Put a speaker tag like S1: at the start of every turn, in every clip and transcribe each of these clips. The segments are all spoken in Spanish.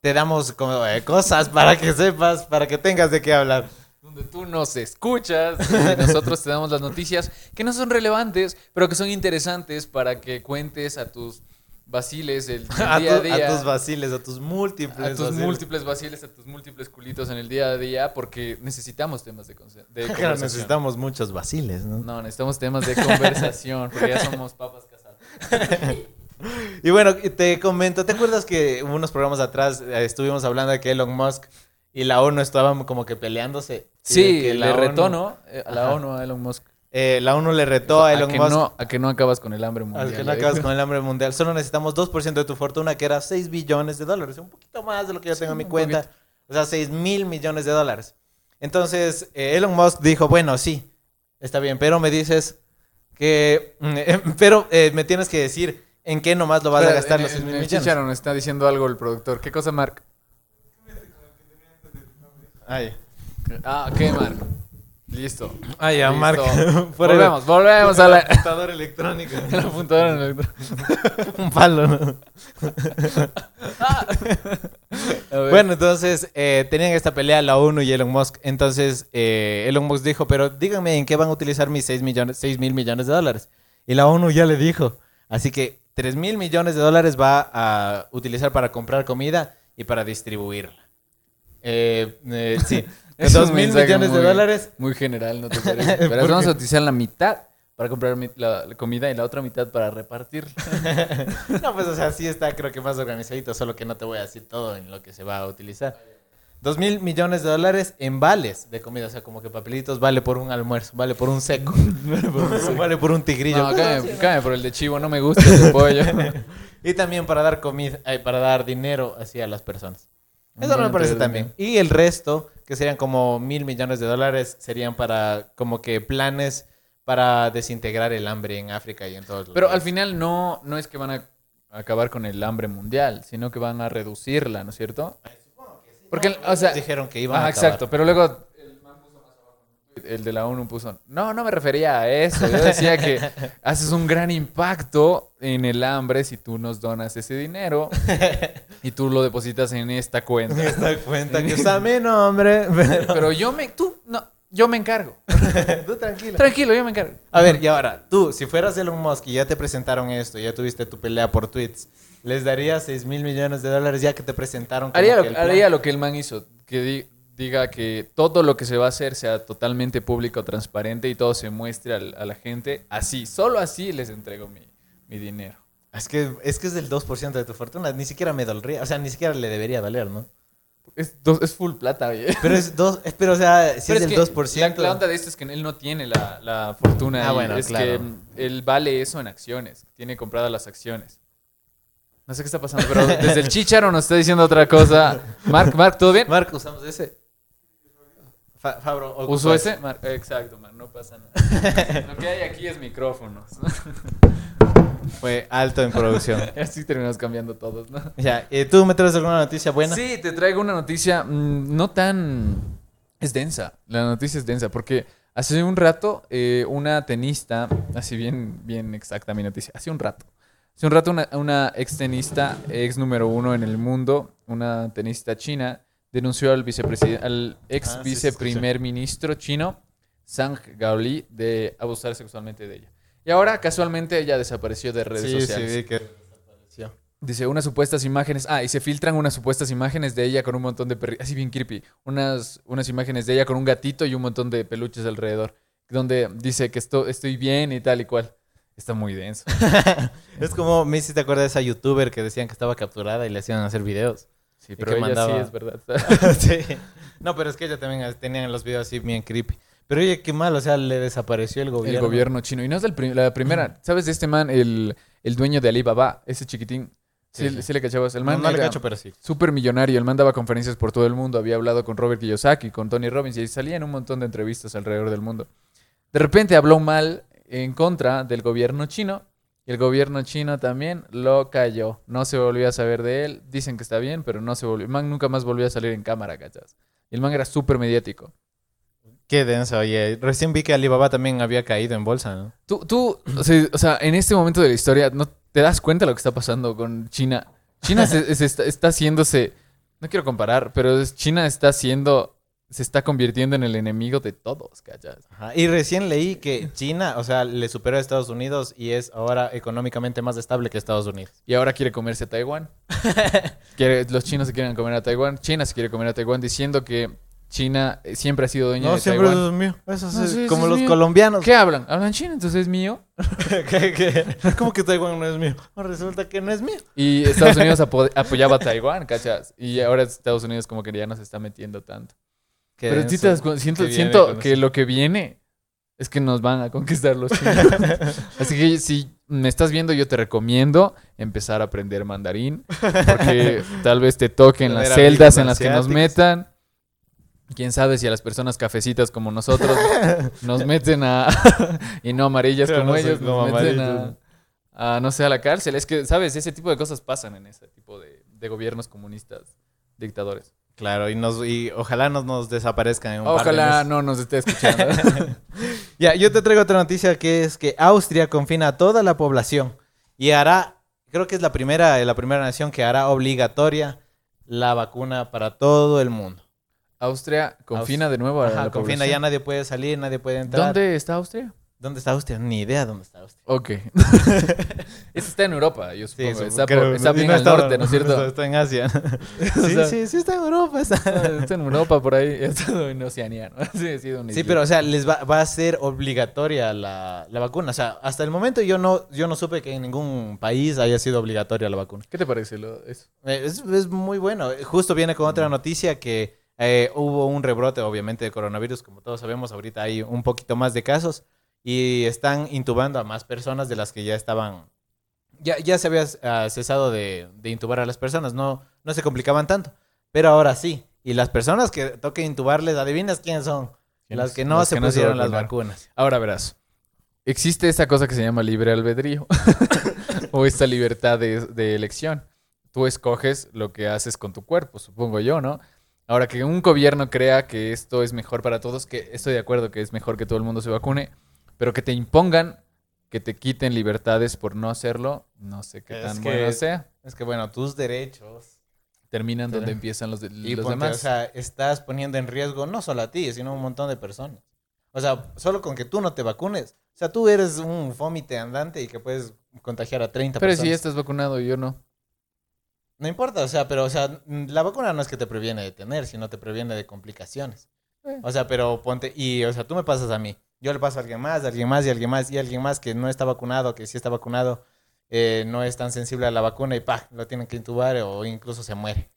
S1: te damos como, eh, cosas para que sepas, para que tengas de qué hablar.
S2: donde tú nos escuchas y nosotros te damos las noticias que no son relevantes, pero que son interesantes para que cuentes a tus vaciles el día
S1: A,
S2: a
S1: tu-
S2: día.
S1: a tus vaciles, a tus múltiples.
S2: a tus
S1: vaciles.
S2: múltiples vaciles, a tus múltiples culitos en el día a día, porque necesitamos temas de, conse- de
S1: Claro,
S2: conversación.
S1: necesitamos muchos vaciles, ¿no?
S2: No, necesitamos temas de conversación, porque ya somos papas casadas.
S1: Y bueno, te comento, ¿te acuerdas que unos programas atrás eh, estuvimos hablando de que Elon Musk y la ONU estaban como que peleándose? Y de
S2: Sí,
S1: que
S2: le
S1: ONU-
S2: retono eh, a la
S1: Ajá.
S2: ONU, a Elon Musk.
S1: eh, la ONU le retó a Elon
S2: que
S1: Musk.
S2: No, a que no acabas con el hambre mundial. eh.
S1: Al que
S2: le
S1: no acabas
S2: dijo.
S1: con el hambre mundial. Solo necesitamos 2% de tu fortuna, que era 6 billones de dólares. Un poquito más de lo que yo
S2: Sí,
S1: tengo en mi
S2: un
S1: cuenta. O sea, 6 mil millones de dólares. Entonces, eh, Elon Musk dijo, bueno, sí, está bien, pero me dices que... mm, eh, pero eh, me tienes que decir en qué nomás lo vas
S2: Espera,
S1: a gastar
S2: en-
S1: los 6
S2: en-
S1: mil
S2: en
S1: millones.
S2: Chicharón está diciendo algo el productor. ¿Qué cosa, Mark?
S1: Ay,
S2: Ah, ¿qué, Mark? Listo.
S1: ay a
S2: listo.
S1: Mark. Fuera de-
S2: volvemos, volvemos a la...
S1: computadora electrónica.
S2: a la apuntadora en el-
S1: Un palo, ¿no?
S2: A ver.
S1: Bueno, entonces eh, tenían esta pelea la ONU y Elon Musk. Entonces eh, Elon Musk dijo, pero díganme en qué van a utilizar mis 6, millones, 6 mil millones de dólares. Y la ONU ya le dijo. Así que 3 mil millones de dólares va a utilizar para comprar comida y para distribuirla. Eh, eh, sí,
S2: Es un
S1: 2 mil
S2: mensaje
S1: millones de
S2: muy-
S1: dólares.
S2: Muy general, no te parece. Pero
S1: ¿Por
S2: vamos
S1: qué?
S2: a utilizar la mitad para comprar mi- la, la comida y la otra mitad para repartir.
S1: No, pues o sea, sí está creo que más organizadito, solo que no te voy a decir todo en lo que se va a utilizar. 2 mil millones de dólares en vales de comida, o sea, como que papelitos vale por un almuerzo, vale por un seco. vale por un tigrillo.
S2: No, cállame, cállame por el de chivo, no me gusta el de pollo.
S1: Y también para dar comida, ay, para dar dinero así a las personas. Eso no me
S2: Bueno,
S1: parece
S2: te-
S1: tan bien. Y el resto, que serían como mil millones de dólares, serían para como que planes para desintegrar el hambre en África y en todos los
S2: Pero al
S1: lugares.
S2: final no, no es que van a acabar con el hambre mundial, sino que van a reducirla, ¿no es cierto? Porque, o sea,
S1: dijeron que iban
S2: ah,
S1: a acabar.
S2: exacto, pero luego el de la ONU puso, no, no me refería a eso, yo decía que haces un gran impacto en el hambre si tú nos donas ese dinero y tú lo depositas en esta
S1: Me
S2: cuenta.
S1: he dado cuenta que está mi nombre.
S2: Pero yo me, tú, no, yo me encargo.
S1: Tú tranquila.
S2: Tranquilo, yo me encargo.
S1: A ver, y ahora, tú, si fueras Elon Musk y ya te presentaron esto, ya tuviste tu pelea por tweets, ¿les darías 6 mil millones de dólares ya que te presentaron? como
S2: Haría
S1: que el
S2: lo,
S1: plan?
S2: haría lo que el man hizo, que di- diga que todo lo que se va a hacer sea totalmente público, transparente y todo se muestre al- a la gente así, solo así les entrego mi, mi dinero.
S1: Es que, es que es del 2% de tu fortuna, ni siquiera me dolería, o sea, ni siquiera le debería doler, ¿no?
S2: Es, dos- es full plata, oye.
S1: Pero es dos, es- pero o sea, si
S2: Pero
S1: es,
S2: que
S1: del 2%.
S2: La, la onda de esto es que él no tiene la, la fortuna.
S1: Ah,
S2: y
S1: bueno,
S2: es que
S1: claro.
S2: mm, él vale eso en acciones. Tiene compradas las acciones. No sé qué está pasando, pero desde el chicharo nos está diciendo otra cosa. Mark, Mark, ¿todo bien?
S1: Marco, usamos ese. Fa- Fabro,
S2: ¿Usó
S1: ocupas.
S2: ese? Mar- exacto, Mar, no pasa nada. Lo que hay aquí es micrófonos.
S1: Fue alto en producción.
S2: Así terminamos cambiando todos, ¿no?
S1: ya, ¿y ¿tú me traes alguna noticia buena?
S2: Sí, te traigo una noticia mm, no tan... Es densa, la noticia es densa, porque hace un rato eh, una tenista, así bien, bien exacta mi noticia, hace un rato, hace un rato una, una ex tenista, ex número uno en el mundo, una tenista china, denunció al, vicepresiden- al ex
S1: Ah, sí, sí,
S2: viceprimer ministro chino, Zhang Gaoli, de abusar sexualmente de ella. Y ahora casualmente ella desapareció de redes
S1: sí,
S2: sociales.
S1: sí, vi que desapareció.
S2: Dice, unas supuestas imágenes. Ah, y se filtran unas supuestas imágenes de ella con un montón de perritos. Así bien creepy. Unas, unas imágenes de ella con un gatito y un montón de peluches alrededor. Donde dice que esto, estoy bien y tal y cual. Está muy denso.
S1: Es como, me hiciste acordar de esa youtuber que decían que estaba capturada y le hacían hacer videos.
S2: Sí,
S1: ¿Y
S2: pero
S1: qué
S2: ella sí
S1: mandaba?
S2: es verdad.
S1: sí. No, pero es que ella también tenían los videos así bien creepy. Pero oye, qué mal, o sea, le desapareció el gobierno.
S2: El gobierno chino. Y no es el prim- la primera. ¿Sabes de este man? El, el dueño de Alibaba. Ese chiquitín. Sí,
S1: Sí, sí.
S2: sí le cachabas. El
S1: No,
S2: man
S1: no le
S2: era-
S1: cacho, pero sí.
S2: súper millonario. Él mandaba conferencias por todo el mundo. Había hablado con Robert Kiyosaki, con Tony Robbins y salía en un montón de entrevistas alrededor del mundo. De repente habló mal en contra del gobierno chino y el gobierno chino también lo cayó. No se volvió a saber de él. Dicen que está bien, pero no se volvió. El man nunca más volvió a salir en cámara, ¿cachas? Y el man era súper mediático.
S1: Qué denso, oye. Recién vi que Alibaba también había caído en bolsa, ¿no?
S2: Tú, tú o sea, o sea, en este momento de la historia, ¿no te das cuenta de lo que está pasando con China? China se- se está, está haciéndose No quiero comparar, pero es- China está siendo, se está convirtiendo en el enemigo de todos, ¿cachas?
S1: Ajá, Y recién leí que China, o sea, le superó a Estados Unidos y es ahora económicamente más estable que Estados Unidos.
S2: Y ahora quiere comerse a Taiwán. Quiere- los chinos se quieren comer a Taiwán. China se quiere comer a Taiwán diciendo que China eh, siempre ha sido dueña de Taiwán.
S1: es mío. Eso
S2: No, sí, eso
S1: como
S2: es
S1: los
S2: mío.
S1: colombianos.
S2: ¿Qué hablan? ¿Hablan chino? Entonces es mío.
S1: ¿Qué, qué? cómo que Taiwán no es mío? No, Resulta que no es mío.
S2: Y Estados Unidos apo- apoyaba a Taiwán, ¿cachas? Y ahora Estados Unidos como que ya no se está metiendo tanto. Pero sí te das cuenta- siento,
S1: que viene
S2: siento
S1: con
S2: que
S1: eso.
S2: lo que viene es que nos van a conquistar los chinos. Así que si me estás viendo, yo te recomiendo empezar a aprender mandarín. Porque tal vez te toquen las
S1: Ver a amigos
S2: celdas en las que nos
S1: asiáticos.
S2: metan. Quién sabe si a las personas cafecitas como nosotros nos meten a. y no amarillas
S1: Pero
S2: como
S1: no sé,
S2: ellos, nos
S1: como
S2: meten
S1: amarillos.
S2: a, a, No sé, a la cárcel. Es que, ¿sabes? Ese tipo de cosas pasan en ese tipo de, de gobiernos comunistas, dictadores.
S1: Claro, y, nos, y ojalá no nos desaparezcan en un par de
S2: Ojalá
S1: meses.
S2: no nos esté escuchando.
S1: Ya, yo te traigo otra noticia que es que Austria confina a toda la población y hará, creo que es la primera, la primera nación que hará obligatoria la vacuna para todo el mundo.
S2: Austria confina de nuevo a
S1: Ajá,
S2: la
S1: confina, ya
S2: población.
S1: nadie puede salir, nadie puede entrar.
S2: ¿Dónde está Austria?
S1: ¿Dónde está Austria? Ni idea dónde está Austria.
S2: Ok. Esa está en Europa, yo supongo.
S1: eso,
S2: está,
S1: creo,
S2: por- está
S1: y
S2: bien
S1: no
S2: al
S1: está-
S2: norte, ¿no es
S1: Está,
S2: cierto?
S1: en Asia. sí,
S2: sea-
S1: sí, sí está en Europa. está-
S2: Ah, Está en Europa, por ahí. Está en Oceanía, ¿no? Sí, ha sido una
S1: Sí,
S2: isla.
S1: pero o sea, les va, va a ser obligatoria la, la vacuna. O sea, hasta el momento yo no, yo no supe que en ningún país haya sido obligatoria la vacuna.
S2: ¿Qué te parece lo- eso?
S1: Eh, Es, es muy bueno. Eh, Justo viene con otra noticia que eh, hubo un rebrote, obviamente, de coronavirus. Como todos sabemos, ahorita hay un poquito más de casos y están intubando a más personas de las que ya estaban. Ya, ya se había ah, cesado de, de intubar a las personas, no, no se complicaban tanto. Pero ahora sí. Y las personas que toque intubarles, adivinas quiénes son.
S2: ¿Quiénes?
S1: Las que no
S2: Las
S1: se
S2: que no se
S1: pusieron las
S2: vacunaron.
S1: vacunas.
S2: Ahora verás. Existe esta cosa que se llama libre albedrío o esta libertad de, de elección. Tú escoges lo que haces con tu cuerpo, supongo yo, ¿no? Ahora que un gobierno crea que esto es mejor para todos, que estoy de acuerdo que es mejor que todo el mundo se vacune, pero que te impongan que te quiten libertades por no hacerlo, no sé qué
S1: Es
S2: tan
S1: que-
S2: bueno sea.
S1: Es que bueno, tus derechos.
S2: Terminan donde
S1: Pero-
S2: empiezan los, de-
S1: Y
S2: los
S1: ponte,
S2: demás.
S1: O sea, estás poniendo en riesgo no solo a ti, sino a un montón de personas. O sea, solo con que tú no te vacunes. O sea, tú eres un fómite andante y que puedes contagiar a 30
S2: pero si
S1: personas.
S2: ya estás vacunado, yo no.
S1: No importa, o sea, pero o sea, mm, la vacuna no es que te previene de tener, sino te previene de complicaciones.
S2: Eh.
S1: O sea, pero ponte, y o sea, tú me pasas a mí, yo le paso a alguien más, a alguien más y a alguien más y a alguien más que no está vacunado, que sí está vacunado, eh, no es tan sensible a la vacuna y pa, lo tienen que intubar o incluso se muere.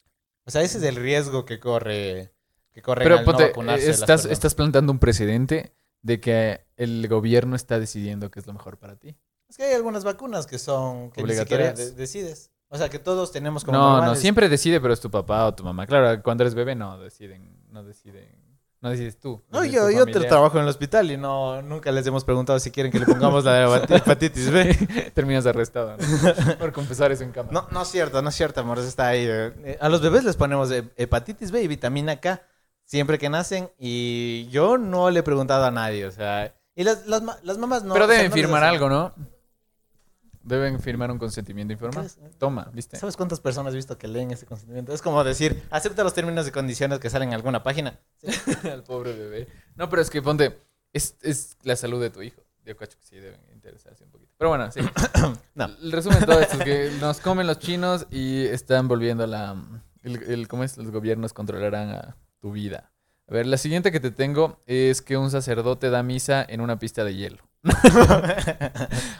S1: O sea, ese es el riesgo que corre, que corre
S2: Pero
S1: al
S2: ponte,
S1: no vacunarse las
S2: estás,
S1: personas.
S2: estás plantando un precedente de que el gobierno está decidiendo qué es lo mejor para ti.
S1: Es que hay algunas vacunas que son que ni siquiera
S2: Obligatorias.
S1: de- decides. O sea, que todos tenemos como
S2: No, no,
S1: normales.
S2: siempre decide, pero es tu papá o tu mamá. Claro, cuando eres bebé no deciden, no deciden, no decides tú.
S1: No,
S2: decides
S1: yo,
S2: tu
S1: yo
S2: familia.
S1: tra- trabajo en el hospital y no, nunca les hemos preguntado si quieren que le pongamos la hepat- hepatitis B.
S2: Terminas arrestado ¿no? por confesar eso en cámara.
S1: No, no es cierto, no es cierto, amor, eso está ahí. eh. Eh, A los bebés les ponemos eh, hepatitis B y vitamina K siempre que nacen y yo no le he preguntado a nadie, o sea... Y las, las, ma- las mamás no...
S2: pero
S1: o sea,
S2: deben
S1: no les
S2: firmar
S1: hacen-
S2: algo, ¿no? Deben firmar un consentimiento informado.
S1: ¿Crees?
S2: Toma, ¿viste?
S1: ¿Sabes cuántas personas he visto que leen ese consentimiento? Es como decir, acepta los términos y condiciones que salen en alguna página. Sí.
S2: Al pobre bebé. No, pero es que ponte, es, es la salud de tu hijo. Yo cacho que sí deben interesarse un poquito. Pero bueno, sí.
S1: No.
S2: El resumen de todo esto es que nos comen los chinos y están volviendo la... El, el- ¿Cómo es? Los gobiernos controlarán a tu vida. A ver, la siguiente que te tengo es que un sacerdote da misa en una pista de hielo.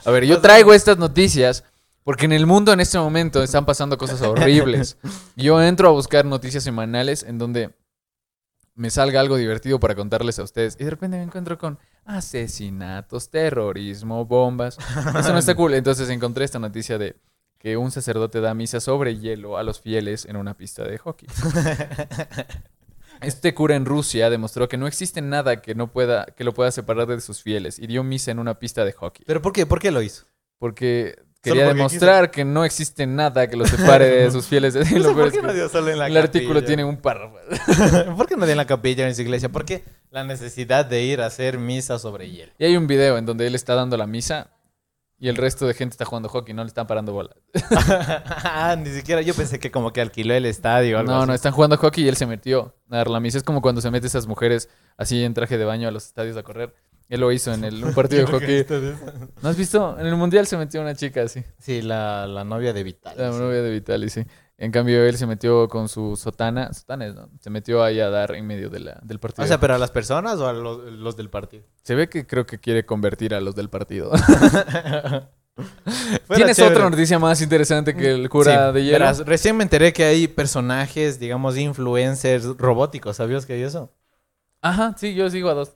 S2: A ver, yo traigo estas noticias porque en el mundo en este momento están pasando cosas horribles. Yo entro a buscar noticias semanales en donde me salga algo divertido para contarles a ustedes. Y de repente me encuentro con asesinatos, terrorismo, bombas. Eso no está cool. Entonces encontré esta noticia de que un sacerdote da misa sobre hielo a los fieles en una pista de hockey. Este cura en Rusia demostró que no existe nada que no pueda que lo pueda separar de sus fieles y dio misa en una pista de hockey
S1: ¿Pero por qué? ¿Por qué lo hizo?
S2: porque quería
S1: porque
S2: demostrar que no existe nada que los separe de sus fieles. Lo
S1: No sé,
S2: peor
S1: ¿Por
S2: es
S1: qué
S2: que
S1: no dio solo en la
S2: el artículo
S1: capilla?
S2: tiene un párrafo.
S1: ¿Por qué no dio en la capilla en su iglesia? ¿Por qué la necesidad de ir a hacer misa sobre hielo?
S2: Y hay un video en donde él está dando la misa y el resto de gente está jugando hockey, no le están parando bola.
S1: Ah, Ni siquiera yo pensé que como que alquiló el estadio. o algo
S2: No,
S1: así.
S2: no, están jugando hockey y él se metió a dar la misa. Es como cuando se mete esas mujeres así en traje de baño a los estadios a correr. Él lo hizo en el, un partido de hockey. ¿No has visto? En el mundial se metió una chica así.
S1: Sí, la, la novia de Vital.
S2: La
S1: sí.
S2: novia de Vitali, sí. En cambio, él se metió con su sotana. Sotana, es, ¿no? Se metió ahí a dar en medio de la, del partido.
S1: O sea, pero a las personas o a los, los del partido.
S2: se ve que creo que quiere convertir a los del partido.
S1: Fuera
S2: ¿Tienes
S1: chévere.
S2: otra noticia más interesante que el cura
S1: Sí,
S2: de hierro?
S1: verás, recién me enteré que hay personajes, digamos, influencers robóticos. ¿Sabías que hay eso?
S2: Ajá, sí, yo sigo a dos.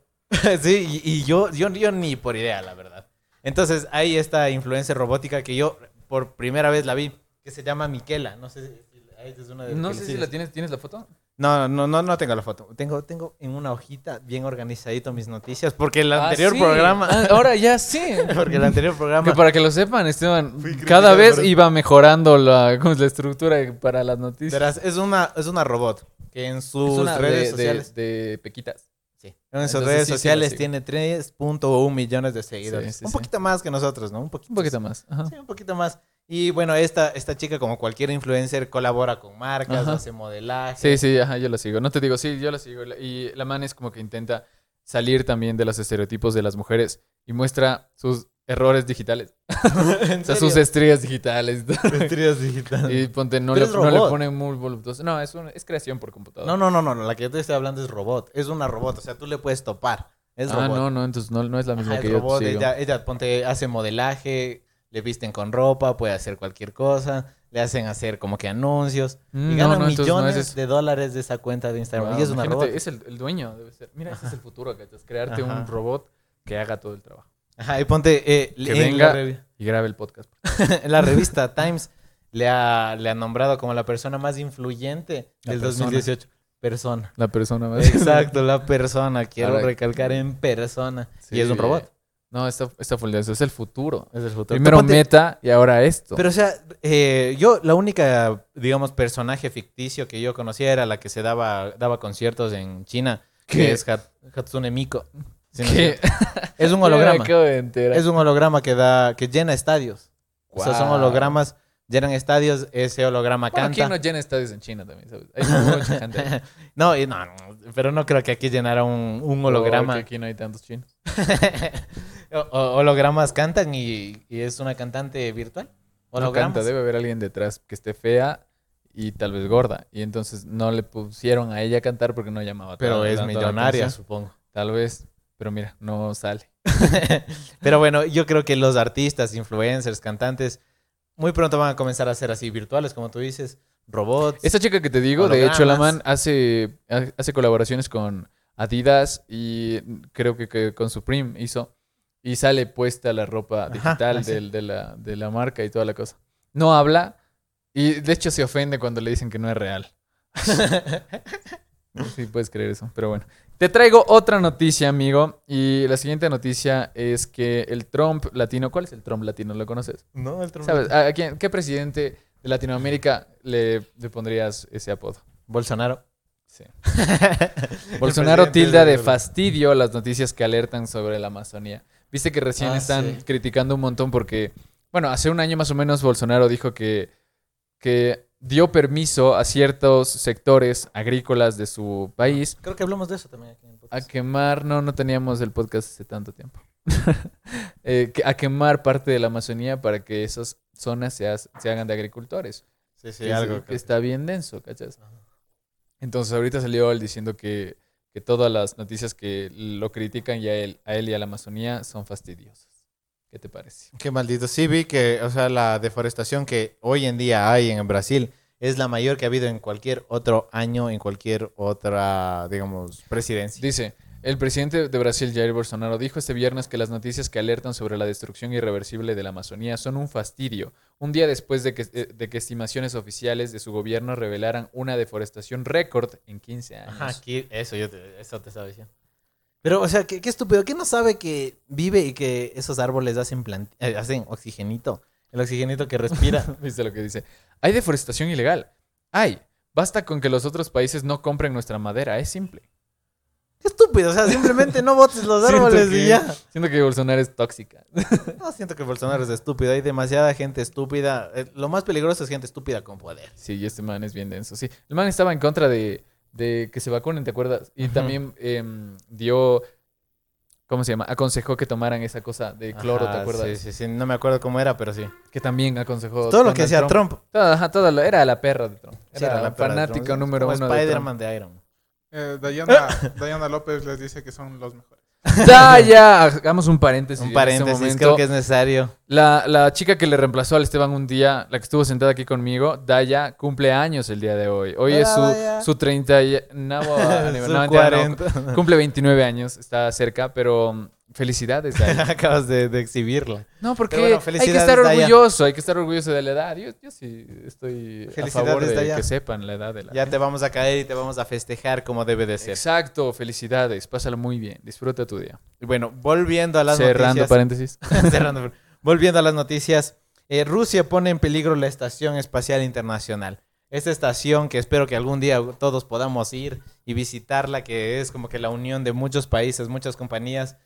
S1: sí, y, y yo, yo, yo ni por idea, la verdad. Entonces, hay esta influencer robótica que yo por primera vez la vi, que se llama Miquela. No sé si, si- ahí es una de
S2: No
S1: que
S2: sé
S1: le
S2: si
S1: sigues.
S2: la tienes. ¿Tienes la foto?
S1: No, no, no, no tengo la foto. Tengo, tengo en una hojita bien organizadito mis noticias, porque el anterior
S2: Ah, sí.
S1: programa,
S2: Ah, ahora ya sí.
S1: porque el anterior
S2: Que
S1: programa,
S2: para que lo sepan, Esteban,
S1: Fui criticado
S2: cada vez
S1: por eso.
S2: iba mejorando la, como es la estructura para las noticias.
S1: verás, es una, es una robot que en
S2: Es
S1: sus
S2: una de-
S1: redes
S2: de-
S1: sociales,
S2: de pequitas.
S1: sí, en sus
S2: Entonces,
S1: redes
S2: sí, sí la
S1: sociales
S2: sigo.
S1: tiene 3.1 millones de seguidores,
S2: sí,
S1: un
S2: sí.
S1: poquito más que nosotros, ¿no? Un poquito,
S2: Un poquito más. Ajá.
S1: Sí, un poquito más. Y bueno, esta, esta chica, como cualquier influencer, colabora con marcas,
S2: Ajá.
S1: hace modelaje.
S2: Sí, sí, ajá, yo la sigo. No te digo, sí, yo la sigo. Y la man es como que intenta salir también de los estereotipos de las mujeres y muestra sus errores digitales,
S1: ¿En
S2: o
S1: serio?
S2: sea, sus estrías digitales. y todo.
S1: Estrías digitales.
S2: Y ponte, no,
S1: Pero
S2: le,
S1: es
S2: no le
S1: robot.
S2: pone muy voluptuoso. No, es, un- es creación por computadora.
S1: No, no, no, no, no, la que yo te estoy hablando es robot. Es una robot, o sea, tú le puedes topar. Es
S2: ah,
S1: robot.
S2: no, no, entonces no, no es la misma
S1: Ajá, es
S2: que yo
S1: robot,
S2: sigo.
S1: ella, ella, ponte, hace modelaje, le visten con ropa, puede hacer cualquier cosa, le hacen hacer como que anuncios.
S2: Mm,
S1: y
S2: no,
S1: ganan
S2: no, entonces no,
S1: millones
S2: ese es-
S1: de dólares de esa cuenta de Instagram.
S2: Wow,
S1: y es una
S2: imagínate,
S1: robot.
S2: Es el, el dueño, debe ser. Mira, ese es el futuro, ¿cachas? Crearte
S1: Ajá.
S2: un robot que haga todo el trabajo.
S1: Ajá, y ponte, eh,
S2: Que
S1: en
S2: venga
S1: la revi-
S2: y grabe el podcast.
S1: la revista Times le ha, le ha nombrado como la persona más influyente
S2: La
S1: del
S2: persona.
S1: 2018. Persona.
S2: La persona más...
S1: Exacto, la persona. Quiero
S2: Ahora-
S1: recalcar en persona.
S2: Sí.
S1: y es un robot.
S2: No, esta, esta full dance es el futuro.
S1: Es el futuro.
S2: Primero
S1: Tú ponte-
S2: meta y ahora esto.
S1: Pero, o sea, eh, yo, la única, digamos, personaje ficticio que yo conocía era la que se daba, daba conciertos en China,
S2: ¿Qué?
S1: que es Hat- Hatsune Miku. Si no
S2: ¿Qué?
S1: sé. Es un
S2: Me
S1: holograma.
S2: acabo de enterar.
S1: Es un holograma que da, que llena estadios. O sea, son
S2: Guau.
S1: hologramas, llenan estadios, ese holograma
S2: Bueno,
S1: canta.
S2: ¿quién no llena estadios en China también? ¿sabes? Hay mucha gente. ahí.
S1: no, y no, no, pero no creo que aquí llenara un, un
S2: Porque
S1: holograma.
S2: aquí no hay tantos chinos.
S1: O- o- hologramas cantan y, y es una cantante virtual.
S2: No
S1: Hologramas.
S2: canta, debe haber alguien detrás que esté fea y tal vez gorda. Y entonces no le pusieron a ella a cantar porque no llamaba
S1: pero
S2: tanto-
S1: es
S2: tanto la
S1: millonaria,
S2: atención.
S1: supongo.
S2: Tal vez, pero mira, no sale.
S1: Pero bueno, yo creo que los artistas, influencers, cantantes, muy pronto van a comenzar a ser así virtuales, como tú dices, robots.
S2: Esta chica que te digo, de hecho, la
S1: Hologramas.
S2: man hace, hace colaboraciones con Adidas y creo que, que con Supreme hizo. Y sale puesta la ropa
S1: Ajá,
S2: digital
S1: así.
S2: del- de, la, de la marca y toda la cosa. No habla y de hecho se ofende cuando le dicen que no es real. Sí, puedes creer eso, pero bueno. Te traigo otra noticia, amigo. Y la siguiente noticia es que el Trump latino, ¿cuál es el Trump latino? ¿Lo conoces?
S1: no, el trombón.
S2: ¿Sabes? ¿A a quién, qué presidente de Latinoamérica le, le pondrías ese apodo?
S1: Bolsonaro. El
S2: Bolsonaro
S1: presidente
S2: tilda de
S1: del-
S2: fastidio las noticias que alertan sobre la Amazonía. Viste que recién
S1: Ah,
S2: están
S1: sí.
S2: criticando un montón porque, bueno, hace un año más o menos Bolsonaro dijo que, que dio permiso a ciertos sectores agrícolas de su país
S1: Creo que hablamos de eso también aquí en el
S2: a
S1: podcast.
S2: quemar, no, no teníamos el podcast hace tanto tiempo, Eh, que- a quemar parte de la Amazonía para que esas zonas se, ha- se hagan de agricultores
S1: Sí, sí,
S2: que, es-
S1: algo.
S2: que está bien denso, ¿cachas?
S1: Ajá.
S2: Entonces ahorita salió él diciendo que, que todas las noticias que lo critican y a él, a él y a la Amazonía son fastidiosas. ¿Qué te parece?
S1: Qué maldito. Sí, vi que, o sea, la deforestación que hoy en día hay en Brasil es la mayor que ha habido en cualquier otro año, en cualquier otra, digamos, presidencia.
S2: Dice, el presidente de Brasil, Jair Bolsonaro, dijo este viernes que las noticias que alertan sobre la destrucción irreversible de la Amazonía son un fastidio, un día después de que, eh, de que estimaciones oficiales de su gobierno revelaran una deforestación récord en 15 años.
S1: Ajá, aquí, eso yo te, eso te estaba diciendo. Pero, o sea, qué, qué estúpido. ¿Quién no sabe que vive y que esos árboles hacen, plant- eh, hacen oxigenito? El oxigenito que respira.
S2: ¿Viste lo que dice? Hay deforestación ilegal. Hay. Basta con que los otros países no compren nuestra madera. Es simple.
S1: qué estúpido. estúpido. O sea, simplemente no botes los
S2: Siento
S1: árboles
S2: que-
S1: y ya.
S2: Siento que Bolsonaro es tóxica.
S1: No siento que Bolsonaro es estúpido. Hay demasiada gente estúpida. Eh, Lo más peligroso es gente estúpida con poder.
S2: Sí, y este man es bien denso. Sí, el man estaba en contra de, de que se vacunen, ¿te acuerdas? Y
S1: Ujú.
S2: también em, dio, ¿cómo se llama? Aconsejó que tomaran esa cosa de cloro, ¿te
S1: Ajá,
S2: acuerdas?
S1: Sí, sí, sí. No me acuerdo cómo era, pero sí.
S2: Que también aconsejó.
S1: Todo lo que
S2: Donald
S1: hacía Trump.
S2: Todo, ajá, todo lo- era la perra de Trump. Era,
S1: Sí, era la perra de
S2: fanático
S1: Trump.
S2: número
S1: Como
S2: uno de Trump.
S1: Spider-Man de Iron Man.
S3: Eh, Dayana, Dayana López les dice que son los mejores.
S2: Ya, ya, hagamos un paréntesis.
S1: Un
S2: en
S1: paréntesis,
S2: este momento.
S1: creo que es necesario.
S2: La, la chica que le reemplazó al Esteban un día, la que estuvo sentada aquí conmigo, Daya, cumple años el día de hoy. Hoy
S1: Hola,
S2: es su,
S1: Daya.
S2: su 30 y- no,
S1: Su
S2: no, mentira, no.
S1: 40.
S2: Cumple 29 años, está cerca, pero mm, felicidades, Daya.
S1: Acabas de, de exhibirla.
S2: No, porque
S1: Pero bueno,
S2: hay que
S1: felicidades,
S2: estar
S1: Daya.
S2: orgulloso, hay que estar orgulloso de la edad. Yo, yo sí estoy a favor
S1: Felicidades,
S2: de
S1: Daya.
S2: que sepan la edad de la
S1: Ya te vamos a caer y te vamos a festejar como debe de ser.
S2: Exacto, felicidades, pásalo muy bien, disfruta tu día.
S1: Y Bueno, volviendo a las
S2: Cerrando
S1: noticias.
S2: paréntesis.
S1: Cerrando. Volviendo a las noticias. eh, Rusia pone en peligro la Estación Espacial Internacional. Esta estación que espero que algún día todos podamos ir y visitarla, que es como que la unión de muchos países, muchas compañías,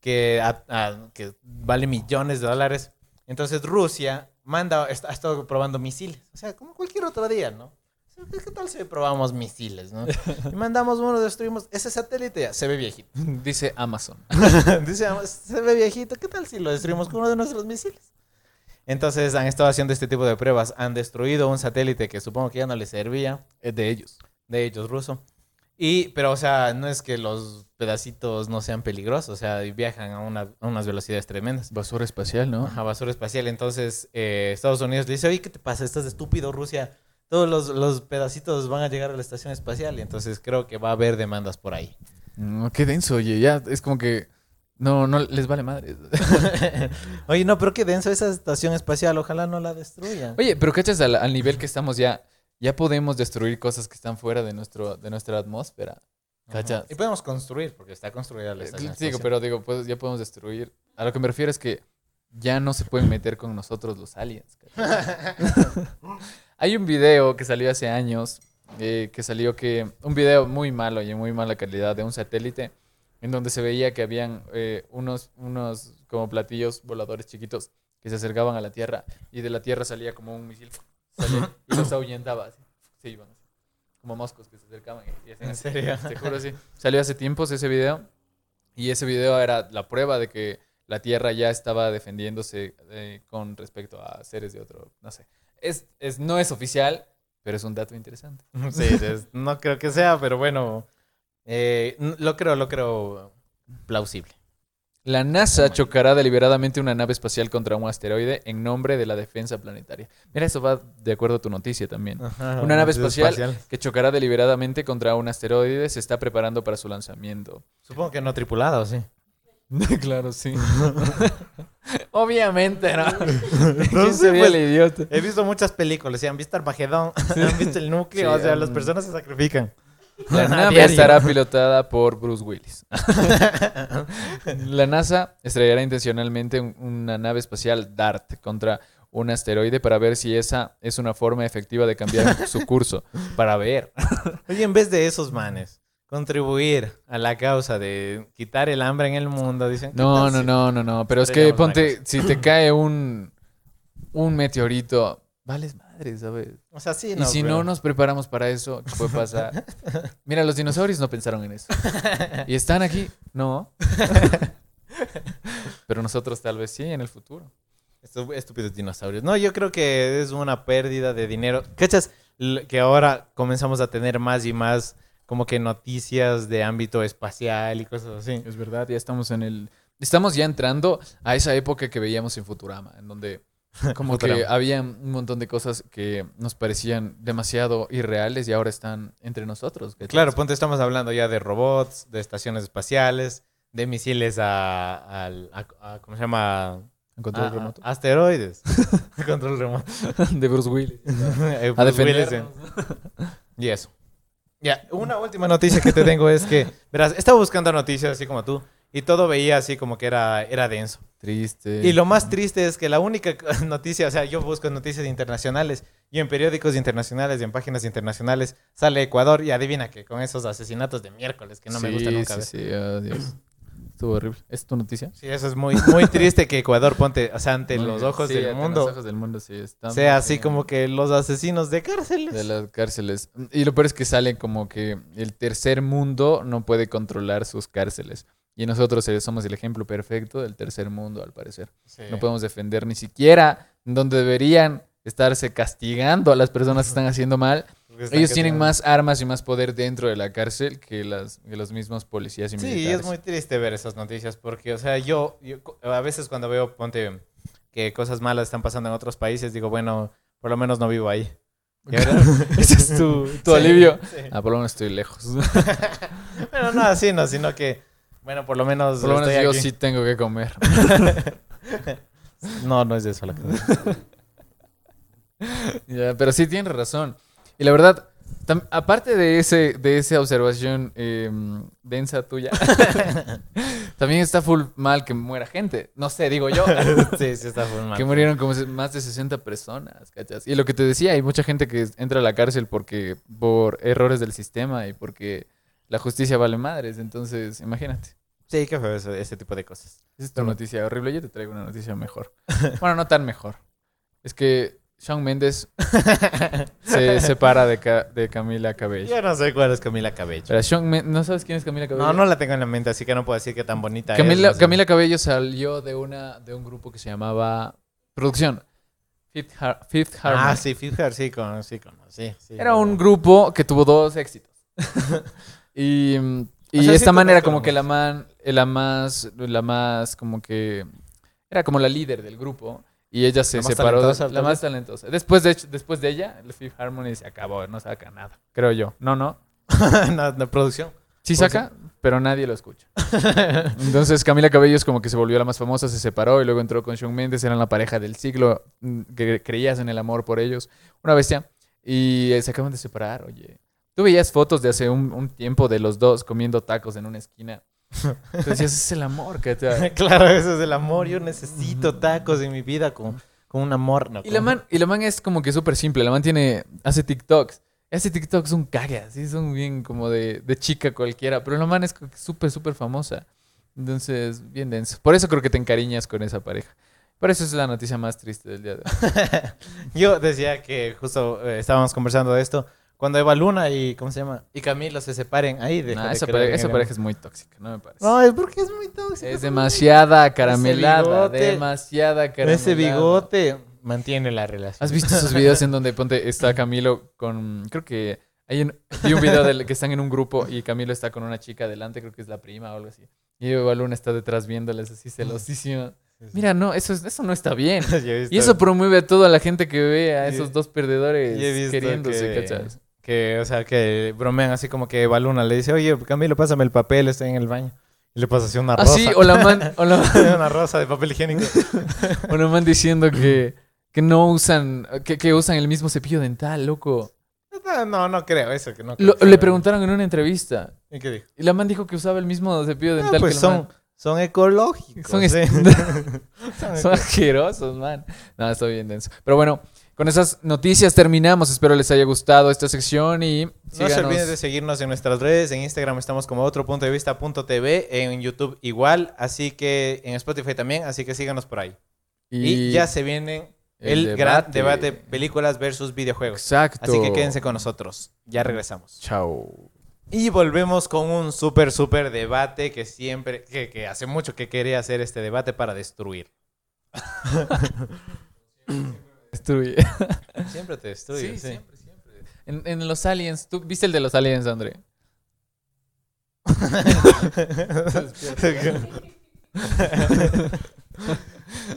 S1: que, a- a- que vale millones de dólares. Entonces Rusia manda, est- ha estado probando misiles. O sea, como cualquier otro día, ¿no? O sea, ¿Qué qué tal si probamos misiles, no? Y mandamos uno, destruimos. Ese satélite ya se ve viejito.
S2: Dice Amazon.
S1: Dice, se ve viejito, ¿qué tal si lo destruimos con uno de nuestros misiles? Entonces han estado haciendo este tipo de pruebas. Han destruido un satélite que supongo que ya no les servía,
S2: Es eh, de ellos.
S1: de ellos ruso. Y, pero, o sea, no es que los pedacitos no sean peligrosos, o sea, y viajan a, una- a unas velocidades tremendas.
S2: Basura espacial, ¿no?
S1: A basura espacial. Entonces, eh, Estados Unidos le dice, oye, ¿qué te pasa? Estás estúpido, Rusia. Todos los, los pedacitos van a llegar a la estación espacial. Y entonces creo que va a haber demandas por ahí.
S2: No, qué denso, oye, ya es como que no, no les vale madre.
S1: Oye, no, pero qué denso esa estación espacial. Ojalá no la destruyan.
S2: Oye, pero cachas al, al nivel que estamos ya, ya podemos destruir cosas que están fuera de nuestro, de nuestra atmósfera. ¿Cachas?
S1: Y podemos construir, porque está construida la estación.
S2: Sí,
S1: espacial.
S2: pero Eh, digo, pues, ya podemos destruir. A lo que me refiero es que ya no se pueden meter con nosotros los aliens. ¿cachai? Hay un video que salió hace años, eh, que salió que... Un video muy malo y en muy mala calidad de un satélite, en donde se veía que habían eh, unos, unos como platillos voladores chiquitos que se acercaban a la Tierra y de la Tierra salía como un misil salía, y los ahuyentaba. Así, se iban así, como moscos que se acercaban. Y, y hacían
S1: ¿En
S2: así.
S1: serio?
S2: Te juro, sí. Salió hace tiempos ese video. Y ese video era la prueba de que la Tierra ya estaba defendiéndose eh, con respecto a seres de otro. No sé. Es, es, no es oficial, pero es un dato interesante.
S1: Sí, es- no creo que sea, pero bueno. eh, n- lo creo, lo creo plausible.
S2: La NASA chocará deliberadamente una nave espacial contra un asteroide en nombre de la defensa planetaria. Mira, eso va de acuerdo a tu noticia también. Una nave espacial, que chocará deliberadamente contra un asteroide se está preparando para su lanzamiento.
S1: Supongo que no tripulada, ¿o sí?
S2: claro, sí. Obviamente, ¿no?
S1: No
S2: ¿Quién
S1: sé,
S2: sería
S1: pues.
S2: el idiota?
S1: He visto muchas películas, y han visto Armagedón, han visto el núcleo,
S2: Sí,
S1: o sea,
S2: um,
S1: las personas se sacrifican.
S2: La
S1: A
S2: nave
S1: diario.
S2: estará pilotada por Bruce Willis. la NASA estrellará intencionalmente un- una nave espacial DART contra un asteroide para ver si esa es una forma efectiva de cambiar su curso. Para ver.
S1: Oye, en vez de esos manes, contribuir a la causa de quitar el hambre en el mundo, dicen. ¿qué tal
S2: No, no,
S1: si-
S2: no, no, no. Pero es que
S1: Estrellamos
S2: ponte, si te cae un, un meteorito, vales madre, ¿sabes?
S1: O sea, sí,
S2: Y si
S1: pero-
S2: no nos preparamos para eso, ¿qué puede pasar? Mira, los dinosaurios no pensaron en eso. ¿Y están aquí? No. Pero nosotros tal vez sí en el futuro.
S1: Estu- Estúpidos dinosaurios. No, yo creo que es una pérdida de dinero. ¿Cachas? L- Que ahora comenzamos a tener más y más como que noticias de ámbito espacial y cosas así.
S2: Es verdad, ya estamos en el... Estamos ya entrando a esa época que veíamos en Futurama, en donde como que
S1: Futurama.
S2: había un montón de cosas que nos parecían demasiado irreales y ahora están entre nosotros. ¿cachas?
S1: Claro, ponte, estamos hablando ya de robots, de estaciones espaciales, de misiles a, al- a- a- ¿cómo se llama?
S2: En control
S1: A- a-
S2: remoto.
S1: asteroides. Control remoto.
S2: De Bruce Willis.
S1: Eh,
S2: A
S1: Bruce Willis,
S2: defender.
S1: eh. Y eso. Ya, una última noticia que te tengo es que, verás, estaba buscando noticias así como tú y todo veía así como que era, era denso.
S2: Triste.
S1: Y lo más triste es que la única noticia, o sea, yo busco noticias internacionales y en periódicos internacionales y en páginas internacionales sale Ecuador y adivina que con esos asesinatos de miércoles que no me
S2: Sí,
S1: gusta nunca
S2: sí,
S1: ver. Sí.
S2: sí, adiós. Estuvo horrible. ¿Es tu noticia?
S1: eso es muy, muy triste que Ecuador ponte, o sea, ante los ojos
S2: Sí,
S1: del
S2: ante
S1: mundo,
S2: los ojos del mundo, sí. están-
S1: sea así
S2: sí.
S1: como que los asesinos de cárceles.
S2: De las cárceles. Y lo peor es que sale como que el tercer mundo no puede controlar sus cárceles. Y nosotros eh, somos el ejemplo perfecto del tercer mundo, al parecer.
S1: Sí.
S2: No podemos defender ni siquiera donde deberían estarse castigando a las personas que están haciendo mal.
S1: Porque están
S2: Ellos tienen
S1: castigando.
S2: más armas y más poder dentro de la cárcel que, las, que los mismos policías y militares.
S1: Sí, y es muy triste ver esas noticias porque, o sea, yo, yo co- a veces cuando veo, ponte, que cosas malas están pasando en otros países, digo, bueno, por lo menos no vivo ahí. Y ahora-
S2: Ese es tu, tu
S1: Sí, Pues
S2: alivio.
S1: sí.
S2: Ah, por lo menos estoy lejos.
S1: Bueno, no así, no, sino que, bueno, por lo menos,
S2: Por lo menos
S1: estoy
S2: yo
S1: aquí.
S2: sí tengo que comer.
S1: No, no es de eso la cosa.
S2: Ya, pero sí tienes razón. Y la verdad, tam- aparte de, ese, de esa observación eh, densa tuya, también está full mal que muera gente. No sé, digo yo.
S1: Sí, sí, está full mal.
S2: que murieron como se- más de 60 personas, ¿cachas? Y lo que te decía, hay mucha gente que entra a la cárcel porque por errores del sistema y porque la justicia vale madres. Entonces, imagínate.
S1: Sí, qué feo eso, ese tipo de cosas.
S2: Esa es tu noticia horrible. Yo te traigo una noticia mejor. Bueno, no tan mejor. Es que Shawn Mendes se separa de, Ca- de Camila Cabello.
S1: Yo no sé cuál es Camila Cabello.
S2: Pero Shawn Men- ¿No sabes quién es Camila Cabello?
S1: No, no la tengo en la mente, así que no puedo decir que tan bonita es,
S2: Camila,
S1: no sé.
S2: Camila Cabello salió de, una, de un grupo que se llamaba Producción. Fifth, Har- Fifth Harmony.
S1: Ah, sí, Fijar, sí, con, sí, con, sí, sí,
S2: Era un
S1: verdad.
S2: grupo que tuvo dos éxitos. y mm, y
S1: O sea, sí
S2: esta man era
S1: conozco
S2: como
S1: la
S2: que la man, eh, la más, la más como que era como la líder del grupo. Y ella se
S1: La más
S2: separó. de-
S1: talentosa,
S2: la
S1: tal
S2: más talentosa. Después de, hecho- después de ella, el Fifth Harmony se acabó, no saca nada. Creo yo. No, no.
S1: no, no, producción.
S2: Sí
S1: Pues
S2: saca, pero nadie lo escucha. Entonces Camila Cabello es como que se volvió la más famosa, se separó y luego entró con Shawn Mendes, eran la pareja del siglo, mm, que creías en el amor por ellos, una bestia. Y eh, se acaban de separar, oye. Tú veías fotos de hace un, un tiempo de los dos comiendo tacos en una esquina. Entonces decías, es el amor que te da".
S1: claro, eso es el amor. Yo necesito tacos en mi vida con, con un amor. ¿no?
S2: Y la,
S1: Con-
S2: man, y la man es como que súper simple, la man tiene, hace TikToks. Hace TikToks un cague, así son bien como de, de chica cualquiera, pero la man es como que súper, súper famosa. Entonces, bien denso. Por eso creo que te encariñas con esa pareja. Por eso es la noticia más triste del día de hoy.
S1: Yo decía que justo eh, estábamos conversando de esto. Cuando Eva Luna y, ¿cómo se llama? Y Camilo se separen ahí. deja
S2: Nah,
S1: de
S2: esa,
S1: creer
S2: pare-
S1: en
S2: esa
S1: el
S2: pareja es muy tóxica, no me parece.
S1: amor. No, es porque es muy tóxico.
S2: es demasiada caramelada,
S1: bigote.
S2: demasiada
S1: Con
S2: caramelada.
S1: ese bigote mantiene la relación.
S2: ¿Has visto esos videos en donde ponte está Camilo con creo que hay un, vi un video del que están en un grupo y Camilo está con una chica adelante, creo que es la prima o algo así. Y Eva Luna está detrás viéndoles así celosísima. Mira, no, eso es- eso no está bien.
S1: Yo he visto
S2: Y eso promueve a toda la gente que ve a esos dos perdedores
S1: y he visto
S2: queriéndose,
S1: que-
S2: ¿cachas?
S1: Que, o sea, que bromean así como que Eva Luna le dice, oye, Camilo, pásame el papel, estoy en el baño. Y le pasa así una rosa.
S2: Así, o la Ah, man, o la,
S1: una rosa de papel higiénico.
S2: o la man diciendo que, que no usan, que, que usan el mismo cepillo dental, loco.
S1: No, no, no creo eso. Que no creo
S2: Lo-
S1: que sea
S2: le
S1: verdad.
S2: preguntaron en una entrevista
S1: ¿Y qué dijo?
S2: y la man dijo que usaba el mismo cepillo dental
S1: Ah, pues
S2: que la man.
S1: son, son ecológicos.
S2: Son
S1: ¿eh?
S2: estándares.
S1: Son
S2: Son asquerosos, man. No, está bien denso. Pero bueno, con esas noticias terminamos. Espero les haya gustado esta sección y
S1: No se
S2: síganos.
S1: olviden de seguirnos en nuestras redes. En Instagram estamos como otro punto de vista punto TV, en YouTube igual, así que en Spotify también, así que síganos por ahí. Y, ya se viene el, gran debate películas versus videojuegos.
S2: Exacto.
S1: Así que quédense con nosotros. Ya regresamos.
S2: Chao.
S1: Y volvemos con un súper, súper debate que siempre, que, que hace mucho que quería hacer este debate para destruir.
S2: Destruye.
S1: Siempre te destruye. sí.
S2: siempre. En, en los aliens, ¿tú viste el de los aliens, André?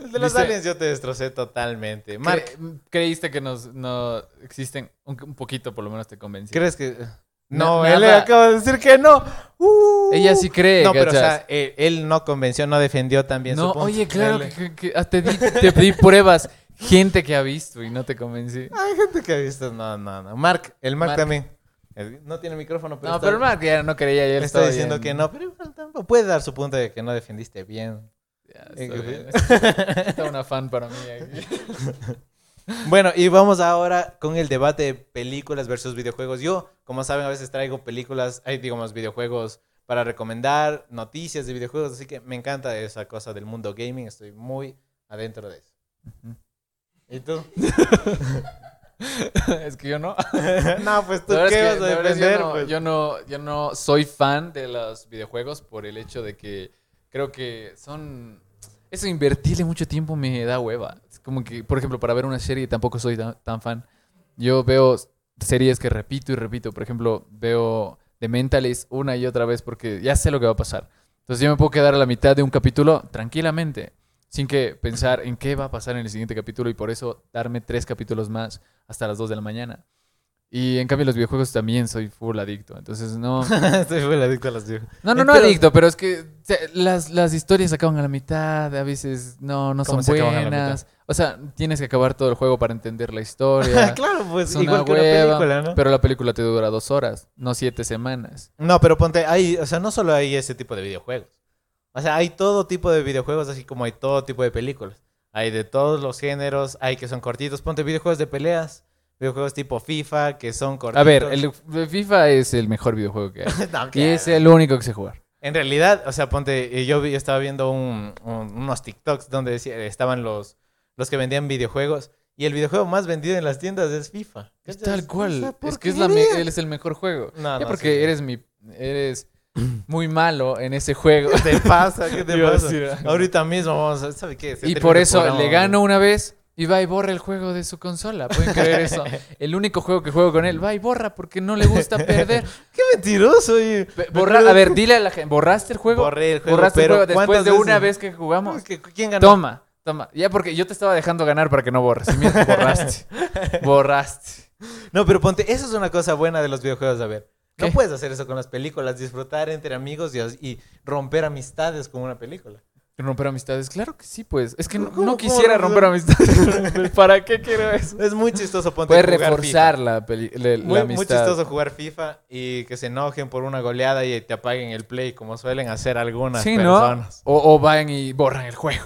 S1: El de los
S2: ¿Viste?
S1: aliens yo te destrocé totalmente. Mark,
S2: Cre- creíste que nos no existen un, un poquito, por lo menos te convencí.
S1: ¿crees que.?
S2: Na-
S1: No, él le
S2: nada.
S1: acaba de decir que no. ¡Uh!
S2: Ella sí cree,
S1: No, pero o
S2: ¿cachas?
S1: sea, él, él no convenció, no defendió también su
S2: No,
S1: punto.
S2: oye, claro,
S1: Él-
S2: que, que- que- ah, te, di, te pedí pruebas. Gente que ha visto y no te convencí.
S1: Hay gente que ha visto. No, no, no. Mark, el Mark,
S2: Mark.
S1: también. El- No tiene micrófono, pero.
S2: No,
S1: está-
S2: pero el Mark ya no creía y él
S1: Está
S2: estaba
S1: diciendo
S2: bien.
S1: que no, pero igual tampoco puede dar su punto de que no defendiste bien.
S2: Ya,
S1: Eh,
S2: está
S1: que-
S2: bien. Está una fan para mí. aquí.
S1: Bueno, y vamos ahora con el debate de películas versus videojuegos. Yo, como saben, a veces traigo películas, hay, digamos, videojuegos para recomendar, noticias de videojuegos, así que me encanta esa cosa del mundo gaming, estoy muy adentro de eso. ¿Y tú?
S2: es que yo no.
S1: no, pues tú
S2: La verdad
S1: qué
S2: es
S1: vas
S2: que,
S1: a
S2: la verdad es que
S1: defender,
S2: yo, no,
S1: pues?
S2: yo no, yo no soy fan de los videojuegos por el hecho de que creo que son... Eso invertirle mucho tiempo me da hueva. Es como que, por ejemplo, para ver una serie tampoco soy tan, tan fan. Yo veo series que repito y repito. Por ejemplo, veo The Mentalist una y otra vez porque ya sé lo que va a pasar. Entonces yo me puedo quedar a la mitad de un capítulo tranquilamente, sin que pensar en qué va a pasar en el siguiente capítulo y por eso darme tres capítulos más hasta las 2 de la mañana. Y en cambio los videojuegos también soy full adicto. Entonces no...
S1: estoy full adicto a las videojuegos.
S2: No, no, no
S1: Pero-
S2: adicto, pero es que o sea, las, las historias se acaban a la mitad, a veces no, no
S1: ¿Cómo
S2: son
S1: se acaban a la
S2: buenas. O sea, tienes que acabar todo el juego para entender la historia.
S1: claro, pues
S2: Es una
S1: igual que una
S2: hueva,
S1: película, ¿no?
S2: Pero la película te dura dos horas, no siete semanas.
S1: No, pero ponte, hay, o sea, no solo hay ese tipo de videojuegos. O sea, hay todo tipo de videojuegos, así como hay todo tipo de películas. Hay de todos los géneros, hay que son cortitos. Ponte videojuegos de peleas, videojuegos tipo FIFA, que son cortitos.
S2: A ver, el, el FIFA es el mejor videojuego que hay.
S1: No,
S2: Y
S1: que-
S2: es el único que sé jugar.
S1: En realidad, o sea, ponte, eh, yo, vi- yo estaba viendo un- un- unos TikToks donde decía- estaban los, los que vendían videojuegos. Y el videojuego más vendido en las tiendas es FIFA.
S2: Es
S1: ¿Cachas?
S2: tal
S1: O sea,
S2: cual. Es que es, la
S1: porquería.
S2: me- él es el mejor juego.
S1: No,
S2: Ya
S1: no,
S2: porque
S1: sí.
S2: eres mi eres muy malo en ese juego.
S1: ¿Qué te pasa? ¿Qué te
S2: Iba a
S1: pasa?
S2: decir, ah.
S1: Ahorita mismo vamos a... ¿Sabe qué? Se
S2: y
S1: termina
S2: por
S1: el
S2: eso
S1: programa.
S2: le gano una vez y va y borra el juego de su consola. Pueden creer eso. El único juego que juego con él va y borra porque no le gusta perder.
S1: ¡Qué mentiroso! Y...
S2: Pe- borra- a ver, dile a la gente, ¿borraste el juego?
S1: Borré el juego,
S2: ¿Borraste
S1: pero
S2: el juego después
S1: ¿cuántas
S2: de una
S1: veces?
S2: vez que jugamos?
S1: ¿Qué- ¿Quién ganó?
S2: Toma, toma. Ya porque yo te estaba dejando ganar para que no borres. Y mira, borraste. borraste.
S1: No, pero ponte, eso es una cosa buena de los videojuegos, a ver.
S2: ¿Qué?
S1: No puedes hacer eso con las películas, disfrutar entre amigos y, y romper amistades con una película.
S2: ¿Romper amistades? Claro que sí, pues. Es que no,
S1: ¿Cómo-
S2: no
S1: cómo
S2: quisiera
S1: romper-
S2: romper amistades. ¿Para qué quiero eso?
S1: Es muy chistoso, ponte.
S2: Puedes
S1: jugar
S2: reforzar la, peli- la- la
S1: FIFA. Muy, muy
S2: amistad.
S1: chistoso jugar FIFA y que se enojen por una goleada y te apaguen el play, como suelen hacer algunas
S2: Sí, ¿no?
S1: personas.
S2: O, o van y borran el juego.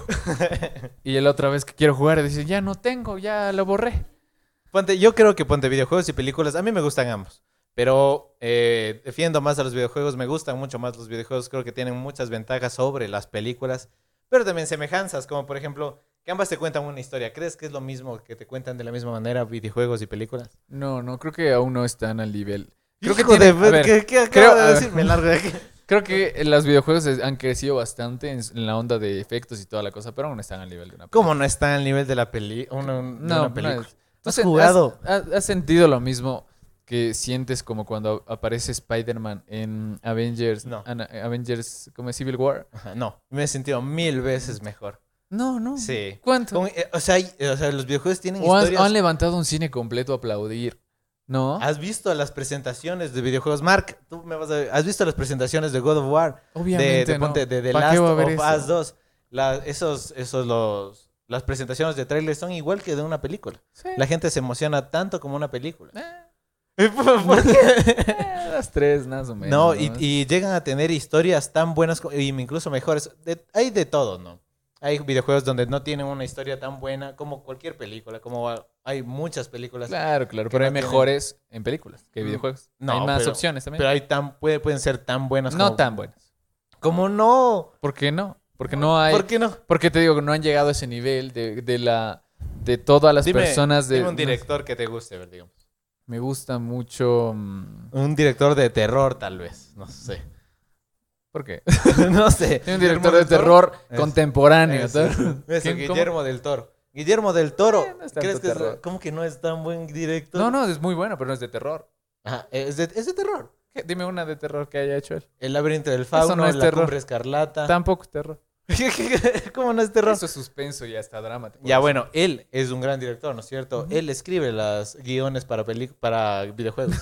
S2: y la otra vez que quiero jugar, dicen, ya no tengo, ya lo borré.
S1: Ponte, yo creo que ponte videojuegos y películas, a mí me gustan ambos, pero eh, defiendo más a los videojuegos, me gustan mucho más los videojuegos, creo que tienen muchas ventajas sobre las películas, pero también semejanzas, como por ejemplo, que ambas te cuentan una historia, ¿crees que es lo mismo que te cuentan de la misma manera videojuegos y películas?
S2: No, no, creo que aún no están al nivel. Creo que
S1: Hijo
S2: tiene-
S1: de-
S2: a ver,
S1: ¿qué- qué acabo
S2: creo-
S1: de
S2: a ver.
S1: decir? Me largo de aquí.
S2: Creo que los videojuegos es- han crecido bastante en, en la onda de efectos y toda la cosa, pero aún no están al nivel de una
S1: ¿Cómo no está al nivel de la peli una, de
S2: película. No,
S1: una
S2: no
S1: película?
S2: es.
S1: ¿No has
S2: Entonces,
S1: jugado?
S2: ¿Has, has sentido lo mismo que sientes como cuando aparece Spider-Man en Avengers,
S1: No.
S2: Ana- Avengers, como Civil War?
S1: Ajá, No, me he sentido mil veces mejor.
S2: No, no.
S1: Sí.
S2: ¿Cuánto?
S1: Con- eh, o, sea, hay- eh, o sea, los videojuegos tienen
S2: O han,
S1: historias... Ah,
S2: han levantado un cine completo a aplaudir. ¿No?
S1: ¿Has visto las presentaciones de videojuegos? Mark, tú me vas a... ¿Has visto las presentaciones de God of War? De,
S2: Obviamente.
S1: de,
S2: no.
S1: ponte, de The
S2: ¿Pa'
S1: Last
S2: qué voy a
S1: of
S2: ver
S1: Us
S2: eso?
S1: 2. La- esos, esos los... Las presentaciones de trailers son igual que de una película.
S2: Sí.
S1: La gente se emociona tanto como una película.
S2: Eh,
S1: ¿Por qué?
S2: eh, las tres, más o menos.
S1: No, y, y llegan a tener historias tan buenas co- y incluso mejores. De- hay de todo, ¿no? Hay videojuegos donde no tienen una historia tan buena como cualquier película, como a- hay muchas películas.
S2: Claro, claro. Pero
S1: no
S2: hay
S1: tienen-
S2: mejores en películas que
S1: Mm.
S2: videojuegos.
S1: No,
S2: hay más
S1: pero-
S2: opciones también.
S1: Pero hay tan, puede- pueden ser tan buenas
S2: no
S1: como...
S2: tan buenas.
S1: ¿Cómo no?
S2: ¿Por qué no? Porque no hay.
S1: ¿Por qué no?
S2: Porque te digo que no han llegado a ese nivel de, de la de todas las
S1: Dime-
S2: personas de
S1: dime un director que te guste, ver, digamos.
S2: Me gusta mucho. mm,
S1: Un director de terror, tal vez. No sé.
S2: ¿Por qué?
S1: no sé.
S2: Tiene un
S1: Guillermo
S2: director de
S1: del Toro. Eh,
S2: terror
S1: Es-
S2: contemporáneo.
S1: Eso, eso,
S2: ¿Quién- cómo?
S1: Guillermo del Toro. Guillermo del Toro.
S2: Eh, no es tanto
S1: ¿Crees que es-
S2: terror.
S1: ¿Cómo que no es tan buen director?
S2: No, no, es muy bueno, pero no es de terror.
S1: Ajá, es, de, es de terror.
S2: ¿Qué? Dime una de terror que haya hecho él.
S1: El laberinto del fauno,
S2: no es
S1: la
S2: terror.
S1: cumbre escarlata.
S2: Tampoco terror.
S1: ¿Cómo no es Ah. terror?
S2: Eso es suspenso y hasta drama. te puedo
S1: Ya
S2: decir.
S1: bueno, él es un gran director, ¿no es cierto? Él escribe las guiones para peli- para videojuegos.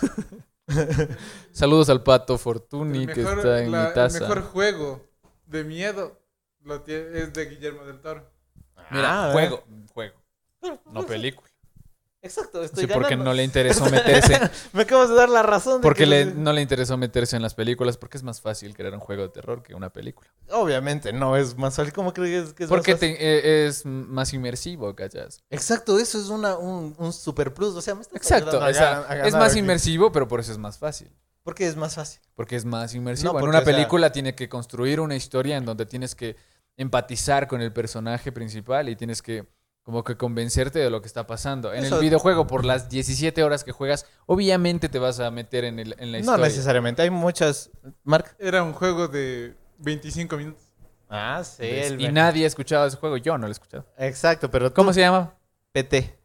S2: Saludos al Pato Fortuny
S3: El
S2: que
S3: mejor,
S2: está en
S3: la-
S2: mi
S3: el
S2: taza.
S3: mejor juego de miedo lo tie- es de Guillermo del Toro.
S1: Ah,
S2: Mira,
S1: ¿verdad?
S2: juego, juego, no película.
S1: Exacto, estoy
S2: Sí, porque
S1: ganando.
S2: no le interesó meterse.
S1: Me acabas de dar la razón. de
S2: Porque
S1: que-
S2: le- no le interesó meterse en las películas, porque es más fácil crear un juego de terror que una película.
S1: Obviamente, no es más fácil. ¿Cómo crees que es más
S2: Porque
S1: fácil?
S2: te- eh, es más inmersivo, ¿cachas?
S1: Exacto, eso es una, un, un super plus. O sea, me estás
S2: Exacto,
S1: ayudando a
S2: o sea,
S1: gan- a
S2: es
S1: ganar
S2: más
S1: aquí.
S2: inmersivo, pero por eso es más fácil.
S1: Porque es más fácil.
S2: Porque es más inmersivo.
S1: No,
S2: en
S1: porque,
S2: una
S1: o sea-
S2: película tiene que construir una historia en donde tienes que empatizar con el personaje principal y tienes que como que convencerte de lo que está pasando. En
S1: Eso-
S2: el videojuego, por las 17 horas que juegas, obviamente te vas a meter en, el- en la
S1: No
S2: historia.
S1: necesariamente, hay muchas. Mark.
S3: Era un juego de 25 minutos.
S1: Ah, sí.
S2: ¿Ves?
S1: el-
S2: Y nadie ha escuchado ese juego. Yo no lo he escuchado.
S1: Exacto, pero
S2: ¿Cómo se llama?
S1: PT.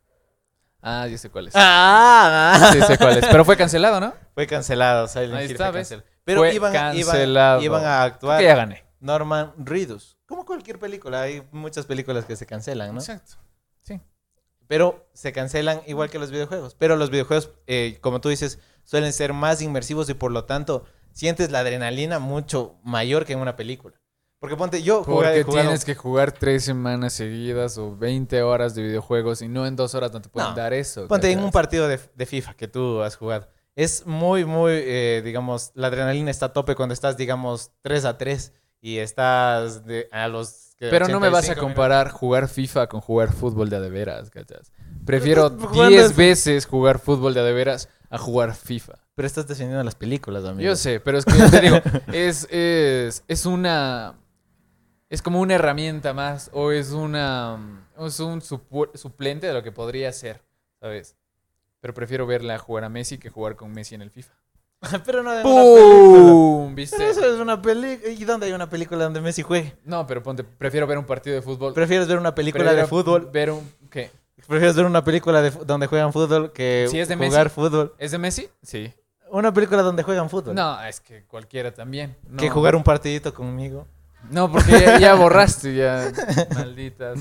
S2: Ah, ya sé cuál es.
S1: Ah,
S2: Sí sé cuál es. Pero fue cancelado, ¿no?
S1: fue cancelado. Silent
S2: Ahí
S1: Hill
S2: está,
S1: fue
S2: ¿ves?
S1: cancelado. Pero
S2: Fue
S1: iban, iban-
S2: cancelado.
S1: iban a
S2: Creo que ya
S1: actuar
S2: gané.
S1: Norman Reedus. Como cualquier película, hay muchas películas que se cancelan, ¿no?
S2: Exacto. Sí.
S1: Pero se cancelan igual que los videojuegos. Pero los videojuegos, eh, como tú dices, suelen ser más inmersivos y por lo tanto sientes la adrenalina mucho mayor que en una película. Porque ponte, yo
S2: Porque
S1: jugué, jugaba-
S2: tienes que jugar tres semanas seguidas o 20 horas de videojuegos y no en dos horas no te pueden
S1: No.
S2: dar eso.
S1: Ponte en
S2: ¿cachas?
S1: un partido de, de FIFA que tú has jugado. Es muy, muy, eh, digamos, la adrenalina está a tope cuando estás, digamos, 3 a 3 y estás de- a los... que
S2: Pero no me vas a
S1: 85
S2: comparar jugar FIFA con jugar fútbol de a de veras, ¿cachas? Prefiero
S1: Estás pues, jugando
S2: 10
S1: eso.
S2: veces jugar fútbol de a de veras a jugar FIFA.
S1: minutos. Pero estás defendiendo las películas, amigo.
S2: Yo sé, pero es que te digo, es, es, es una. Es como una herramienta más o es una. Es un supu- suplente de lo que podría ser, ¿sabes? Pero prefiero verla jugar a Messi que jugar con Messi en el FIFA.
S1: Pero no de una película.
S2: ¡Pum! ¿Viste?
S1: Pero eso es una película. ¿Y dónde hay una película donde Messi juegue?
S2: No, pero ponte, prefiero ver un partido de fútbol.
S1: ¿Prefieres ver una película
S2: Prefiero
S1: de fútbol?
S2: Ver un, ¿Qué?
S1: ¿Prefieres ver una película de fu- donde juegan fútbol que
S2: Si es de
S1: jugar
S2: Messi.
S1: fútbol?
S2: ¿Es de Messi? Sí.
S1: Una película donde juegan fútbol.
S2: No, es que cualquiera también. No.
S1: Que jugar un partidito conmigo.
S2: No, porque ya, ya borraste, ya. Malditas.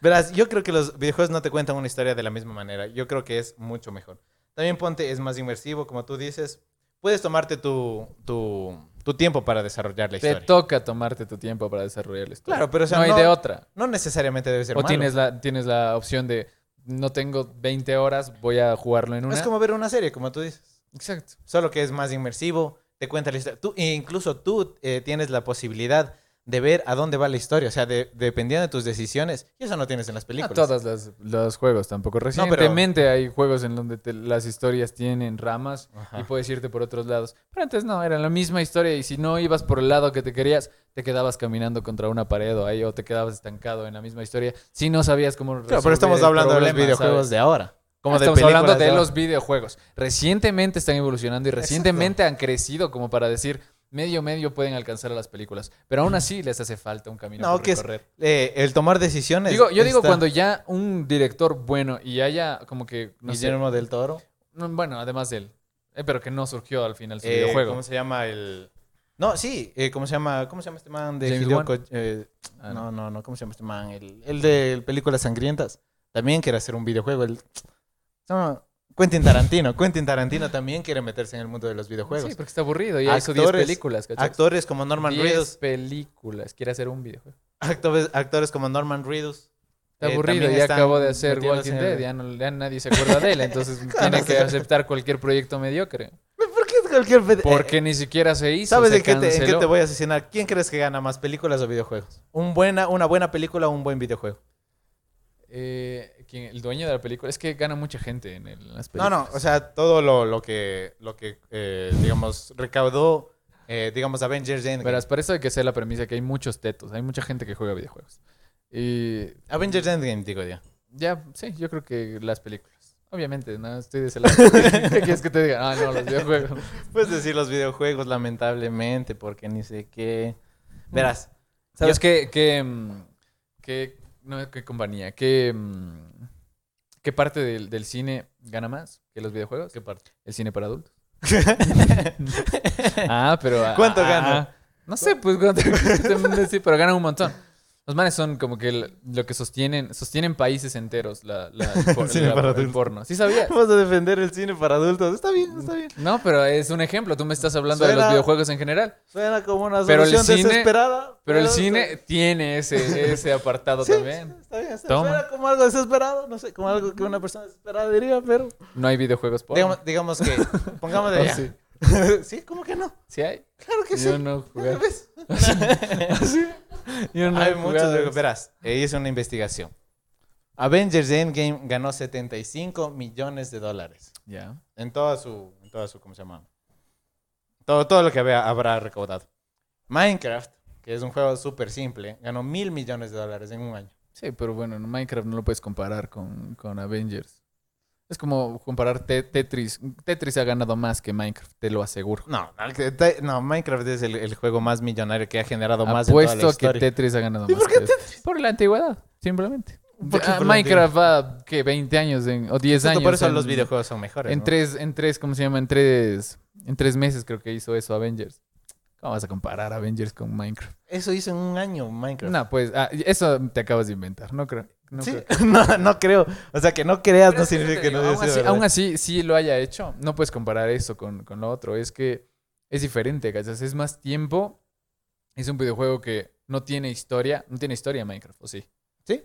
S1: Verás, yo creo que los videojuegos no te cuentan una historia de la misma manera. Yo creo que es mucho mejor. También ponte, es más inmersivo, como tú dices. Puedes tomarte tu, tu, tu tiempo para desarrollar la
S2: Te
S1: historia.
S2: toca tomarte tu tiempo para desarrollar la historia.
S1: Claro, pero, o sea,
S2: no hay
S1: no-
S2: de otra.
S1: No necesariamente debe ser
S2: O
S1: malo.
S2: tienes la, tienes la opción de no tengo 20 horas, voy a jugarlo en una.
S1: Es como ver una serie, como tú dices.
S2: Exacto.
S1: Solo que es más inmersivo, te cuenta la historia. Tú, e incluso tú eh, tienes la posibilidad de ver a dónde va la historia. O sea, de- dependiendo de tus decisiones. Y eso no tienes en las
S2: No
S1: películas.
S2: todos los, los juegos tampoco.
S1: pero-
S2: Recientemente hay juegos en donde te- las historias tienen ramas
S1: Ajá.
S2: y puedes irte por otros lados. Pero antes no, era la misma historia y si no ibas por el lado que te querías, te quedabas caminando contra una pared o ahí o te quedabas estancado en la misma historia si no sabías cómo
S1: Claro,
S2: resolver
S1: pero estamos
S2: el
S1: hablando de los
S2: problema,
S1: videojuegos
S2: ¿sabes? Ah,
S1: de ahora. Como de
S2: estamos hablando
S1: películas
S2: de
S1: ahora.
S2: los videojuegos. Recientemente están evolucionando y recientemente han crecido como para decir medio medio pueden alcanzar a las películas, pero aún así les hace falta un camino
S1: No,
S2: por
S1: que es-
S2: recorrer.
S1: Eh, el tomar decisiones.
S2: Digo, yo digo
S1: está-
S2: cuando ya un director bueno y haya como que no sé,
S1: Guillermo del Toro.
S2: no, bueno, además de él, eh, pero que no surgió al final su
S1: Eh,
S2: videojuego.
S1: ¿Cómo se llama el.? No, sí, eh, ¿cómo se llama? ¿Cómo se llama este man de
S2: James
S1: Hideo
S2: Wan.
S1: Ko- eh,
S2: Ah, no.
S1: no, no, no, ¿cómo se llama este man? El, el de películas sangrientas. También quiere hacer un videojuego. El... No, Quentin Tarantino. Quentin Tarantino también quiere meterse en el mundo de los videojuegos.
S2: Sí, pues, porque está aburrido y ya hizo 10
S1: Actores,
S2: películas, ¿cachai?
S1: actores como Norman
S2: 10
S1: Reedus.
S2: películas, quiere hacer un videojuego.
S1: Actores, actores como Norman Reedus.
S2: Está
S1: eh,
S2: aburrido,
S1: también
S2: ya
S1: están
S2: acabó de hacer
S1: metiéndose
S2: Walking
S1: en el-
S2: Dead, ya, no- ya nadie se acuerda de él, entonces tiene que aceptar cualquier proyecto mediocre.
S1: ¿Por qué cualquier. pe-
S2: Porque
S1: eh,
S2: ni siquiera se hizo,
S1: ¿Sabes
S2: se
S1: en qué, te, en qué
S2: canceló.
S1: te voy a asesinar? ¿Quién crees que gana más, películas o videojuegos? Un buena, ¿Una buena película o un buen videojuego?
S2: Eh, ¿quién? el dueño de la película, es que gana mucha gente en, el- en las
S1: No,
S2: películas.
S1: no, o sea, todo lo, lo que, lo que eh, digamos, recaudó, eh, digamos, Avengers Endgame.
S2: Verás, para eso hay que hacer la premisa que hay muchos tetos, hay mucha gente que juega videojuegos. Y
S1: Avengers Endgame, digo yo.
S2: ya, sí, yo creo que las películas. Obviamente, no estoy de ese lado. ¿Qué quieres que te diga? Ah, no, los videojuegos.
S1: Puedes decir los videojuegos, lamentablemente, porque ni sé qué. Verás,
S2: ¿Sabes qué, qué, mm, qué- no, qué compañía? ¿Qué, mm, qué parte del, del cine gana más que los videojuegos? ¿Qué parte? El cine para adultos. ah, pero... ah,
S1: ¿Cuánto
S2: ah,
S1: gana?
S2: ah. No sé, pues cuánto. sí, pero gana un montón. Los manes son como que el- lo que sostienen, sostienen países enteros, la, la- el, por-
S1: Cine
S2: la-
S1: para
S2: el
S1: adultos.
S2: porno. ¿Sí sabías?
S1: Vamos a defender el cine para adultos. Está bien, está bien.
S2: No, pero es un ejemplo. Tú me estás hablando de
S1: Suena-
S2: los videojuegos en general.
S1: Suena como una
S2: Pero el
S1: solución
S2: cine-
S1: desesperada.
S2: Pero el
S1: está-
S2: cine tiene ese, ese apartado
S1: Sí,
S2: también.
S1: Está bien, está-
S2: Toma.
S1: suena como algo desesperado. No sé, como algo que una persona desesperada diría, pero...
S2: No hay videojuegos porno.
S1: Digamos, digamos que... Pongamos de...
S2: Ah,
S1: ya.
S2: sí.
S1: ¿Sí? ¿Cómo que no?
S2: ¿Sí hay?
S1: Claro que sí. pues.
S2: Yo no jugué.
S1: ¿Ves?
S2: Yo no he
S1: Hay
S2: jugado
S1: muchos.
S2: eso.
S1: Verás, eh, hice una investigación. Avengers Endgame ganó 75 millones de dólares.
S2: Ya.
S1: En toda su. En toda su ¿Cómo se llama? Todo, todo lo que había, habrá recaudado. Minecraft, que es un juego súper simple, ganó mil millones de dólares en un año.
S2: Sí, pero bueno, en Minecraft no lo puedes comparar con, con Avengers. Es como comparar Te- Tetris. Tetris ha ganado más que Minecraft, te lo aseguro.
S1: No, no, que te- no, Minecraft es el, el juego más millonario que ha generado más en toda la
S2: Apuesto que
S1: historia.
S2: Tetris ha ganado
S1: ¿Y
S2: más.
S1: por qué
S2: que eso. Por la antigüedad, simplemente.
S1: ¿Por qué
S2: Ah,
S1: por la
S2: Minecraft va, ¿qué? 20 años en- o 10
S1: Justo
S2: años.
S1: por eso
S2: en-
S1: los videojuegos son mejores.
S2: En
S1: ¿no?
S2: tres, en tres, ¿cómo se llama? En tres, en tres meses creo que hizo eso Avengers. ¿Cómo vas a comparar Avengers con Minecraft?
S1: Eso hizo en un año Minecraft.
S2: No, pues, ah, eso te acabas de inventar, no creo. No
S1: Sí,
S2: creo.
S1: no, no creo. O sea, que no creas no significa que no
S2: Aún
S1: haya sido
S2: así,
S1: verdad.
S2: aún así, sí lo haya hecho. No puedes comparar eso con, con lo otro. Es que es diferente, ¿cachas? Es más tiempo. Es un videojuego que no tiene historia. No tiene historia Minecraft, ¿o sí?
S1: Sí.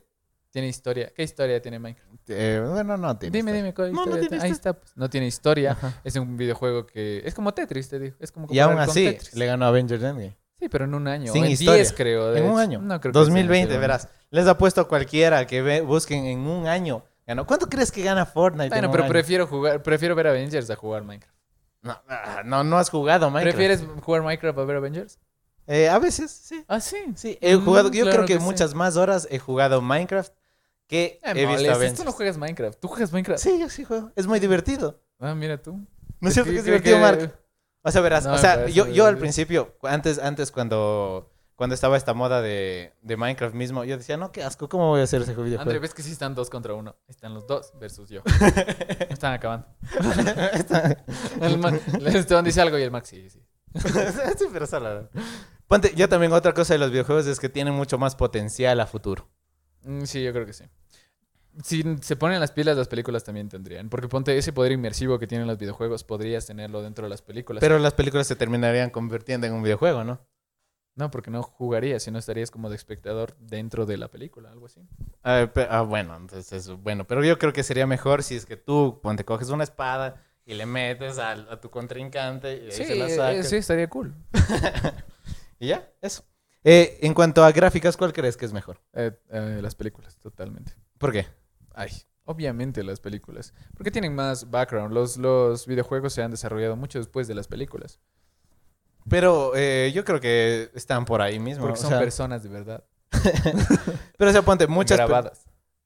S2: Tiene historia. ¿Qué historia tiene Minecraft?
S1: Eh, bueno, no tiene.
S2: dime, dime. ¿cuál
S1: No, no
S2: historia
S1: tiene
S2: Ahí
S1: historia.
S2: está. pues. No tiene historia.
S1: Ajá.
S2: Es un videojuego que... Es como Tetris, te digo. Es como
S1: Y aún
S2: comparar con
S1: así,
S2: Tetris.
S1: le ganó Avengers Endgame.
S2: Sí, pero en un año.
S1: Sin
S2: en
S1: historia.
S2: 10, creo. de
S1: En un
S2: hecho.
S1: año.
S2: No, creo que sea en
S1: 2020,
S2: ese
S1: verás. Les apuesto a cualquiera que ve- busquen en un año. Ganó. ¿Cuánto crees que gana Fortnite? en
S2: Bueno,
S1: un
S2: pero
S1: año?
S2: prefiero jugar... Prefiero ver Avengers a jugar Minecraft.
S1: No, ah, no, no has jugado Minecraft.
S2: ¿Prefieres jugar Minecraft a ver Avengers?
S1: Eh, a veces, sí.
S2: Ah, sí.
S1: Sí, he jugado.
S2: Mm,
S1: Yo
S2: claro
S1: creo que,
S2: sí.
S1: muchas más horas he jugado Minecraft que
S2: Eh,
S1: he visto
S2: moles, Tú
S1: Avengers.
S2: no juegas Minecraft. Tú juegas Minecraft.
S1: Sí, yo sí juego. Es muy divertido.
S2: Ah, mira tú.
S1: ¿No es cierto
S2: Sí,
S1: que es
S2: creo
S1: divertido,
S2: que-
S1: Mark? O sea, verás,
S2: No, pues,
S1: o
S2: me
S1: sea,
S2: parece
S1: yo, yo al
S2: divertido.
S1: principio, cu- antes, antes cuando, cuando estaba esta moda de, de Minecraft mismo, yo decía, no, qué asco, ¿cómo voy a hacer ese videojuego?
S2: André, ves que sí están dos contra uno. Están los dos versus yo. Me están acabando. El Ma- el Esteban dice algo y el Max sí, sí.
S1: sí, pero sala. Ponte, yo también otra cosa de los videojuegos es que tienen mucho más potencial a futuro.
S2: Mm, Sí, yo creo que sí. Si se ponen las pilas, las películas también tendrían. Porque ponte ese poder inmersivo que tienen los videojuegos, podrías tenerlo dentro de las películas.
S1: Pero las películas se terminarían convirtiendo en un videojuego, ¿no?
S2: No, porque no jugarías, sino estarías como de espectador dentro de la película, algo así.
S1: A ver, pe- ah, bueno, entonces, bueno, pero yo creo que sería mejor si es que tú, ponte, coges una espada y le metes al- a, tu contrincante y ahí
S2: Sí,
S1: se la
S2: eh,
S1: sacas.
S2: sí, estaría cool.
S1: Y ya, eso. Eh, en cuanto a gráficas, ¿cuál crees que es mejor?
S2: Eh, eh, las películas, totalmente.
S1: ¿Por qué?
S2: Ay, obviamente las películas. Porque tienen más background. Los, los videojuegos se han desarrollado mucho después de las películas.
S1: Pero eh, yo creo que están por ahí mismo.
S2: Porque
S1: o
S2: son
S1: sea,
S2: personas de verdad.
S1: pero o sea, ponte, muchas,
S2: Muchas
S1: per-
S2: grabadas.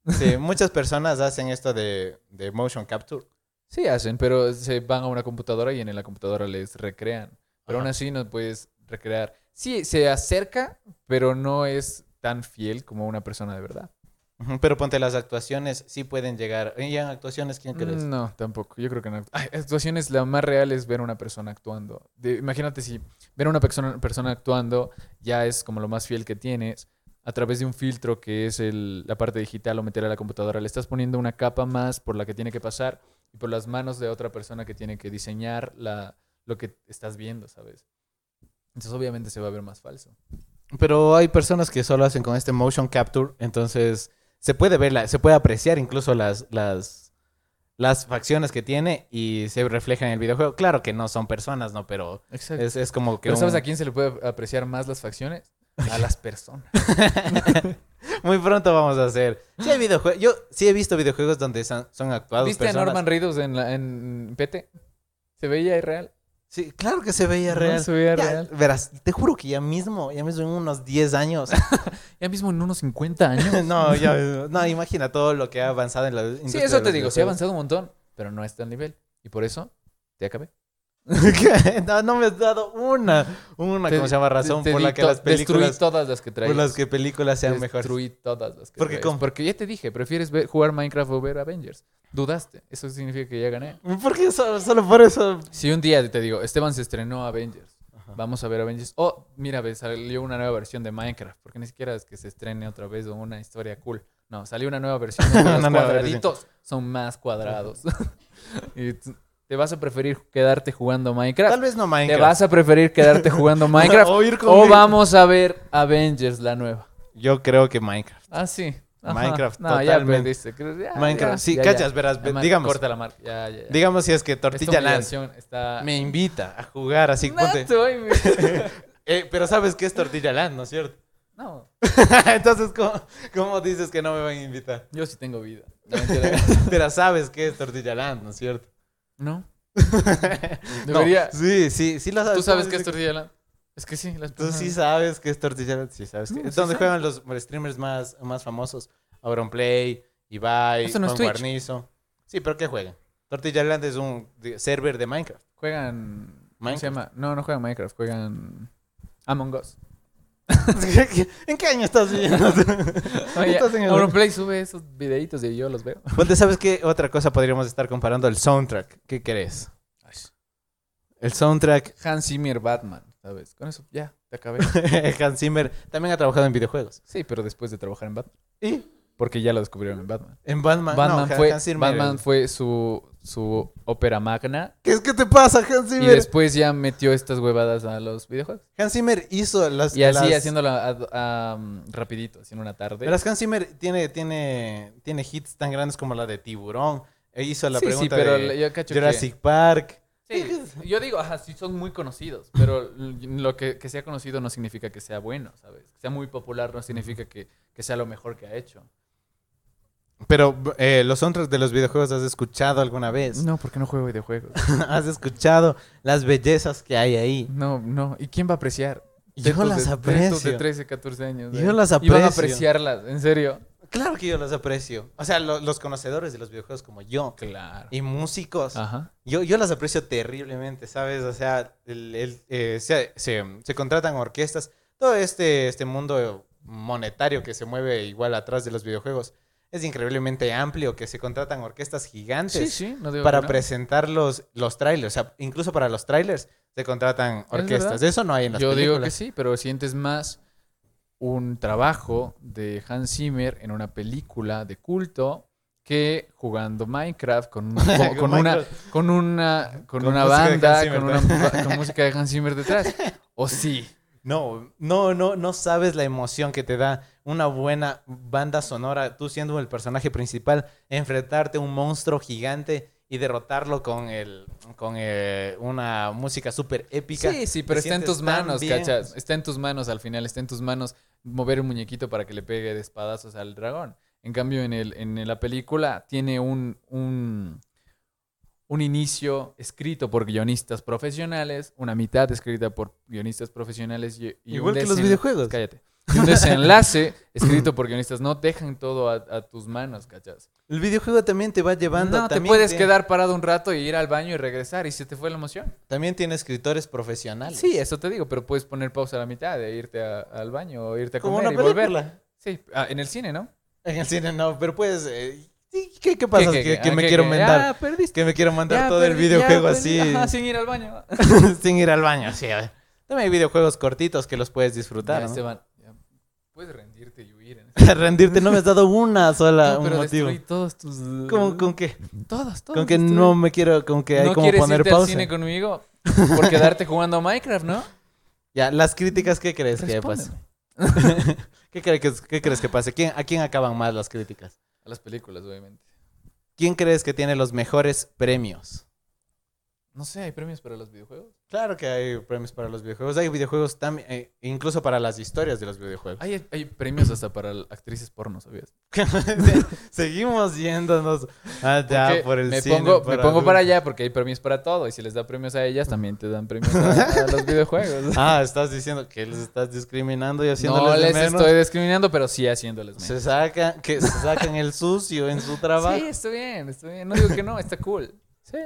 S1: sí, muchas personas hacen esto de, de motion capture.
S2: Sí hacen, pero se van a una computadora y en la computadora les recrean. Pero aún
S1: Ajá.
S2: así no puedes recrear. Sí, se acerca, pero no es tan fiel como una persona de verdad.
S1: Ujú, Pero ponte, las actuaciones sí pueden llegar. ¿Y en actuaciones quién crees?
S2: Mm, No, tampoco. Yo creo que no. Ay, actuaciones, la más real es ver a una persona actuando. De- imagínate si ver a una persona, persona actuando ya es como lo más fiel que tienes. A través de un filtro que es el- la parte digital o meter a la computadora, le estás poniendo una capa más por la que tiene que pasar y por las manos de otra persona que tiene que diseñar la, lo que estás viendo, ¿sabes? Entonces obviamente se va a ver más falso.
S1: Pero hay personas que solo hacen con este motion capture, entonces se puede ver, la- se puede apreciar incluso las, las, las facciones que tiene y se refleja en el videojuego. Claro que no son personas, ¿no? Pero
S2: Exacto.
S1: es, es como que...
S2: Pero ¿sabes
S1: un-
S2: a quién se le puede apreciar más las facciones? A las personas.
S1: Muy pronto vamos a hacer. Sí hay videojue- Yo sí he visto videojuegos donde son, son actuados
S2: ¿Viste
S1: personas.
S2: a Norman Reedus en, la- en PT? ¿Se veía irreal?
S1: Sí, claro que se veía
S2: No,
S1: real.
S2: se
S1: Ya,
S2: veía real.
S1: Verás, te juro que ya mismo, ya mismo en unos 10 años.
S2: Ya mismo en unos 50 años.
S1: no, ya No, imagina todo lo que ha avanzado en la
S2: sí,
S1: industria
S2: eso
S1: de
S2: te
S1: los
S2: digo, sí ha
S1: videojuegos.
S2: avanzado un montón, pero no está al nivel. Y por eso te acabé.
S1: ¿Qué? no, no me has dado una, una,
S2: Te-
S1: ¿cómo se llama? Razón
S2: te- te
S1: por la
S2: di
S1: que
S2: to-
S1: las películas,
S2: Destruí todas las que traías.
S1: por las que películas sean mejores.
S2: Destruí todas las que
S1: Porque
S2: traías.
S1: como-
S2: Porque ya te dije, prefieres ver- jugar Minecraft o ver Avengers. Dudaste. Eso significa que ya gané.
S1: ¿Por qué solo, solo por eso?
S2: Si un día te digo, Esteban se estrenó Avengers. Vamos a ver Avengers. Oh, mira, ve, salió una nueva versión de Minecraft. Porque ni siquiera es que se estrene otra vez o una historia cool. No, salió una nueva versión. donde los
S1: Una nueva versión.
S2: cuadraditos son más cuadrados. y t- te vas a preferir quedarte jugando Minecraft.
S1: Tal vez no
S2: Te
S1: Minecraft.
S2: vas a preferir quedarte jugando Minecraft.
S1: O ir
S2: o
S1: conmigo.
S2: vamos a ver Avengers, la nueva.
S1: Yo creo que Minecraft.
S2: Ah, sí.
S1: Minecraft,
S2: No, ya
S1: totalmente.
S2: perdiste. Creo- ya,
S1: Minecraft.
S2: Ah, ya,
S1: sí,
S2: ya,
S1: cachas,
S2: ya.
S1: verás. ve-
S2: Ya, man,
S1: digamos,
S2: Corta la marca. Ya, ya, ya.
S1: digamos si es que
S2: Esta
S1: Tortilla Land
S2: humillación está...
S1: me invita a jugar así,
S2: No,
S1: ponte.
S2: estoy-
S1: Eh, pero sabes que es Tortilla Land, ¿no es cierto?
S2: no,
S1: Entonces, ¿cómo, cómo dices que no me van a invitar?
S2: yo sí tengo vida. No, mentira.
S1: Pero sabes que es Tortilla Land, ¿no es cierto?
S2: No.
S1: No,
S2: Debería.
S1: sí, sí, sí lo sabes.
S2: ¿Tú sabes
S1: ¿Cómo
S2: qué es
S1: dices?
S2: tortilla? Land? Es que sí, las
S1: Tú
S2: personas-
S1: sí sabes que es Tortilla Land. Sí, sabes que.
S2: No,
S1: es
S2: sí
S1: donde
S2: sé.
S1: juegan los streamers más, más famosos. Auronplay, Ibai,
S2: Eso no es
S1: Juan
S2: Twitch.
S1: Guarnizo. Sí, pero ¿qué juegan? Tortilla Land es un de- server de Minecraft.
S2: Juegan. ¿Cómo
S1: Minecraft.
S2: se llama? No, no juegan Minecraft, juegan. Among Us.
S1: ¿En qué año estás viviendo?
S2: Oye,
S1: Estás en el-
S2: Auronplay sube esos videitos y yo los veo.
S1: Ponte, ¿sabes qué otra cosa podríamos estar comparando? El soundtrack. ¿Qué crees? El soundtrack
S2: Hans Zimmer Batman, ¿sabes? Con eso ya, te acabé.
S1: Hans Zimmer también ha trabajado en videojuegos.
S2: Sí, pero después de trabajar en Batman.
S1: ¿Y?
S2: Porque ya lo descubrieron en Batman.
S1: En Batman.
S2: Batman,
S1: no, Ha-
S2: fue,
S1: Hans Zimmer.
S2: Batman fue su, su ópera magna.
S1: ¿Qué es que te pasa, Hans
S2: Y
S1: Zimmer?
S2: después ya metió estas huevadas a los videojuegos.
S1: Hans Zimmer hizo las...
S2: Y así
S1: Pues las-
S2: haciéndolo a- a- a, um, rapidito, así en una tarde.
S1: Verás, Hans Zimmer tiene, tiene, tiene hits tan grandes como la de Tiburón. E hizo la
S2: sí, sí,
S1: pregunta
S2: pero
S1: de
S2: yo cacho que-
S1: Jurassic Park.
S2: Sí, yo digo, ajá, sí son muy conocidos, pero lo que, que sea conocido no significa que sea bueno, ¿sabes? Que sea muy popular no significa que, que sea lo mejor que ha hecho.
S1: Pero eh, los soundtracks de los videojuegos, ¿has escuchado alguna vez?
S2: No, porque no juego videojuegos.
S1: ¿Has escuchado las bellezas que hay ahí?
S2: No, no. ¿Y quién va a apreciar?
S1: Yo
S2: Tetos
S1: las
S2: de- tetos
S1: aprecio.
S2: de 13, 14 años.
S1: Yo
S2: ¿eh?
S1: las
S2: Y van a
S1: aprecio.
S2: apreciarlas, en serio.
S1: Claro que yo las aprecio. O sea, lo- los conocedores de los videojuegos como yo
S2: Claro.
S1: y músicos,
S2: Ajá.
S1: yo, yo las aprecio terriblemente, ¿sabes? O sea, el- el, eh, se, se- se contratan orquestas, todo este, este mundo monetario que se mueve igual atrás de los videojuegos. Es increíblemente amplio que se contratan orquestas gigantes
S2: Sí, sí, no digo
S1: para
S2: que no.
S1: presentar los, los trailers. O sea, incluso para los trailers se contratan orquestas.
S2: verdad.
S1: Eso no hay en las
S2: Yo digo que
S1: películas.
S2: sí, pero sientes más un trabajo de Hans Zimmer en una película de culto que jugando Minecraft con, un- con- con una
S1: Minecraft.
S2: con una con,
S1: Con
S2: una
S1: música de
S2: banda,
S1: Hans Zimmer,
S2: con una con música de Hans Zimmer detrás. O sí.
S1: No, no, no, no sabes la emoción que te da una buena banda sonora, tú siendo el personaje principal, enfrentarte a un monstruo gigante y derrotarlo con el, con eh, una música súper épica.
S2: Sí, sí, pero
S1: Te
S2: está en tus
S1: sientes tan
S2: manos,
S1: bien.
S2: cachas. Está en tus manos al final, está en tus manos mover un muñequito para que le pegue de espadazos al dragón. En cambio, en, el, en la película tiene un, un, un inicio escrito por guionistas profesionales, una mitad escrita por guionistas profesionales y, y un
S1: Igual que los
S2: desen-
S1: videojuegos.
S2: Cállate. Y un desenlace escrito por guionistas. No dejan todo a, a tus manos, cachas.
S1: El videojuego también te va llevando.
S2: No, te
S1: también
S2: puedes
S1: tiene-
S2: quedar parado un rato y ir al baño y regresar y se te fue la emoción.
S1: También tiene escritores profesionales.
S2: Sí, eso te digo, pero puedes poner pausa a la mitad de irte a- al baño o irte a
S1: como
S2: comer
S1: una
S2: y volver.
S1: película.
S2: Sí, ah, en el cine, ¿no?
S1: En el cine no, pero puedes. eh, ¿Qué, qué pasa? Que,
S2: ¿Qué, qué, qué?
S1: que
S2: Ah,
S1: me
S2: ¿qué,
S1: quiero
S2: qué?
S1: mandar.
S2: Ah, perdiste.
S1: Que me quiero mandar
S2: Ya
S1: todo el
S2: perdí, ya Ah,
S1: videojuego
S2: perdí.
S1: así.
S2: Ajá, sin ir al baño.
S1: sin ir al baño, sí. a ver. También hay videojuegos cortitos que los puedes disfrutar.
S2: Ya,
S1: ¿no?
S2: Esteban, ya, Puedes rendirte y huir. En
S1: Rendirte no me has dado una sola
S2: No,
S1: Ah, un
S2: pero
S1: motivo.
S2: destruí todos tus... eh,
S1: Con, con que,
S2: Todos, todos.
S1: con que
S2: destruí.
S1: no me quiero, con que hay
S2: ¿No
S1: como
S2: quieres
S1: poner
S2: irte al
S1: pausa.
S2: cine conmigo por quedarte jugando a Minecraft, ¿no?
S1: Ya, las críticas, ¿qué crees que pase?
S2: Respóndeme.
S1: ¿Qué, cre- que- qué crees que pase? ¿Quién- ¿A quién acaban más las críticas?
S2: A las películas, obviamente.
S1: ¿Quién crees que tiene los mejores premios?
S2: No sé, ¿hay premios para los videojuegos?
S1: Claro que hay premios para los videojuegos. Hay videojuegos también, eh, incluso para las historias de los videojuegos.
S2: Hay, hay premios hasta para actrices porno, ¿sabías?
S1: Seguimos yéndonos allá
S2: Porque
S1: por el
S2: me
S1: cine.
S2: Pongo, me pongo
S1: adultos.
S2: para allá porque hay premios para todo. Y si les da premios a ellas, también te dan premios a, a los videojuegos.
S1: Ah, estás diciendo que les estás discriminando y haciéndoles
S2: No
S1: de
S2: les
S1: menos.
S2: estoy discriminando, pero sí haciéndoles menos.
S1: Se sacan, que se sacan el sucio en su trabajo.
S2: Sí, está bien, está bien. No digo que no, está cool. Sí.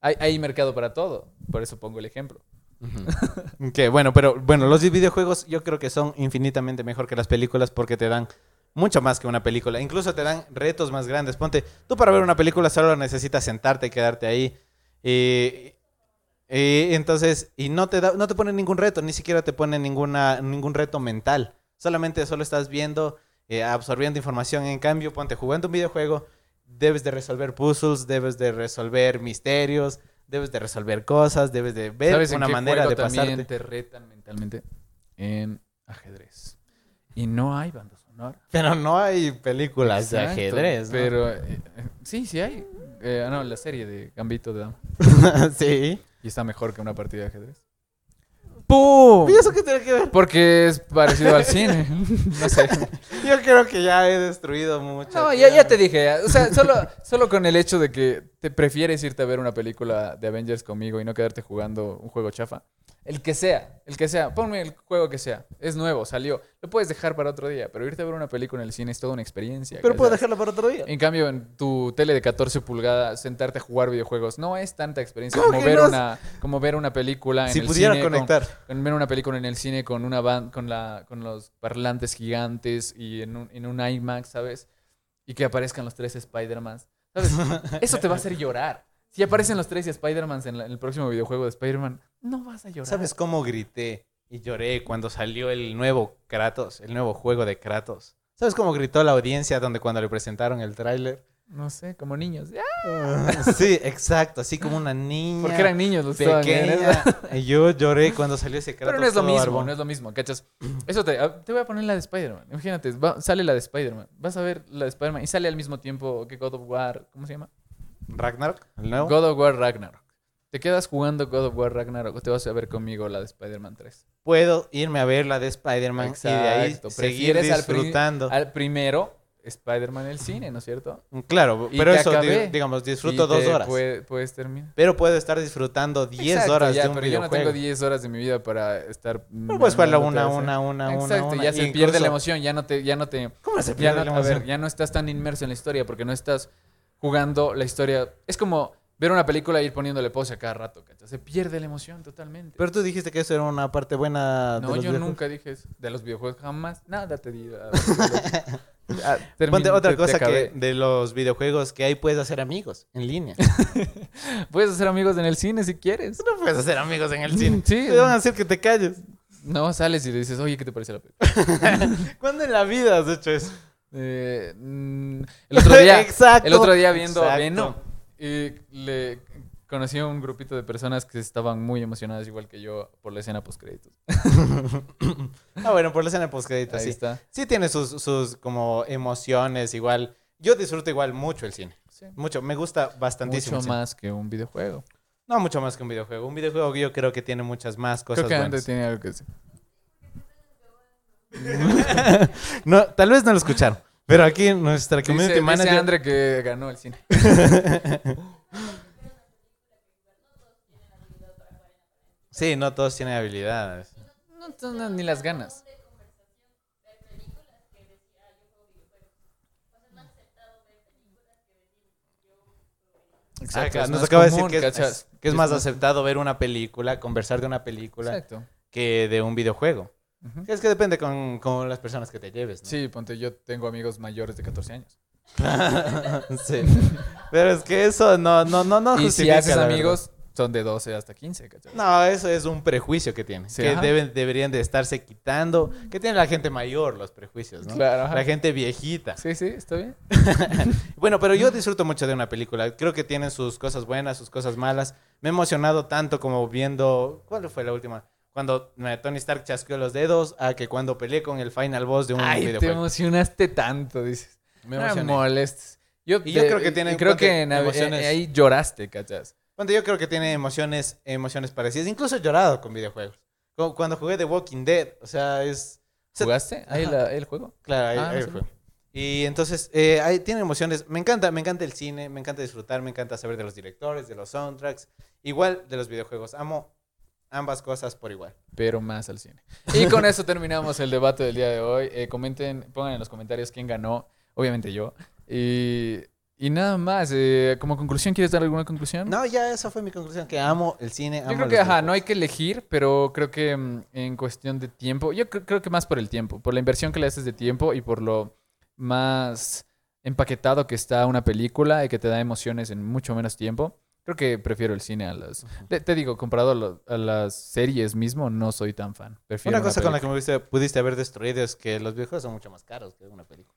S2: Hay, hay mercado para todo. Por eso pongo el ejemplo.
S1: Ujú. Que bueno, pero bueno, los videojuegos yo creo que son infinitamente mejor que las películas porque te dan mucho más que una película. Incluso te dan retos más grandes. Ponte, tú para ver una película solo necesitas sentarte y quedarte ahí. Y, Y entonces, y no te, da, no te pone ningún reto, ni siquiera te pone ninguna, ningún reto mental. Solamente solo estás viendo, eh, absorbiendo información. En cambio, ponte jugando un videojuego, debes de resolver puzzles, debes de resolver misterios, debes de resolver cosas, debes de ver
S2: ¿Sabes en
S1: una
S2: qué
S1: manera
S2: juego
S1: de
S2: también
S1: pasarte.
S2: te retan mentalmente? En ajedrez. Y no hay banda sonora.
S1: Pero no hay películas
S2: Exacto,
S1: de ajedrez, ¿no?
S2: Pero eh, eh, sí, sí hay. Eh, ah, no, la serie de Gambito de Dama.
S1: sí.
S2: Y está mejor que una partida de ajedrez.
S1: ¿Y eso qué tiene que ver?
S2: Porque es parecido al cine. No sé.
S1: Yo creo que ya he destruido mucho.
S2: No, ya, ya te dije. O sea, solo, solo con el hecho de que te prefieres irte a ver una película de Avengers conmigo y no quedarte jugando un juego chafa. El que sea, el que sea. Ponme el juego que sea. Es nuevo, salió. Lo puedes dejar para otro día, pero irte a ver una película en el cine es toda una experiencia.
S1: Pero puedo
S2: ¿cachai?
S1: dejarlo para otro día.
S2: En cambio, en tu tele de 14 pulgadas, sentarte a jugar videojuegos no es tanta experiencia
S1: ¿Cómo
S2: como
S1: que
S2: ver,
S1: no?
S2: una, como ver una película en
S1: Si
S2: el
S1: pudiera
S2: cine. con-
S1: conectar.
S2: con ver una película en el cine con una ban- con la con los parlantes gigantes y en un, en un IMAX, ¿sabes? Y que aparezcan los tres Spider-Mans. ¿Sabes? Eso te va a hacer llorar. Si aparecen los tres Spider-Mans en, la- en el próximo videojuego de Spider-Man, no vas a llorar.
S1: ¿Sabes cómo grité y lloré cuando salió el nuevo Kratos, el nuevo juego de Kratos? ¿Sabes cómo gritó la audiencia donde cuando le presentaron el tráiler?
S2: No sé, como niños. ¡Ah!
S1: sí, exacto, así como una niña.
S2: Porque eran niños los que estaban viendo, ¿eh?
S1: pequeña. Y Yo lloré cuando salió ese Kratos.
S2: Pero no es lo
S1: todo
S2: mismo,
S1: barbón.
S2: no es lo mismo, ¿cachas? Eso te, a- te voy a poner la de Spider-Man. Imagínate, va- sale la de Spider-Man. Vas a ver la de Spider-Man y sale al mismo tiempo que God of War. ¿Cómo se llama?
S1: Ragnarok, el nuevo.
S2: God of War Ragnarok. Te quedas jugando God of War Ragnarok o te vas a ver conmigo la de Spider-Man 3.
S1: Puedo irme a ver la de Spider-Man y de ahí
S2: Exacto,
S1: seguir
S2: prefieres al pri-
S1: disfrutando.
S2: Al primero, Spider-Man en el cine, ¿no es cierto?
S1: Mm, Claro,
S2: Y
S1: pero
S2: te
S1: eso, di-
S2: acabé.
S1: digamos, disfruto
S2: Y
S1: dos
S2: te
S1: horas.
S2: puede- puedes terminar.
S1: Pero puedo estar disfrutando 10
S2: Exacto,
S1: horas
S2: ya,
S1: de un
S2: pero yo no
S1: videojuego.
S2: tengo 10 horas de mi vida para estar...
S1: No puedes jugarla una,
S2: mandándote a hacer-
S1: una, una, una.
S2: Exacto,
S1: una,
S2: ya
S1: y
S2: se pierde la
S1: incluso-
S2: emoción, ya no te... Ya no te
S1: ¿Cómo se
S2: ya
S1: pierde
S2: no,
S1: la
S2: a
S1: emoción?
S2: ver, ya no estás tan inmerso en la historia porque no estás jugando la historia. Es como ver una película e ir poniéndole pose a cada rato, ¿cachas? Se pierde la emoción totalmente.
S1: Pero tú dijiste que eso era una parte buena Ah, de
S2: no,
S1: los
S2: yo
S1: videojuegos.
S2: nunca dije eso. De los videojuegos jamás. Nada te digo. Ah, termin-
S1: Ponte
S2: te-
S1: otra
S2: te
S1: cosa que
S2: acabé.
S1: de los videojuegos que ahí puedes hacer amigos en línea.
S2: Puedes hacer amigos en el cine si quieres.
S1: no puedes hacer amigos en el cine.
S2: Mm, Sí.
S1: Te van a decir que te calles.
S2: No, sales y le dices, oye, ¿qué te parece la película?
S1: ¿Cuándo en la vida has hecho eso?
S2: Eh, mm, el otro día,
S1: Exacto.
S2: El otro día viendo
S1: Exacto.
S2: Venom, y le conocí a un grupito de personas que estaban muy emocionadas, igual que yo, por la escena post créditos.
S1: Ah, bueno, por la escena postcrédito,
S2: Ahí
S1: sí.
S2: está.
S1: Sí tiene sus, sus como emociones igual. Yo disfruto igual mucho el cine.
S2: Sí.
S1: Mucho. Me gusta bastantísimo.
S2: Mucho
S1: el cine.
S2: más que un videojuego.
S1: No mucho más que un videojuego. Un videojuego yo creo que tiene muchas más cosas
S2: Creo que André
S1: buenas.
S2: tiene algo que decir.
S1: No, tal vez no lo escucharon. Pero aquí nuestra
S2: Dice,
S1: community
S2: dice
S1: manager.
S2: Andre que ganó el cine.
S1: Sí, no todos tienen habilidades.
S2: No, tú no, ni las ganas.
S1: Acá
S2: Exacto, Ah, es
S1: Ah, nos
S2: más
S1: acaba de decir
S2: común,
S1: que es,
S2: ¿cachas?
S1: que es más aceptado ver una película, conversar de una película,
S2: Exacto.
S1: que de un videojuego.
S2: Ujú.
S1: Es que depende con, con las personas que te lleves, ¿no?
S2: Sí, ponte, yo tengo amigos mayores de 14 años.
S1: Sí. Pero es que eso no, no, no, no
S2: y si
S1: justifica,
S2: haces
S1: la verdad.
S2: amigos, son de 12 hasta 15, ¿cachas?
S1: No, eso es un prejuicio que tienen.
S2: Sí,
S1: que
S2: ajá.
S1: deben, deberían de estarse quitando. Que tiene la gente mayor los prejuicios, ¿no?
S2: Claro, ajá.
S1: La gente viejita.
S2: Sí, sí, está bien.
S1: Bueno, pero yo disfruto mucho de una película. Creo que tienen sus cosas buenas, sus cosas malas. Me he emocionado tanto como viendo. ¿Cuál fue la última? Cuando eh, Tony Stark chasqueó los dedos, a que cuando peleé con el final boss de un
S2: Ay, te
S1: videojuego.
S2: emocionaste tanto, dices.
S1: Me
S2: no me
S1: emocioné.
S2: molestes. Yo,
S1: Y yo
S2: te-
S1: creo que tienen
S2: y creo
S1: cuate-
S2: que en- eh,
S1: emociones.
S2: ahí lloraste, ¿cachas?
S1: Ponte, yo creo que tiene emociones, emociones parecidas. Incluso he llorado con videojuegos. Como Cuando jugué The Walking Dead, o sea, es. o sea,
S2: ¿Jugaste ahí la- el juego?
S1: Claro, ahí,
S2: Ah,
S1: ahí
S2: no
S1: fue.
S2: sabía.
S1: Y entonces, eh, ahí tiene emociones. Me encanta, me encanta el cine, me encanta disfrutar, me encanta saber de los directores, de los soundtracks, igual de los videojuegos. Amo ambas cosas por igual.
S2: pero más al cine. Y con eso terminamos el debate del día de hoy. Eh, comenten, pongan en los comentarios quién ganó, obviamente yo. Y, y nada más, eh, como conclusión, ¿quieres dar alguna conclusión?
S1: No, ya esa fue mi conclusión, que amo el cine, amo
S2: Yo creo
S1: los
S2: que, ajá,
S1: videojuegos.
S2: no hay que elegir, pero creo que mm, en cuestión de tiempo, yo cre- creo que más por el tiempo, por la inversión que le haces de tiempo y por lo más empaquetado que está una película y que te da emociones en mucho menos tiempo. Creo que prefiero el cine a las... Te, te digo, comparado a, lo- a las series mismo, no soy tan fan. Prefiero
S1: Una cosa con la
S2: película.
S1: que me pudiste, pudiste haber destruido es que los videojuegos son mucho más caros que una película.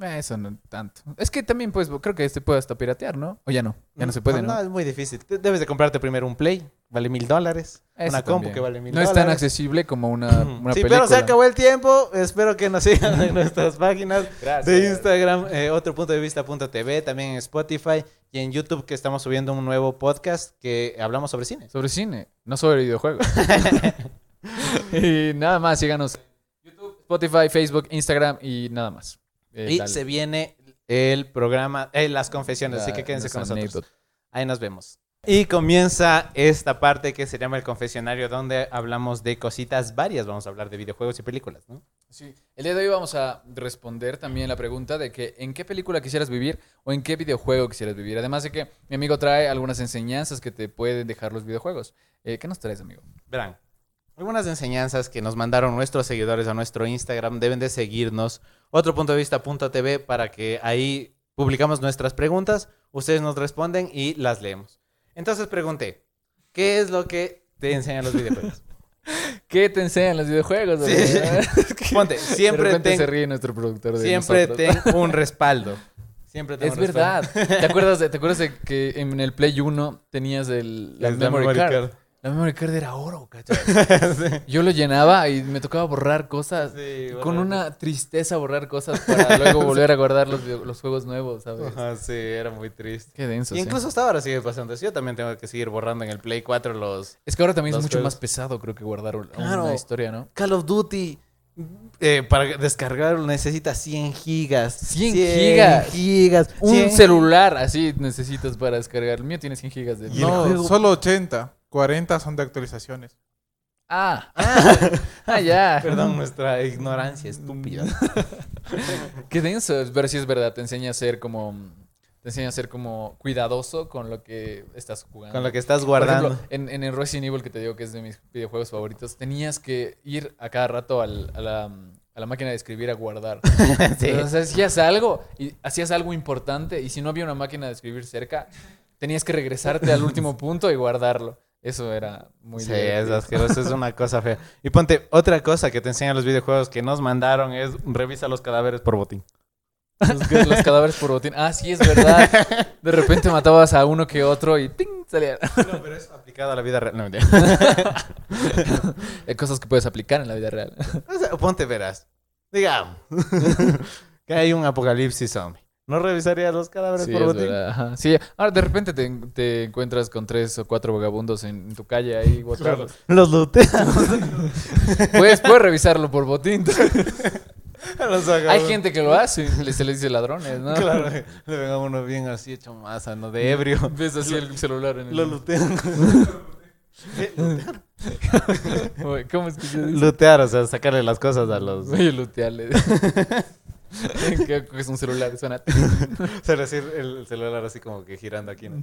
S2: Eh, Eso no tanto. Es que también, pues, creo que se puede hasta piratear, ¿no? O ya no. Ya no se puede, ¿no?
S1: No, es muy difícil. Te- Debes de comprarte primero un Play, vale mil dólares.
S2: Eso
S1: Una compu
S2: también.
S1: que vale mil
S2: No
S1: dólares.
S2: es tan accesible como una, una
S1: sí,
S2: película.
S1: pero se acabó el tiempo. Espero que nos sigan en nuestras páginas de Instagram, eh, otro punto de vista.tv, también en Spotify y en YouTube que estamos subiendo un nuevo podcast que hablamos sobre cine.
S2: Sobre cine, no sobre videojuegos. y nada más, síganos. YouTube, Spotify, Facebook, Instagram y nada más. Eh,
S1: y
S2: dale.
S1: se viene el programa, eh, las confesiones, así
S2: La-
S1: que quédense con
S2: las
S1: nosotros.
S2: anécdotas.
S1: Ahí nos vemos. Y comienza esta parte que se llama el confesionario, donde hablamos de cositas varias. Vamos a hablar de videojuegos y películas, ¿no?
S2: Sí. El día de hoy vamos a responder también la pregunta de que en qué película quisieras vivir o en qué videojuego quisieras vivir. Además de que mi amigo trae algunas enseñanzas que te pueden dejar los videojuegos. Eh, ¿Qué nos traes, amigo?
S1: Verán, algunas enseñanzas que nos mandaron nuestros seguidores a nuestro Instagram deben de seguirnos. Otro punto de vista.tv para que ahí publicamos nuestras preguntas, ustedes nos responden y las leemos. Entonces pregunté, ¿qué es lo que te enseñan los videojuegos?
S2: ¿Qué te enseñan los videojuegos?
S1: Sí. Ponte, siempre
S2: Siempre
S1: ten-
S2: se ríe nuestro productor de
S1: Siempre
S2: nosotros.
S1: ten un respaldo. Siempre ten
S2: Es
S1: un
S2: verdad.
S1: respaldo.
S2: ¿Te acuerdas, de, ¿Te acuerdas de que en el Play 1 tenías el, la
S1: Es
S2: memory, card? La memory card era oro, ¿cachai? Yo lo llenaba y me tocaba borrar cosas.
S1: Sí,
S2: con
S1: bueno.
S2: una tristeza borrar cosas para luego volver a guardar los, video- los juegos nuevos, ¿sabes?
S1: Ajá, sí, era muy triste.
S2: Qué denso.
S1: Y
S2: sí.
S1: incluso hasta ahora sigue pasando. Sí, Yo también tengo que seguir borrando en el Play 4 los
S2: Es que ahora también es
S1: Los
S2: mucho
S1: juegos.
S2: más pesado, creo que guardar un-
S1: Claro.
S2: una historia, ¿no?
S1: Call of Duty. eh, para descargarlo necesitas 100 gigas.
S2: 100 gigas.
S1: gigas.
S2: Un
S1: 100
S2: celular así necesitas para descargar. El mío tiene 100 gigas de.
S3: Y
S1: No,
S3: el
S1: juego-
S3: solo 80. 40 son de actualizaciones.
S2: Ah, ah, ah, ya.
S1: Perdón, nuestra ignorancia estúpida.
S2: Qué denso, es- pero sí es verdad, te enseña a ser como te enseña a ser como cuidadoso con lo que estás jugando.
S1: Con lo que estás
S2: Por
S1: guardando.
S2: ejemplo, en, en el Resident Evil que te digo que es de mis videojuegos favoritos, tenías que ir a cada rato al- a, la, a la máquina de escribir a guardar.
S1: Sí.
S2: Entonces hacías algo y hacías algo importante y si no había una máquina de escribir cerca, tenías que regresarte al último punto y guardarlo. Eso era muy
S1: sí, es
S2: divertido.
S1: asqueroso, es una cosa fea. Y ponte, otra cosa que te enseñan los videojuegos que nos mandaron es revisa los cadáveres por botín.
S2: Los, ca- los cadáveres por botín. Ah, sí, es verdad. De repente matabas a uno que otro y ¡ting! salía.
S1: No, pero es aplicado a la vida real. No, mentira.
S2: Hay cosas que puedes aplicar en la vida real.
S1: O sea, ponte, verás. Digamos que hay un apocalipsis zombie. ¿No revisarías los cadáveres
S2: Sí,
S1: por
S2: es
S1: botín?
S2: verdad, ajá. Sí, ahora de repente te, te encuentras con tres o cuatro vagabundos en, en tu calle ahí botados.
S1: Los looteas.
S2: Puedes, puedes revisarlos por botín.
S1: los
S2: Hay gente que lo hace, le- se les dice ladrones, ¿no?
S1: Claro, le ven a uno bien así hecho masa, ¿no? De ebrio.
S2: Ves así el celular en el...
S1: Lo lutean.
S2: Uy, ¿Cómo es que se dice?
S1: Lutear, o sea, sacarle las cosas a los...
S2: Oye, lutearle. que coges un celular, suena...
S1: O sea, decir el celular así como que girando aquí, ¿no?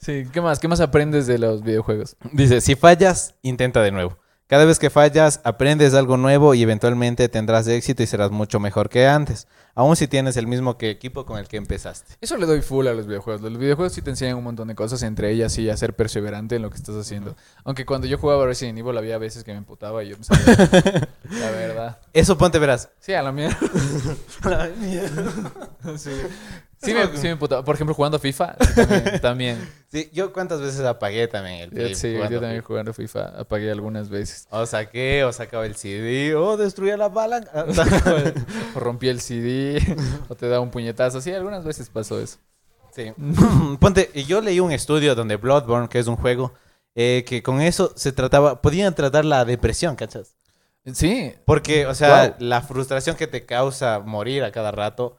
S2: Sí, ¿qué más? ¿Qué más aprendes de los videojuegos?
S1: Dice, si fallas, intenta de nuevo. Cada vez que fallas, aprendes algo nuevo y eventualmente tendrás éxito y serás mucho mejor que antes. Aún si tienes el mismo que equipo con el que empezaste.
S2: Eso le doy full a los videojuegos. Los videojuegos sí te enseñan un montón de cosas, entre ellas sí a ser perseverante en lo que estás haciendo. Aunque cuando yo jugaba Resident Evil había veces que me emputaba y yo me salía. la verdad.
S1: Eso ponte, verás.
S2: Sí, a la mierda. sí. Sí me, sí me emputaba. Por ejemplo, jugando FIFA. sí, también. también.
S1: Sí, yo cuántas veces apagué también el Play
S2: Sí,
S1: jugando
S2: yo también jugando FIFA apagué algunas veces.
S1: O saqué, o sacaba el CD, o destruía la bala.
S2: O rompí el CD, o te da un puñetazo. Sí, algunas veces pasó eso.
S1: Sí. Ponte, y yo leí un estudio donde Bloodborne, que es un juego, eh, que con eso se trataba, podían tratar la depresión, ¿cachas?
S2: Sí,
S1: Porque, o sea,
S2: Wow.
S1: la frustración que te causa morir a cada rato,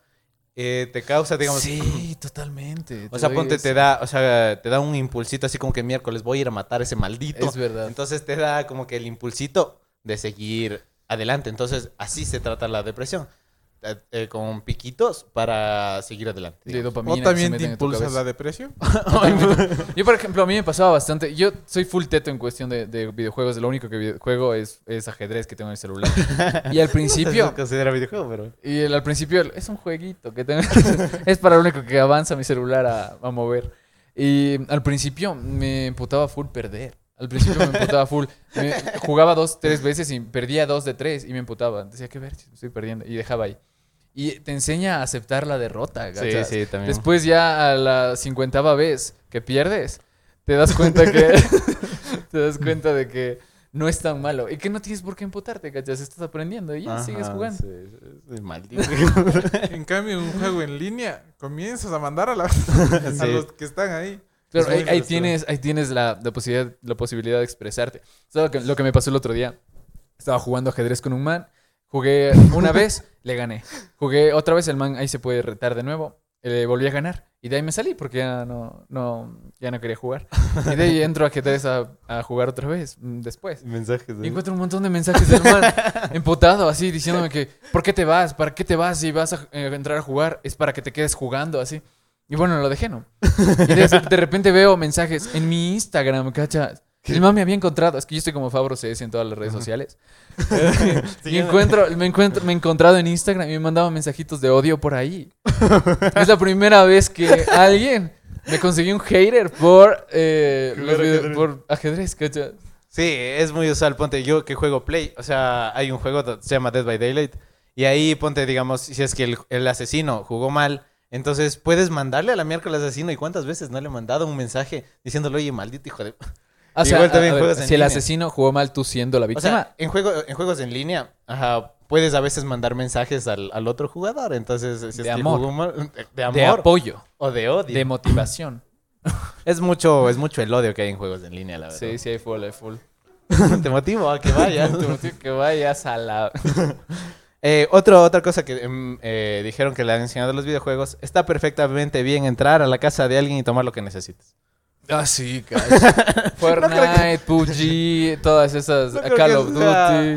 S1: eh, te causa, digamos...
S2: sí, totalmente.
S1: O sea,
S2: doy
S1: ponte,
S2: eso.
S1: te da, o sea, te da un impulsito así como que miércoles voy a ir a matar a ese maldito.
S2: Es verdad.
S1: Entonces te da como que el impulsito de seguir adelante. Entonces, así se trata la depresión. eh, eh, con piquitos para seguir adelante.
S2: de
S1: digamos.
S2: dopamina.
S3: ¿O
S2: que se
S3: también te
S2: meten en tu
S3: impulsa
S2: cabeza.
S3: la depresión?
S1: pues.
S2: Yo, por ejemplo, a mí me pasaba bastante. Yo soy full teto en cuestión de, de videojuegos. Lo único que vide- juego es, es ajedrez que tengo en el celular. Y al
S1: No
S2: principio,
S1: se considera videojuego, pero...
S2: y el- al principio el- es un jueguito que tengo. es para lo único que avanza mi celular a, a mover. Y al principio me emputaba full perder. Al principio me emputaba full. Me- jugaba dos, tres veces y perdía dos de tres y me emputaba. Decía, qué ver, estoy perdiendo. Y dejaba ahí. Y te enseña a aceptar la derrota,
S1: Sí,
S2: ¿cachas?
S1: sí, también.
S2: Después ya a la cincuentava vez que pierdes, te das cuenta que te das cuenta de que no es tan malo y que no tienes por qué empotarte, ¿cachas? Estás aprendiendo y ya
S1: Ajá,
S2: sigues jugando.
S1: sí, sí, sí, maldito.
S3: En cambio, un juego en línea, comienzas a mandar a, la- a los que están ahí.
S2: Pero
S3: Es
S2: ahí,
S3: muy
S2: ahí
S3: frustrante.
S2: tienes, ahí tienes la, la posibilidad, la posibilidad de expresarte. ¿Sabes lo que, lo que me pasó el otro día? Estaba jugando ajedrez con un man. Jugué una vez, le gané. Jugué otra vez, el man ahí se puede retar de nuevo. Le volví a ganar. Y de ahí me salí porque ya no, no, ya no quería jugar. Y de ahí entro a ajedrez a, a jugar otra vez mm, después.
S1: Mensajes.
S2: Y
S1: ¿no?
S2: encuentro un montón de mensajes del man empotado, así, diciéndome que, ¿por qué te vas? ¿Para qué te vas? Si vas a eh, entrar a jugar, es para que te quedes jugando, así. Y bueno, lo dejé, ¿no? Y de, de repente veo mensajes en mi Instagram, ¿cachas? El man me había encontrado, es que yo estoy como Fabro CS en todas las redes sociales. y encuentro, me, encuentro, me he encontrado en Instagram y me mandaba mensajitos de odio por ahí. es la primera vez que alguien me conseguí un hater por, eh, los
S1: Jugar
S2: video-
S1: ajedrez.
S2: por ajedrez, ¿cachas?
S1: Sí, es muy usual. Ponte, yo que juego Play, o sea, hay un juego que se llama Dead by Daylight. Y ahí, ponte, digamos, si es que el, el asesino jugó mal, entonces puedes mandarle a la miércoles al asesino. ¿Y cuántas veces no le he mandado un mensaje diciéndole, oye, maldito hijo de.
S2: O sea,
S1: Igual también
S2: a- a ver,
S1: juegas en
S2: si el
S1: línea.
S2: asesino jugó mal tú siendo la
S1: O
S2: víctima.
S1: sea, en, juego, en juegos en línea, ajá, puedes a veces mandar mensajes al, al otro jugador. Entonces, si
S2: De
S1: es que
S2: amor.
S1: jugó mal- eh, de, de
S2: de
S1: amor
S2: apoyo,
S1: o de odio.
S2: de motivación.
S1: Es, mucho, es mucho el odio que hay en juegos en línea, la verdad.
S2: sí, sí, hay full, hay full.
S1: Te motivo a que vayas.
S2: Tú, tío, que vayas a la...
S1: Eh, otro- otra cosa que em, eh, dijeron que le han enseñado a los videojuegos, está perfectamente bien entrar a la casa de alguien y tomar lo que necesites.
S2: Ah, sí, Fortnite, PUBG, todas esas...
S1: No creo
S2: Call
S1: que
S2: of Duty.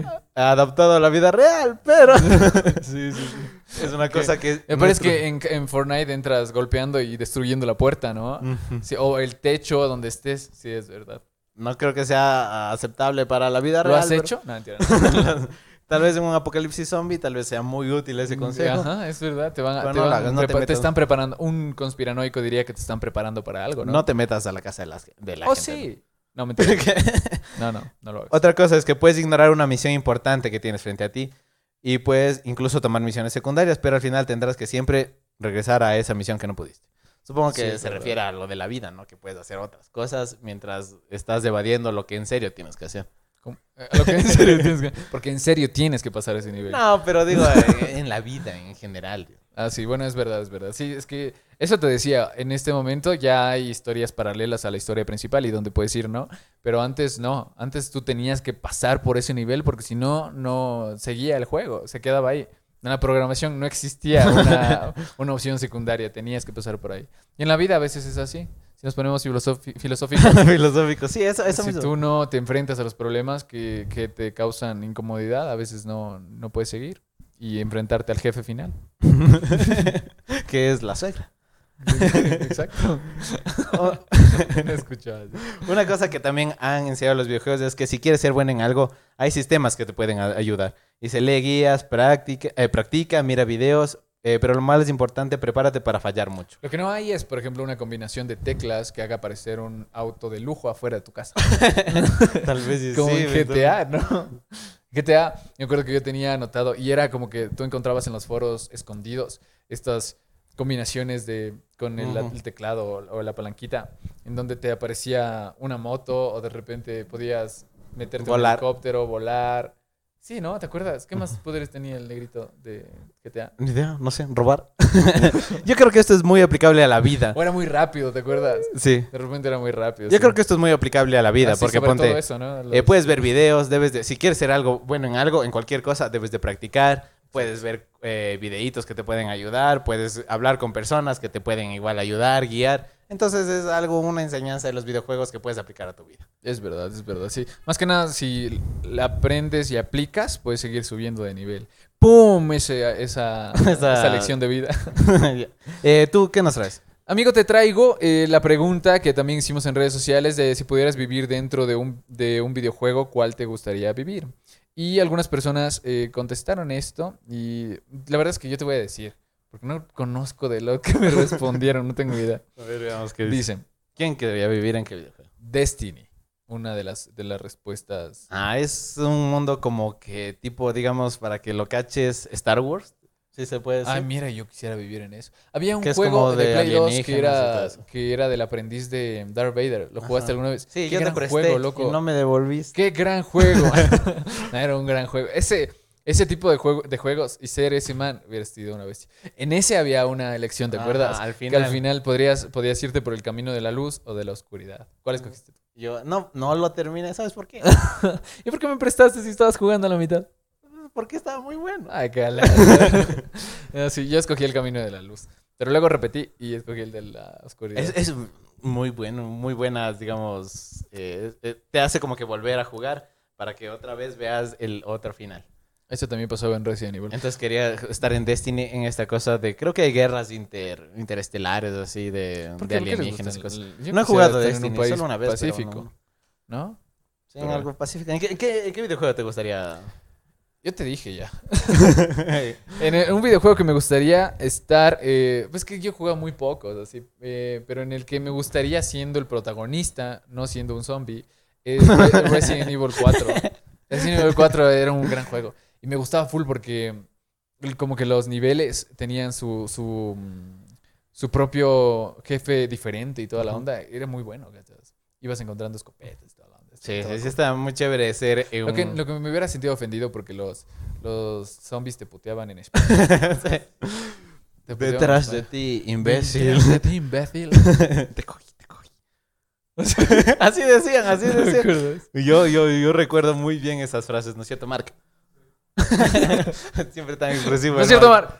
S1: sea Adaptado a la vida real, pero... Eh, Es una cosa que...
S2: Me parece que en, en Fortnite entras golpeando y destruyendo la puerta, ¿no? Sí, o el techo donde estés. Sí, es verdad.
S1: No creo que sea aceptable para la vida
S2: ¿Lo
S1: real.
S2: has
S1: pero-
S2: hecho? No, mentira.
S1: tal vez en un apocalipsis zombie, tal vez sea muy útil ese consejo.
S2: Mm, Ajá, es verdad. Te, van, a-
S1: Pero
S2: te,
S1: no lo
S2: van-
S1: hagas, no te
S2: prepa- te
S1: metas.
S2: están preparando. Un conspiranoico diría que te están preparando para algo, ¿no?
S1: No te metas a la casa de la, de la
S2: oh,
S1: gente.
S2: sí. No, mentira.
S1: sí.
S2: No, no, no lo hagas.
S1: Otra cosa es que puedes ignorar una misión importante que tienes frente a ti y puedes incluso tomar misiones secundarias, pero al final tendrás que siempre regresar a esa misión que no pudiste. Supongo
S2: Sí,
S1: que
S2: es
S1: se
S2: verdad.
S1: refiere a lo de la vida, ¿no? Que puedes hacer otras cosas mientras estás evadiendo lo que en serio tienes que hacer.
S2: ¿Cómo? Eh, lo que en serio tienes que- porque en serio tienes que pasar ese nivel.
S1: No, pero digo, eh, en la vida en general.
S2: Ah, sí, bueno, es verdad, es verdad. Sí, es que eso te decía, en este momento ya hay historias paralelas a la historia principal y donde puedes ir, ¿no? Pero antes no, antes tú tenías que pasar por ese nivel porque si no, no seguía el juego, se quedaba ahí. En la programación no existía una, una opción secundaria, tenías que pasar por ahí. Y en la vida a veces es así. Si nos ponemos filosofi- filosóficos,
S1: Filosófico, sí, eso, eso
S2: si
S1: mismo.
S2: tú no te enfrentas a los problemas que, que te causan incomodidad, a veces no, no puedes seguir y enfrentarte al jefe final.
S1: que es la suegra.
S2: Exacto.
S1: O-
S2: No escuchabas.
S1: Una cosa que también han enseñado los videojuegos es que si quieres ser bueno en algo, hay sistemas que te pueden a- ayudar. Dice, lee guías, practica, eh, practica mira videos, eh, pero lo más importante, prepárate para fallar mucho.
S2: Lo que no hay es, por ejemplo, una combinación de teclas que haga aparecer un auto de lujo afuera de tu casa.
S1: Tal vez
S2: Como en GTA, ¿no? GTA, me acuerdo que yo tenía anotado y era como que tú encontrabas en los foros escondidos estas combinaciones de con el,
S1: Ujú.
S2: el teclado o, o la palanquita en donde te aparecía una moto o de repente podías meterte en un
S1: Volar.
S2: helicóptero, volar. Sí, ¿no? ¿Te acuerdas? ¿Qué más poderes tenía el negrito de GTA?
S1: Ni idea, no sé, robar. Yo creo que esto es muy aplicable a la vida.
S2: O era muy rápido, ¿te acuerdas?
S1: Sí.
S2: De repente era muy rápido.
S1: Yo
S2: sí.
S1: creo que esto es muy aplicable a la vida,
S2: Ah, sí,
S1: porque
S2: sobre
S1: ponte...
S2: todo eso, ¿no? Los-
S1: Eh, puedes ver videos, debes de, si quieres ser algo bueno en algo, en cualquier cosa, debes de practicar, puedes ver eh, videitos que te pueden ayudar, puedes hablar con personas que te pueden igual ayudar, guiar. Entonces es algo, una enseñanza de los videojuegos que puedes aplicar a tu vida.
S2: Es verdad, es verdad, sí. Más que nada, si la aprendes y aplicas, puedes seguir subiendo de nivel. ¡Pum! Ese- esa,
S1: Esa-
S2: esa lección de vida.
S1: Ya. Eh, ¿Tú qué nos traes?
S2: Amigo, te traigo eh, la pregunta que también hicimos en redes sociales de si pudieras vivir dentro de un, de un videojuego, ¿cuál te gustaría vivir? Y algunas personas eh, contestaron esto y la verdad es que yo te voy a decir, porque no conozco de lo que me respondieron, no tengo idea.
S1: A ver, veamos qué
S2: Dicen,
S1: ¿Quién quería vivir en qué videojuego?
S2: Destiny, una de las, de las respuestas.
S1: Ah, es un mundo como que tipo, digamos, para que lo caches, Star Wars. Sí se puede decir.
S2: Ay, mira, yo quisiera vivir en eso. Había un
S1: Que es
S2: juego
S1: como
S2: de,
S1: de
S2: Play 2 que
S1: alienígenas y todo
S2: era,
S1: eso.
S2: que era del aprendiz de Darth Vader. ¿Lo
S1: Ajá.
S2: jugaste alguna vez?
S1: sí,
S2: Qué
S1: yo te
S2: gran
S1: presté
S2: juego,
S1: y no me devolviste.
S2: ¡Qué gran juego! No, era un gran juego. Ese, ese tipo de, juego, de juegos y ser ese man hubiera sido una bestia. En ese había una elección, ¿te
S1: Ajá,
S2: acuerdas?
S1: Ah, al
S2: Que al
S1: final.
S2: final podrías, podías irte por el camino de la luz o de la oscuridad. ¿Cuál escogiste tú?
S1: Yo, no, no lo terminé. ¿Sabes por qué? Ah,
S2: ¿Y por qué me prestaste si estabas jugando a la mitad?
S1: Porque estaba muy bueno.
S2: Ay, cala. No, sí, yo escogí el camino de la luz. Pero luego repetí y escogí el de la oscuridad.
S1: Es, es muy bueno, muy buenas, digamos. eh, eh, te hace como que volver a jugar para que otra vez veas el otro final.
S2: Eso también pasaba en Resident Evil.
S1: Entonces quería estar en Destiny en esta cosa de. Creo que hay guerras inter, interestelares, así, de,
S2: ¿Por
S1: de
S2: qué? ¿Por qué les
S1: alienígenas y cosas.
S2: gustan? Yo
S1: no
S2: quisiera
S1: he jugado
S2: estar en
S1: Destiny,
S2: un este país
S1: solo una vez. pero
S2: Pacífico,
S1: no.
S2: ¿no?
S1: Sí, en
S2: Pero-
S1: algo pacífico. ¿En qué, en qué- en qué videojuego te gustaría?
S2: Yo te dije ya. En el- un videojuego que me gustaría estar, eh, pues que yo he jugado muy pocos, así, eh, pero en el que me gustaría siendo el protagonista, no siendo un zombie, es Re- Resident Evil 4. Resident Evil 4 era un gran juego y me gustaba full porque el- como que los niveles tenían su, su, mm, su propio jefe diferente y toda la
S1: Ujú.
S2: onda. Era muy bueno, ¿cachas? Ibas encontrando escopetas y toda la onda.
S1: sí,
S2: Estaba
S1: sí, sí, está muy chévere ser. eh,
S2: lo que,
S1: un-
S2: lo que me hubiera sentido ofendido porque los, los zombies te puteaban en español. Te puteaban en
S1: Detrás de
S2: español.
S1: ti,
S2: Imbécil.
S1: imbécil.
S2: De ti, imbécil.
S1: te cogí, te cogí. así decían, así decían. Yo, yo, yo recuerdo muy bien esas frases, ¿no es cierto, Mark? Siempre tan expresivo.
S2: No es
S1: el
S2: cierto,
S1: Mark.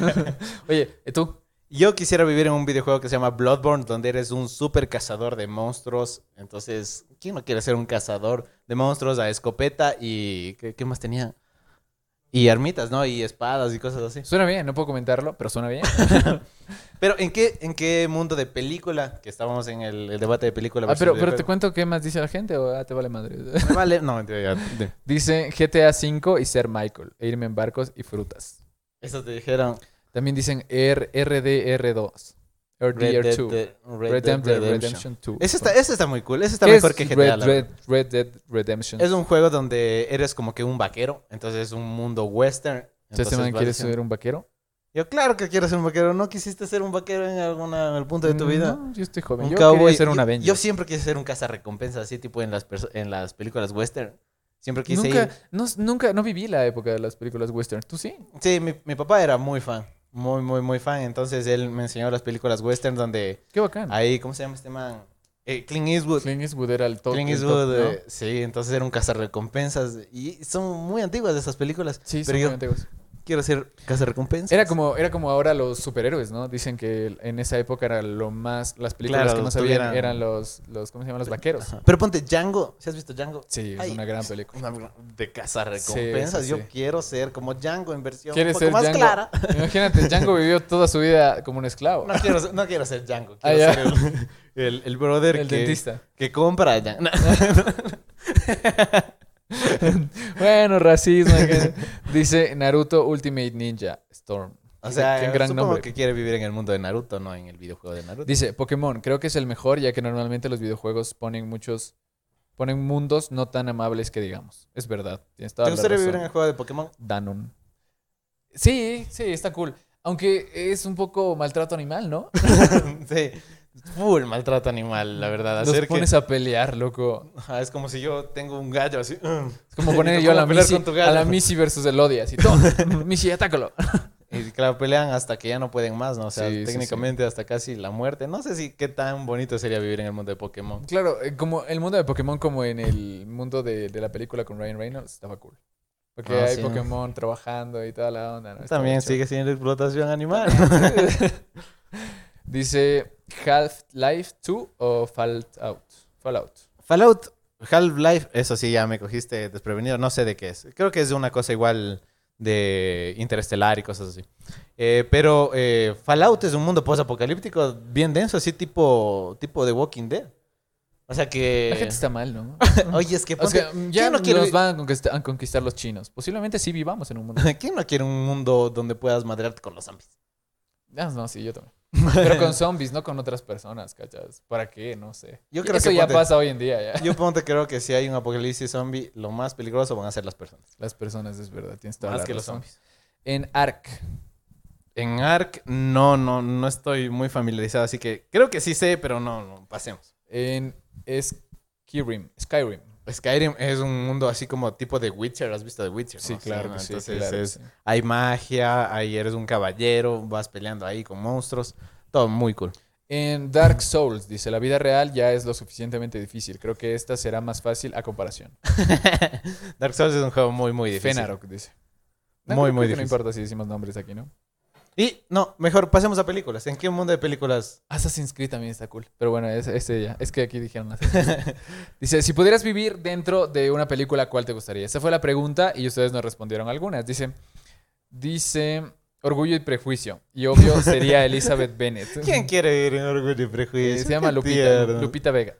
S2: Mar. Oye, ¿y tú?
S1: Yo quisiera vivir en un videojuego que se llama Bloodborne, donde eres un super cazador de monstruos. Entonces, ¿quién no quiere ser un cazador de monstruos a escopeta y. ¿Qué, qué más tenía? Y armitas, ¿no? Y espadas y cosas así.
S2: Suena bien, no puedo comentarlo, pero suena bien.
S1: Pero, ¿en qué, en qué mundo de película? Que estábamos en el, el debate de película.
S2: Ah,
S1: versus
S2: pero, pero te
S1: videojuego.
S2: cuento qué más dice la gente o ah, te vale madre.
S1: Me Vale, no, mentira, ya. de-
S2: Dice GTA V y ser Michael, e irme en barcos y frutas.
S1: Eso te dijeron.
S2: También dicen R- RDR2.
S1: Red Dead
S2: RDR2.
S1: de- Red
S2: Red
S1: Dead
S2: Dead
S1: Redemption.
S2: Redemption 2.
S1: Ese está, ese está muy cool. Ese está
S2: ¿Qué
S1: mejor
S2: es
S1: que GTA.
S2: Red,
S1: la verdad.
S2: Red, Red Dead Redemption.
S1: Es un juego donde eres como que un vaquero, entonces es un mundo western.
S2: Si este
S1: entonces
S2: man
S1: vas
S2: quiere
S1: diciendo-
S2: ser un vaquero.
S1: Yo claro que quiero ser un vaquero, ¿no quisiste ser un vaquero en alguna en algún punto de tu vida?
S2: Mm, No, yo estoy joven.
S1: Un
S2: Yo
S1: cowboy.
S2: quería ser un
S1: Yo-
S2: Avenger.
S1: Yo siempre quise ser un cazarrecompensas, así tipo en las perso- en las películas western. Siempre quise
S2: nunca,
S1: ir.
S2: no, nunca, no viví la época de las películas western. ¿Tú sí?
S1: Sí, mi, mi papá era muy fan, muy muy muy fan, entonces él me enseñó las películas western donde
S2: Qué bacán.
S1: ahí ¿cómo se llama este man? Eh, Clint Eastwood.
S2: Clint Eastwood era el top.
S1: Clint
S2: el top,
S1: Eastwood,
S2: ¿no?
S1: eh, sí, entonces era un cazarrecompensas y son muy antiguas esas películas,
S2: Sí,
S1: pero
S2: son
S1: yo
S2: muy antiguos.
S1: quiero ser cazarrecompensas.
S2: Era como, era como ahora los superhéroes, ¿no? Dicen que en esa época era lo más, las películas
S1: Claro,
S2: que más habían
S1: tuvieran-
S2: eran los, los, ¿cómo se llaman? Los vaqueros.
S1: Ajá. Pero ponte Django, ¿si has visto Django?
S2: Sí, es
S1: Ay,
S2: una gran película.
S1: Una br- de cazarrecompensas.
S2: Sí, sí,
S1: Yo
S2: sí.
S1: quiero ser como Django en versión un
S2: ¿Quieres
S1: poco
S2: ser
S1: más
S2: Django?
S1: clara.
S2: Imagínate, Django vivió toda su vida como un esclavo.
S1: No quiero, ser- no quiero ser Django.
S2: Ah,
S1: Quiero
S2: ya.
S1: ser el, el- el brother
S2: el
S1: que,
S2: dentista.
S1: que compra a Django. No.
S2: Bueno, racismo. que- Dice Naruto Ultimate Ninja Storm.
S1: O sea,
S2: Qué gran
S1: supongo
S2: nombre.
S1: que quiere vivir en el mundo de Naruto, no en el videojuego de Naruto.
S2: Dice Pokémon, creo que es el mejor, ya que normalmente los videojuegos ponen muchos. ponen mundos no tan amables que digamos. Es verdad. Tienes toda
S1: ¿Te
S2: la
S1: gustaría
S2: razón.
S1: vivir en el juego de Pokémon?
S2: Danon. Sí, sí, está cool. Aunque es un poco maltrato animal, ¿no?
S1: sí. Full maltrato animal, la verdad.
S2: Los
S1: Hacer que-
S2: pones a pelear, loco.
S1: Ajá, es como si yo tengo un gallo así. ¡um!
S2: Es como poner yo a
S1: ¿Cómo
S2: la,
S1: pelear
S2: Missy,
S1: con tu gato?
S2: a la Missy versus el Odia. Así, toma, Missy, atácalo.
S1: Y claro, pelean hasta que ya no pueden más, ¿no? O sea,
S2: Sí, sí,
S1: técnicamente hasta casi la muerte. No sé si qué tan bonito sería vivir en el mundo de Pokémon.
S2: Claro, eh, como el mundo de Pokémon, como en el mundo de, de la película con Ryan Reynolds, estaba cool. Porque
S1: Ah,
S2: hay
S1: sí.
S2: Pokémon trabajando y toda la onda. ¿no? Estaba
S1: También
S2: chido.
S1: sigue siendo explotación animal.
S2: Dice Half-Life 2 o Fallout. Fallout.
S1: Fallout Half-Life, eso sí, ya me cogiste desprevenido. No sé de qué es. Creo que es de una cosa igual de interestelar y cosas así. Eh, pero eh, Fallout es un mundo post-apocalíptico bien denso, así tipo, tipo de Walking Dead. O sea que...
S2: La gente está mal, ¿no?
S1: Oye, es que...
S2: Eh, O
S1: Ponte,
S2: sea, ya
S1: ¿quién no
S2: nos
S1: quiere-
S2: van a conquistar, a conquistar los chinos. Posiblemente sí vivamos en un mundo.
S1: ¿Quién no quiere un mundo donde puedas madrearte con los zombies?
S2: Ah, no, sí, yo también. Pero con zombies, no con otras personas, ¿cachas? ¿Para qué? No sé.
S1: Yo creo
S2: Eso
S1: que
S2: ya
S1: ponte-
S2: pasa hoy en día, ya.
S1: Yo ponte creo que si hay un apocalipsis zombie, lo más peligroso van a ser las personas.
S2: Las personas, es verdad, tienes toda
S1: Más
S2: la
S1: que los
S2: razón.
S1: zombies.
S2: En ARC.
S1: En ARK, no, no, no estoy muy familiarizado, así que creo que sí sé, pero no, no, pasemos.
S2: En Skyrim. Skyrim.
S1: Skyrim es un mundo así como tipo de Witcher, ¿has visto The Witcher?
S2: Sí,
S1: no?
S2: claro
S1: Ah, ¿no?
S2: que sí,
S1: Entonces
S2: claro que
S1: es-
S2: sí.
S1: hay magia, ahí eres un caballero, vas peleando ahí con monstruos, todo muy cool.
S2: En Dark Souls dice, la vida real ya es lo suficientemente difícil. Creo que esta será más fácil a comparación.
S1: Dark Souls es un juego muy, muy difícil.
S2: Fenarok dice.
S1: Muy,
S2: creo
S1: muy
S2: que No
S1: difícil.
S2: importa si decimos nombres aquí, ¿no?
S1: Y no, mejor pasemos a películas. ¿En qué mundo de películas?
S2: Assassin's Creed también está cool. Pero bueno, es, este ya. Es que aquí dijeron Assassin's Creed. Dice, si pudieras vivir dentro de una película, ¿cuál te gustaría? Esa fue la pregunta y ustedes nos respondieron algunas. Dice, dice, Orgullo y Prejuicio. Y obvio sería Elizabeth Bennett.
S1: ¿Quién quiere vivir en Orgullo y
S2: Eh,
S1: Prejuicio?
S2: se llama
S1: Qué
S2: Lupita,
S1: tierno.
S2: Lupita Vega.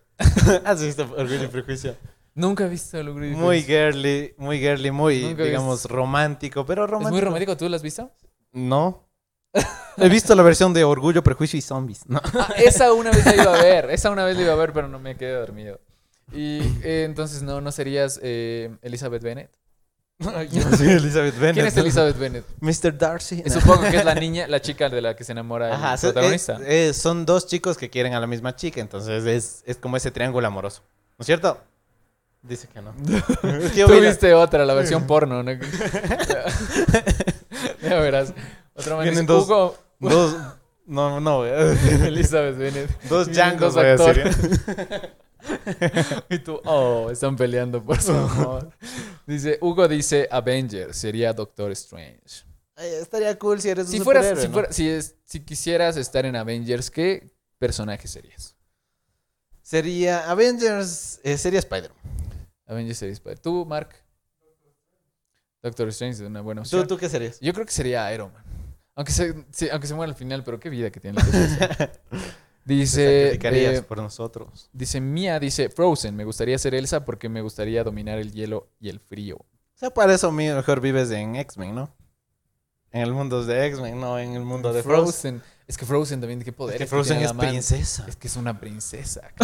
S1: ¿Has visto Orgullo y Prejuicio?
S2: Nunca he visto Orgullo y Prejuicio.
S1: Muy girly, muy girly, muy,
S2: Nunca he
S1: digamos, romántico, pero
S2: Es muy
S1: romántico.
S2: romántico, ¿tú lo has visto?
S1: no. He visto la versión de Orgullo, Prejuicio y Zombies. No.
S2: Ah, esa una vez la iba a ver, esa una vez la iba a ver, pero no me quedé dormido. Y eh, entonces, ¿no no serías eh, Elizabeth Bennet?
S1: Yo soy Elizabeth Bennet.
S2: ¿Quién es
S1: ¿no?
S2: Elizabeth Bennet?
S1: Mr. Darcy. No.
S2: Supongo que es la niña, la chica de la que se enamora
S1: Ajá,
S2: el
S1: so- es-
S2: protagonista.
S1: eh, son dos chicos que quieren a la misma chica, entonces es, es como ese triángulo amoroso. ¿No es cierto? Dice que no. Es que yo
S2: Tú
S1: vi la-
S2: viste otra, la versión porno, ¿no? ya verás. Otro man
S1: Vienen
S2: dice,
S1: dos-
S2: Hugo,
S1: Dos. No, no, güey.
S2: Elizabeth Bennet.
S1: Dos
S2: Vienen
S1: changos,
S2: dos
S1: voy a decir. ¿eh?
S2: actores. Y tú, oh, están peleando por su amor. Dice, Hugo dice Avenger, sería Doctor Strange.
S1: Eh, Estaría cool si eres un
S2: Si fueras,
S1: superhéroe,
S2: si,
S1: ¿no?
S2: fuera- si, es- si quisieras estar en Avengers, ¿qué personaje serías?
S1: Sería Avengers, eh, sería Spider-Man.
S2: Avengers sería Spider. ¿Tú, Mark? Doctor Strange es una buena
S1: ¿Tú,
S2: opción.
S1: ¿Tú qué serías?
S2: Yo creo que sería Iron Man. Aunque se, sí, aunque se muera al final, pero qué vida que tiene. la persona.
S1: Te
S2: dice,
S1: sacrificarías
S2: eh,
S1: por nosotros.
S2: dice Mia, dice Frozen. Me gustaría ser Elsa porque me gustaría dominar el hielo y el frío.
S1: O sea, para eso mi- mejor vives en X-Men, ¿no? En el mundo de X-Men, no en el mundo de Frozen.
S2: Es que Frozen también, ¿qué poder?
S1: Es que Frozen es princesa.
S2: Es que es una princesa.
S1: Es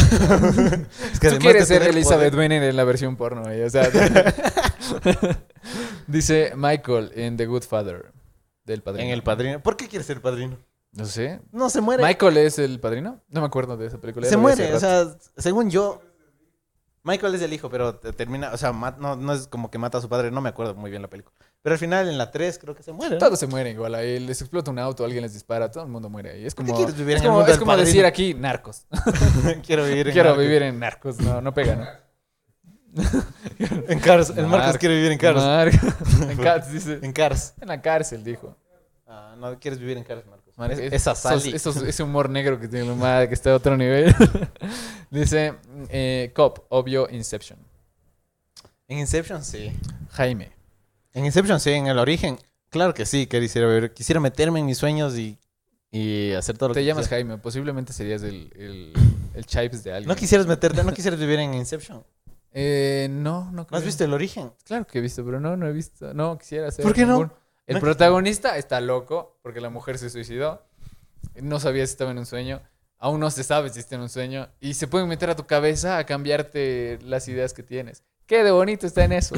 S1: que
S2: Tú
S1: además
S2: quieres
S1: de
S2: ser
S1: tener
S2: Elizabeth
S1: poder-
S2: Bennet en la versión porno, güey, o sea. dice Michael en The Good Father del padrino.
S1: En el padrino. ¿Por qué quieres ser padrino?
S2: No sé.
S1: No, se muere.
S2: Michael es el padrino? No me acuerdo de esa película.
S1: se
S2: la vi hace
S1: muere. O
S2: rato.
S1: sea, según yo. Michael es el hijo, pero te- termina. O sea, mat- no, no es como que mata a su padre. No me acuerdo muy bien la película. Pero al final, en la 3, creo que se muere. ¿no?
S2: todos se mueren igual ahí, les explota un auto, alguien les dispara, todo el mundo muere ahí. Es
S1: ¿Por qué
S2: como,
S1: quieres vivir
S2: es
S1: en el
S2: como,
S1: mundo
S2: es
S1: del
S2: como decir
S1: padrino?
S2: aquí narcos.
S1: Quiero vivir en
S2: Quiero
S1: Narcos.
S2: vivir en narcos, no, no pega, ¿no?
S1: en Cars. El Marcos
S2: Narcos.
S1: quiere vivir en Cars.
S2: Narcos. en Cats, dice.
S1: En Cars.
S2: En la cárcel, dijo.
S1: Ah, no quieres vivir en Cars, Marcos.
S2: Man,
S1: Es-
S2: es-
S1: esa
S2: esos-
S1: Sally.
S2: esos- ese humor negro que tiene la madre que está a otro nivel. Dice eh, Cop, obvio Inception.
S1: En Inception, sí.
S2: Jaime.
S1: En Inception, sí, en el origen. Claro que sí, que quisiera ver. Quisiera meterme en mis sueños y, y hacer todo lo
S2: Te
S1: que
S2: llamas
S1: quisiera.
S2: Jaime, posiblemente serías el, el, el Chipes de alguien.
S1: No quisieras meterte, no quisieras vivir en Inception.
S2: Eh, no, no
S1: ¿No
S2: creo.
S1: has visto el origen?
S2: Claro que he visto, pero no, no he visto. No, quisiera ser.
S1: ¿Por qué no?
S2: El
S1: No quis-
S2: protagonista está loco porque la mujer se suicidó. No sabía si estaba en un sueño. Aún no se sabe si está en un sueño. Y se pueden meter a tu cabeza a cambiarte las ideas que tienes. Qué de bonito está en eso.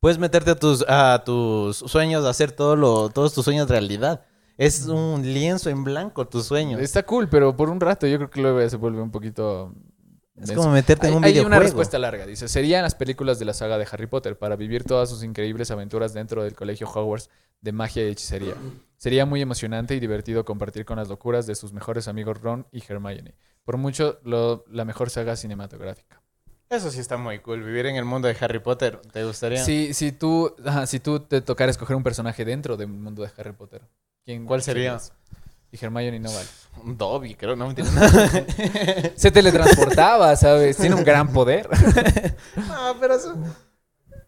S1: Puedes meterte a tus, a tus sueños, hacer todo lo, todos tus sueños realidad. Es un lienzo en blanco tus sueños. Es,
S2: Está cool, pero por un rato yo creo que luego ya se vuelve un poquito. denso.
S1: como meterte
S2: Hay,
S1: en un
S2: hay
S1: videojuego.
S2: una respuesta larga, dice, serían las películas de la saga de Harry Potter para vivir todas sus increíbles aventuras dentro del colegio Hogwarts de magia y hechicería. Sería muy emocionante y divertido compartir con las locuras de sus mejores amigos Ron y Hermione. Por mucho, lo- la mejor saga cinematográfica.
S1: Eso sí está muy cool. Vivir en el mundo de Harry Potter, ¿te gustaría?
S2: Si, si, tú, ajá, si tú te tocara escoger un personaje dentro del mundo de Harry Potter, ¿quién
S1: ¿Cuál sería?
S2: serías? Y Hermione no vale.
S1: Un Dobby, creo, no me
S2: Se teletransportaba, ¿sabes? Tiene un gran poder.
S1: No, Ah, pero eso...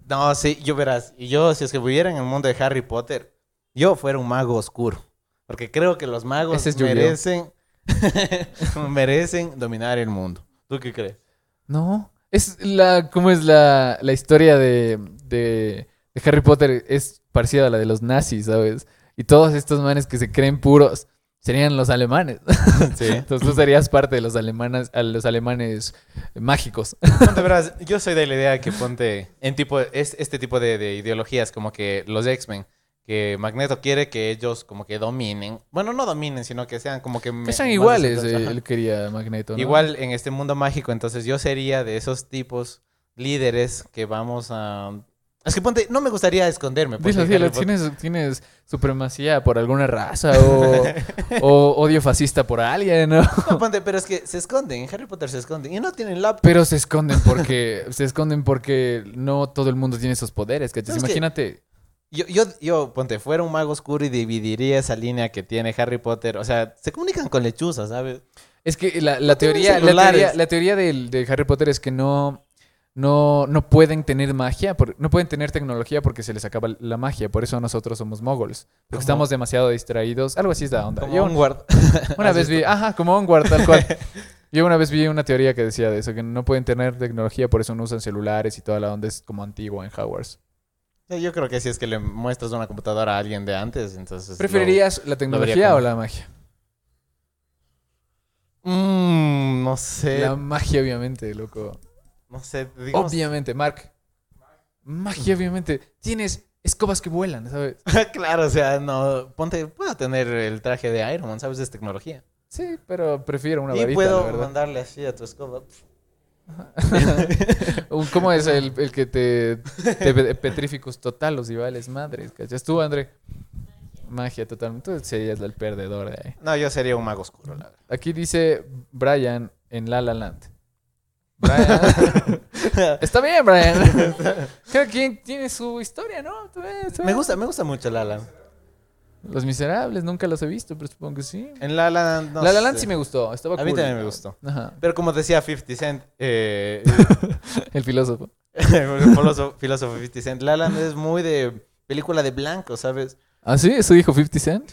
S1: No, sí, yo verás. Y yo, si es que viviera en el mundo de Harry Potter, yo fuera un mago oscuro. Porque creo que los magos
S2: Ese es Yu-Gi-Oh.
S1: merecen... merecen dominar el mundo. ¿Tú qué crees?
S2: No. Es la. ¿Cómo es la, la historia de, de, de Harry Potter? Es parecida a la de los nazis, ¿sabes? Y todos estos manes que se creen puros serían los alemanes.
S1: Sí.
S2: Entonces tú serías parte de los alemanes, a los alemanes mágicos.
S1: Ponte, verás, yo soy de la idea que ponte en tipo, es, este tipo de, de ideologías, como que los X-Men, que Magneto quiere que ellos como que dominen. Bueno, no dominen, sino que sean como que... me-
S2: Que sean
S1: más
S2: iguales, eh,
S1: aceptados. Ajá.
S2: él quería Magneto. ¿no?
S1: Igual en este mundo mágico, entonces yo sería de esos tipos líderes que vamos a... Es que ponte, no me gustaría esconderme. porque
S2: Dilo,
S1: Harry
S2: dilo,
S1: Potter-
S2: tienes, tienes supremacía por alguna raza o, o odio fascista por alguien, ¿no?
S1: No, ponte, pero es que se esconden, en Harry Potter se esconden y no tienen laptop.
S2: Pero se esconden porque se esconden porque no todo el mundo tiene esos poderes, ¿cachas?
S1: ¿Sabes qué?
S2: Imagínate.
S1: Yo, yo, yo, ponte, fuera un mago oscuro y dividiría esa línea que tiene Harry Potter. O sea, se comunican con lechuzas, ¿sabes?
S2: Es que la, la
S1: tienen
S2: teoría, la
S1: celulares.
S2: teoría, la teoría del- de Harry Potter es que no, no, no pueden tener magia, por- no pueden tener tecnología porque se les acaba la magia. Por eso nosotros somos moguls. Porque
S1: Como-
S2: estamos demasiado distraídos. Algo así es la onda.
S1: Como
S2: Ah, Yo
S1: un guard-
S2: Una
S1: Así
S2: vez vi, ajá, como Onward, tal cual. Yo una vez vi una teoría que decía de eso, que no pueden tener tecnología, por eso no usan celulares y toda la onda es como antigua en Hogwarts.
S1: Sí, Yo creo que si es que le muestras una computadora a alguien de antes, entonces...
S2: ¿Preferirías la tecnología
S1: como-
S2: o la magia?
S1: lo- Mm, no sé.
S2: La magia, obviamente, loco.
S1: No sé, digamos...
S2: Obviamente, Mark. Magia, obviamente. Tienes escobas que vuelan, ¿sabes?
S1: claro, o sea, no... Ponte, puedo tener el traje de Iron Man, ¿sabes? Es tecnología.
S2: Sí, pero prefiero una
S1: y
S2: varita, la
S1: puedo
S2: verdad.
S1: mandarle así a tu escoba.
S2: Un- ¿Cómo es el, el que te, te pe- petrificus total, los rivales madres? ¿Cachas tú, André? Magia, totalmente. Tú serías el perdedor de ahí.
S1: No, yo sería un mago oscuro, la
S2: Aquí dice Brian en La La Land.
S1: verdad.
S2: Está bien, Brian. Cada quien tiene su historia, ¿no? Tú ves, tú
S1: me
S2: ves.
S1: gusta, me gusta mucho Lala.
S2: Los Miserables, nunca los he visto, pero supongo que sí.
S1: En Lala, no
S2: la La Land
S1: sé.
S2: sí me gustó, estaba
S1: A mí
S2: cool.
S1: también me gustó.
S2: Ajá,
S1: Pero como decía 50 Cent, eh,
S2: el filósofo.
S1: el filósofo, filósofo 50 Cent, Lala es muy de película de blanco, ¿sabes?
S2: ¿Ah, sí? ¿Eso dijo 50 Cent?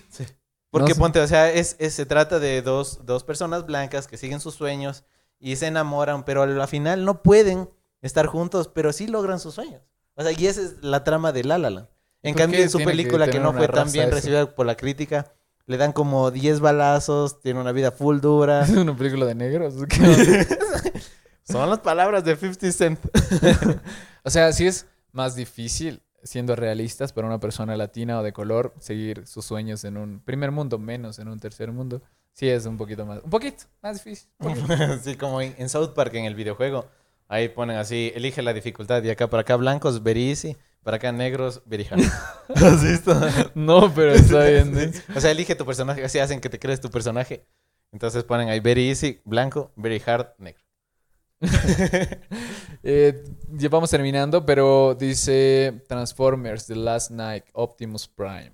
S1: Porque
S2: No sé.
S1: ponte, o sea, es, es- se trata de dos, dos personas blancas que siguen sus sueños y se enamoran, pero al final no pueden estar juntos, pero sí logran sus sueños. O sea, y esa es la trama de La La Land. En
S2: ¿Por
S1: cambio,
S2: qué
S1: en su
S2: tiene que
S1: película que,
S2: tener
S1: no
S2: una
S1: fue tan
S2: raza
S1: bien
S2: eso?
S1: recibida por la crítica, le dan como 10 balazos, tiene una vida full dura.
S2: Es una película de negros. ¿qué?
S1: Son las palabras de 50 Cent.
S2: o sea, sí es más difícil, siendo realistas, para una persona latina o de color, seguir sus sueños en un primer mundo, menos en un tercer mundo. Sí es un poquito más, un poquito más difícil. un poquito.
S1: Así como en, en South Park, en el videojuego, ahí ponen así, elige la dificultad y acá para acá blancos, very easy, para acá negros, very hard. ¿Has visto?
S2: No, pero está bien. ¿eh?
S1: O sea, elige tu personaje, así hacen que te crees tu personaje. Entonces ponen ahí very easy, blanco, very hard, negro.
S2: Eh, ya vamos terminando, pero dice Transformers, The Last Night, Optimus Prime.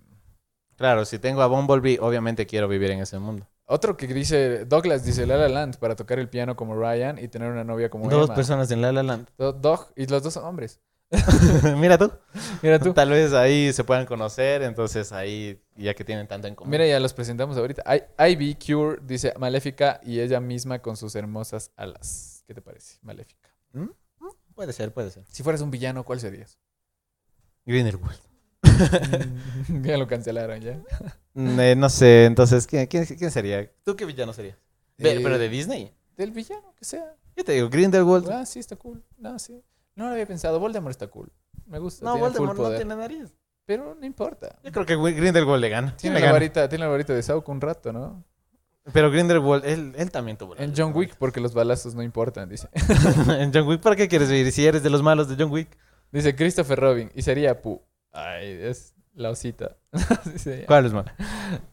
S1: Claro, si tengo a Bumblebee, obviamente quiero vivir en ese mundo.
S2: Otro que dice, Douglas dice La La Land para tocar el piano como Ryan y tener una novia como
S1: Dos
S2: Emma.
S1: personas en La La Land.
S2: Do- Dog, y los dos son hombres.
S1: Mira tú.
S2: Mira tú.
S1: Tal vez ahí se puedan conocer, entonces ahí, ya que tienen tanto en común.
S2: Mira, ya los presentamos ahorita. I- Ivy Cure dice Maléfica y ella misma con sus hermosas alas. ¿Qué te parece, Maléfica?
S1: Puede ser, puede ser.
S2: Si fueras un villano, ¿cuál serías?
S1: Grindelwald.
S2: Mm, ya lo cancelaron ya.
S1: Mm, eh, no sé, entonces, ¿quién, quién, quién sería? ¿Tú qué villano serías? Ve-
S2: Eh,
S1: ¿Pero de Disney?
S2: Del villano que sea.
S1: Yo te digo, Grindelwald.
S2: Ah, sí, está cool. No, sí. No lo había pensado. Voldemort está cool. Me gusta.
S1: no,
S2: tiene full
S1: Voldemort no
S2: poder.
S1: tiene nariz.
S2: Pero no importa.
S1: Yo creo que Grindelwald le gana.
S2: Tiene
S1: Le
S2: la,
S1: gana.
S2: varita, tiene la varita de Sauco un rato, ¿no?
S1: Pero Grindelwald, él, él también tuvo la
S2: En
S1: varita.
S2: John Wick, porque los balazos no importan, dice.
S1: en John Wick, ¿para qué quieres vivir si eres de los malos de John Wick?
S2: Dice Christopher Robin. Y sería Pu. Ay, es la osita. Así sería.
S1: ¿Cuál es malo?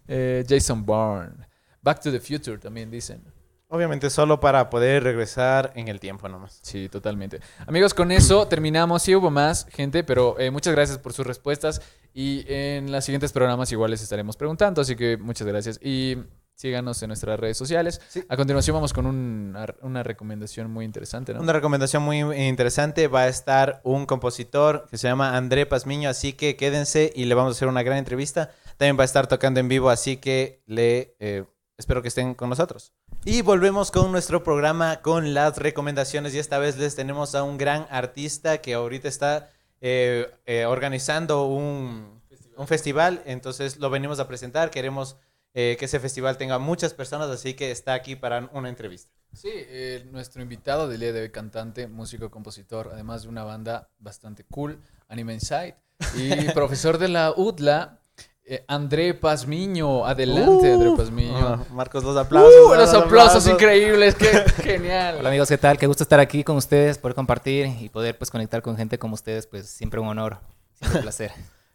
S2: Eh, Jason Bourne. Back to the Future también dicen.
S1: Obviamente solo para poder regresar en el tiempo nomás.
S2: Sí, totalmente. Amigos, con eso terminamos. Sí hubo más gente, pero eh, muchas gracias por sus respuestas. Y en los siguientes programas igual les estaremos preguntando, así que muchas gracias. Y Síganos en nuestras redes sociales.
S1: Sí.
S2: A continuación vamos con un ar- una recomendación muy interesante, ¿no?
S1: Una recomendación muy interesante va a estar un compositor que se llama André Pazmiño, así que quédense y le vamos a hacer una gran entrevista. También va a estar tocando en vivo, así que le eh, espero que estén con nosotros. Y volvemos con nuestro programa con las recomendaciones y esta vez les tenemos a un gran artista que ahorita está eh, eh, organizando un un festival, entonces lo venimos a presentar, queremos eh, que ese festival tenga muchas personas, así que está aquí para una entrevista.
S2: Sí, eh, nuestro invitado del día de hoy, cantante, músico, compositor, además de una banda bastante cool, Anime Insight, y profesor de la UDLA, eh, André Pazmiño. Adelante, André Pazmiño.
S1: Ah, Marcos, los aplausos.
S2: ¡Uh! los aplausos increíbles, qué
S4: Hola
S2: genial.
S4: amigos, ¿qué tal? Qué gusto estar aquí con ustedes, poder compartir y poder pues conectar con gente como ustedes, pues siempre un honor, siempre un placer.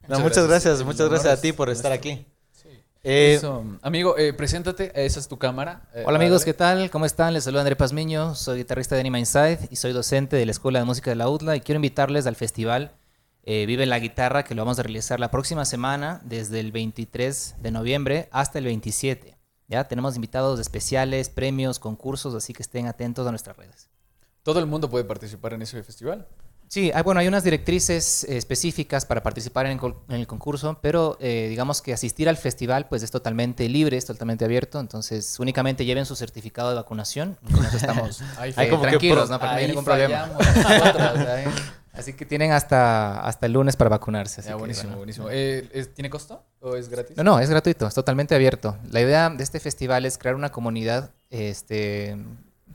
S1: No, muchas gracias,
S2: El
S1: muchas
S2: honor
S1: gracias a
S2: es
S1: ti por estar
S2: nuestro.
S1: aquí.
S2: Sí.
S1: Eh,
S2: Eso. Amigo, eh, preséntate, esa es tu cámara. Eh,
S4: Hola amigos,
S2: dale.
S4: ¿qué tal? ¿Cómo están? Les saluda André Pazmiño, soy guitarrista de Anima Inside y soy docente de la Escuela de Música de la UTLA y quiero invitarles al festival eh, Vive la Guitarra que lo vamos a realizar la próxima semana desde el 23 de noviembre hasta el 27. Ya tenemos invitados especiales, premios, concursos, así que estén atentos a nuestras redes.
S2: Todo el mundo puede participar en ese festival.
S4: Sí, hay- bueno, hay unas directrices eh, específicas para participar en el, col- en el concurso, pero eh, digamos que asistir al festival pues es totalmente libre, es totalmente abierto, entonces únicamente lleven su certificado de vacunación, con eso estamos
S2: Ahí
S1: Hay
S4: eh,
S1: como que
S4: tranquilos,
S1: pro-
S4: ¿no? Porque no hay
S2: ahí
S4: ningún problema.
S2: fallamos nosotros, ahí.
S4: Así que tienen hasta, hasta el lunes para vacunarse. así
S2: Ya,
S4: que,
S2: buenísimo,
S4: bueno.
S2: buenísimo. Eh, ¿es- ¿Tiene costo o es gratis?
S4: No, no, es gratuito, es totalmente abierto. La idea de este festival es crear una comunidad este,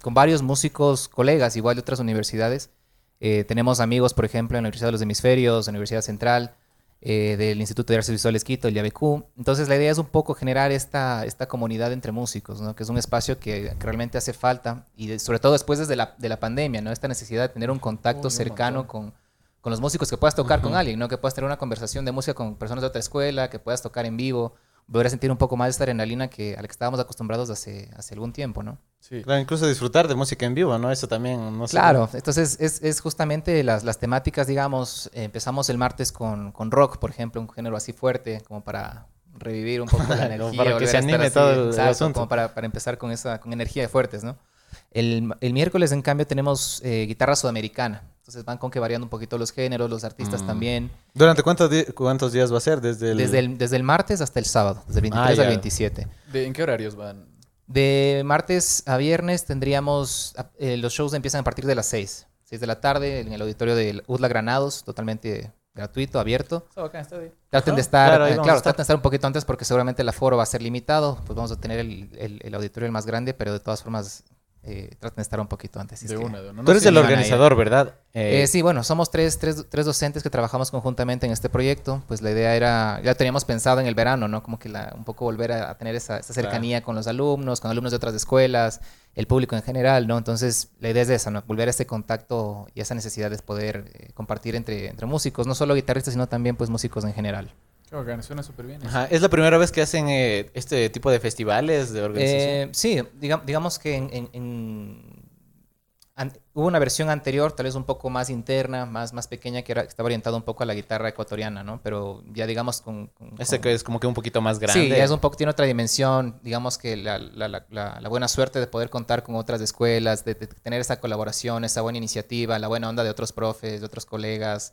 S4: con varios músicos, colegas, igual de otras universidades. Eh, tenemos amigos, por ejemplo, en la Universidad de los Hemisferios, en la Universidad Central, eh, del Instituto de Artes Visuales Quito, el IABQ. Entonces, la idea es un poco generar esta, esta comunidad entre músicos, ¿no? que es un espacio que, que realmente hace falta, y de- sobre todo después desde la, de la pandemia, ¿no? esta necesidad de tener un contacto
S2: Uy, un
S4: cercano
S2: montón.
S4: con, con los músicos, que puedas tocar con alguien, ¿no? que puedas tener una conversación de música con personas de otra escuela, que puedas tocar en vivo, volver a sentir un poco más esta adrenalina que, a la que estábamos acostumbrados hace, hace algún tiempo. ¿no?
S2: Sí.
S1: claro, incluso disfrutar de música en vivo, ¿no? Eso también, no sé.
S4: Claro, entonces es, es justamente las, las temáticas, digamos, eh, empezamos el martes con, con rock, por ejemplo, un género así fuerte, como para revivir un poco la energía.
S1: para que
S4: volver
S1: se
S4: a estar
S1: anime
S4: así,
S1: todo el- el
S4: exacto,
S1: asunto.
S4: Como para, para empezar con, esa, con energía fuertes, ¿no? El, el miércoles, en cambio, tenemos eh, guitarra sudamericana. Entonces van con que variando un poquito los géneros, los artistas
S1: Mm.
S4: también.
S1: ¿Durante cuántos, di- cuántos días va a ser? Desde el...
S4: Desde el, desde el martes hasta el sábado, desde el
S1: Ah,
S4: 23
S1: ya.
S4: al 27.
S2: ¿De- ¿En qué horarios van?
S4: De martes a viernes tendríamos, a- eh, los shows empiezan a partir de las 6, 6 de la tarde en el auditorio de Udla Granados, totalmente gratuito, abierto.
S2: Está bacán, está bien.
S4: Traten de
S1: Ajá,
S4: estar,
S1: claro, ahí
S4: eh,
S1: vamos a
S4: claro,
S1: estar.
S4: traten de estar un poquito antes porque seguramente el aforo va a ser limitado, pues vamos a tener el, el- el auditorio el más grande, pero de todas formas eh, traten de estar un poquito antes. si es
S2: de
S4: que-
S2: una, de una.
S1: Tú eres
S2: sé,
S1: el
S4: van a ir.
S1: organizador, ¿verdad? Eh,
S4: Eh, sí, bueno, somos tres, tres, tres docentes que trabajamos conjuntamente en este proyecto. Pues la idea era, ya teníamos pensado en el verano, ¿no? Como que la- un poco volver a, a tener esa, esa
S1: Claro.
S4: cercanía con los alumnos, con alumnos de otras escuelas, el público en general, ¿no? Entonces la idea es esa, ¿no? Volver a ese contacto y esa necesidad de poder eh, compartir entre, entre músicos, no solo guitarristas, sino también pues músicos en general.
S2: Qué bacán, suena súper bien.
S1: Ajá, ¿Es la primera vez que hacen eh, este tipo de festivales de organización?
S4: Eh, sí, diga- digamos que en, en- en- an- hubo una versión anterior, tal vez un poco más interna, más, más pequeña, que, era, que estaba orientada un poco a la guitarra ecuatoriana, ¿no? Pero ya digamos con... con-
S1: Ese
S4: con-
S1: que es como que un poquito más grande.
S4: Sí, ya es un poco, tiene otra dimensión, digamos que la, la- la- la- la buena suerte de poder contar con otras escuelas, de, de tener esa colaboración, esa buena iniciativa, la buena onda de otros profes, de otros colegas.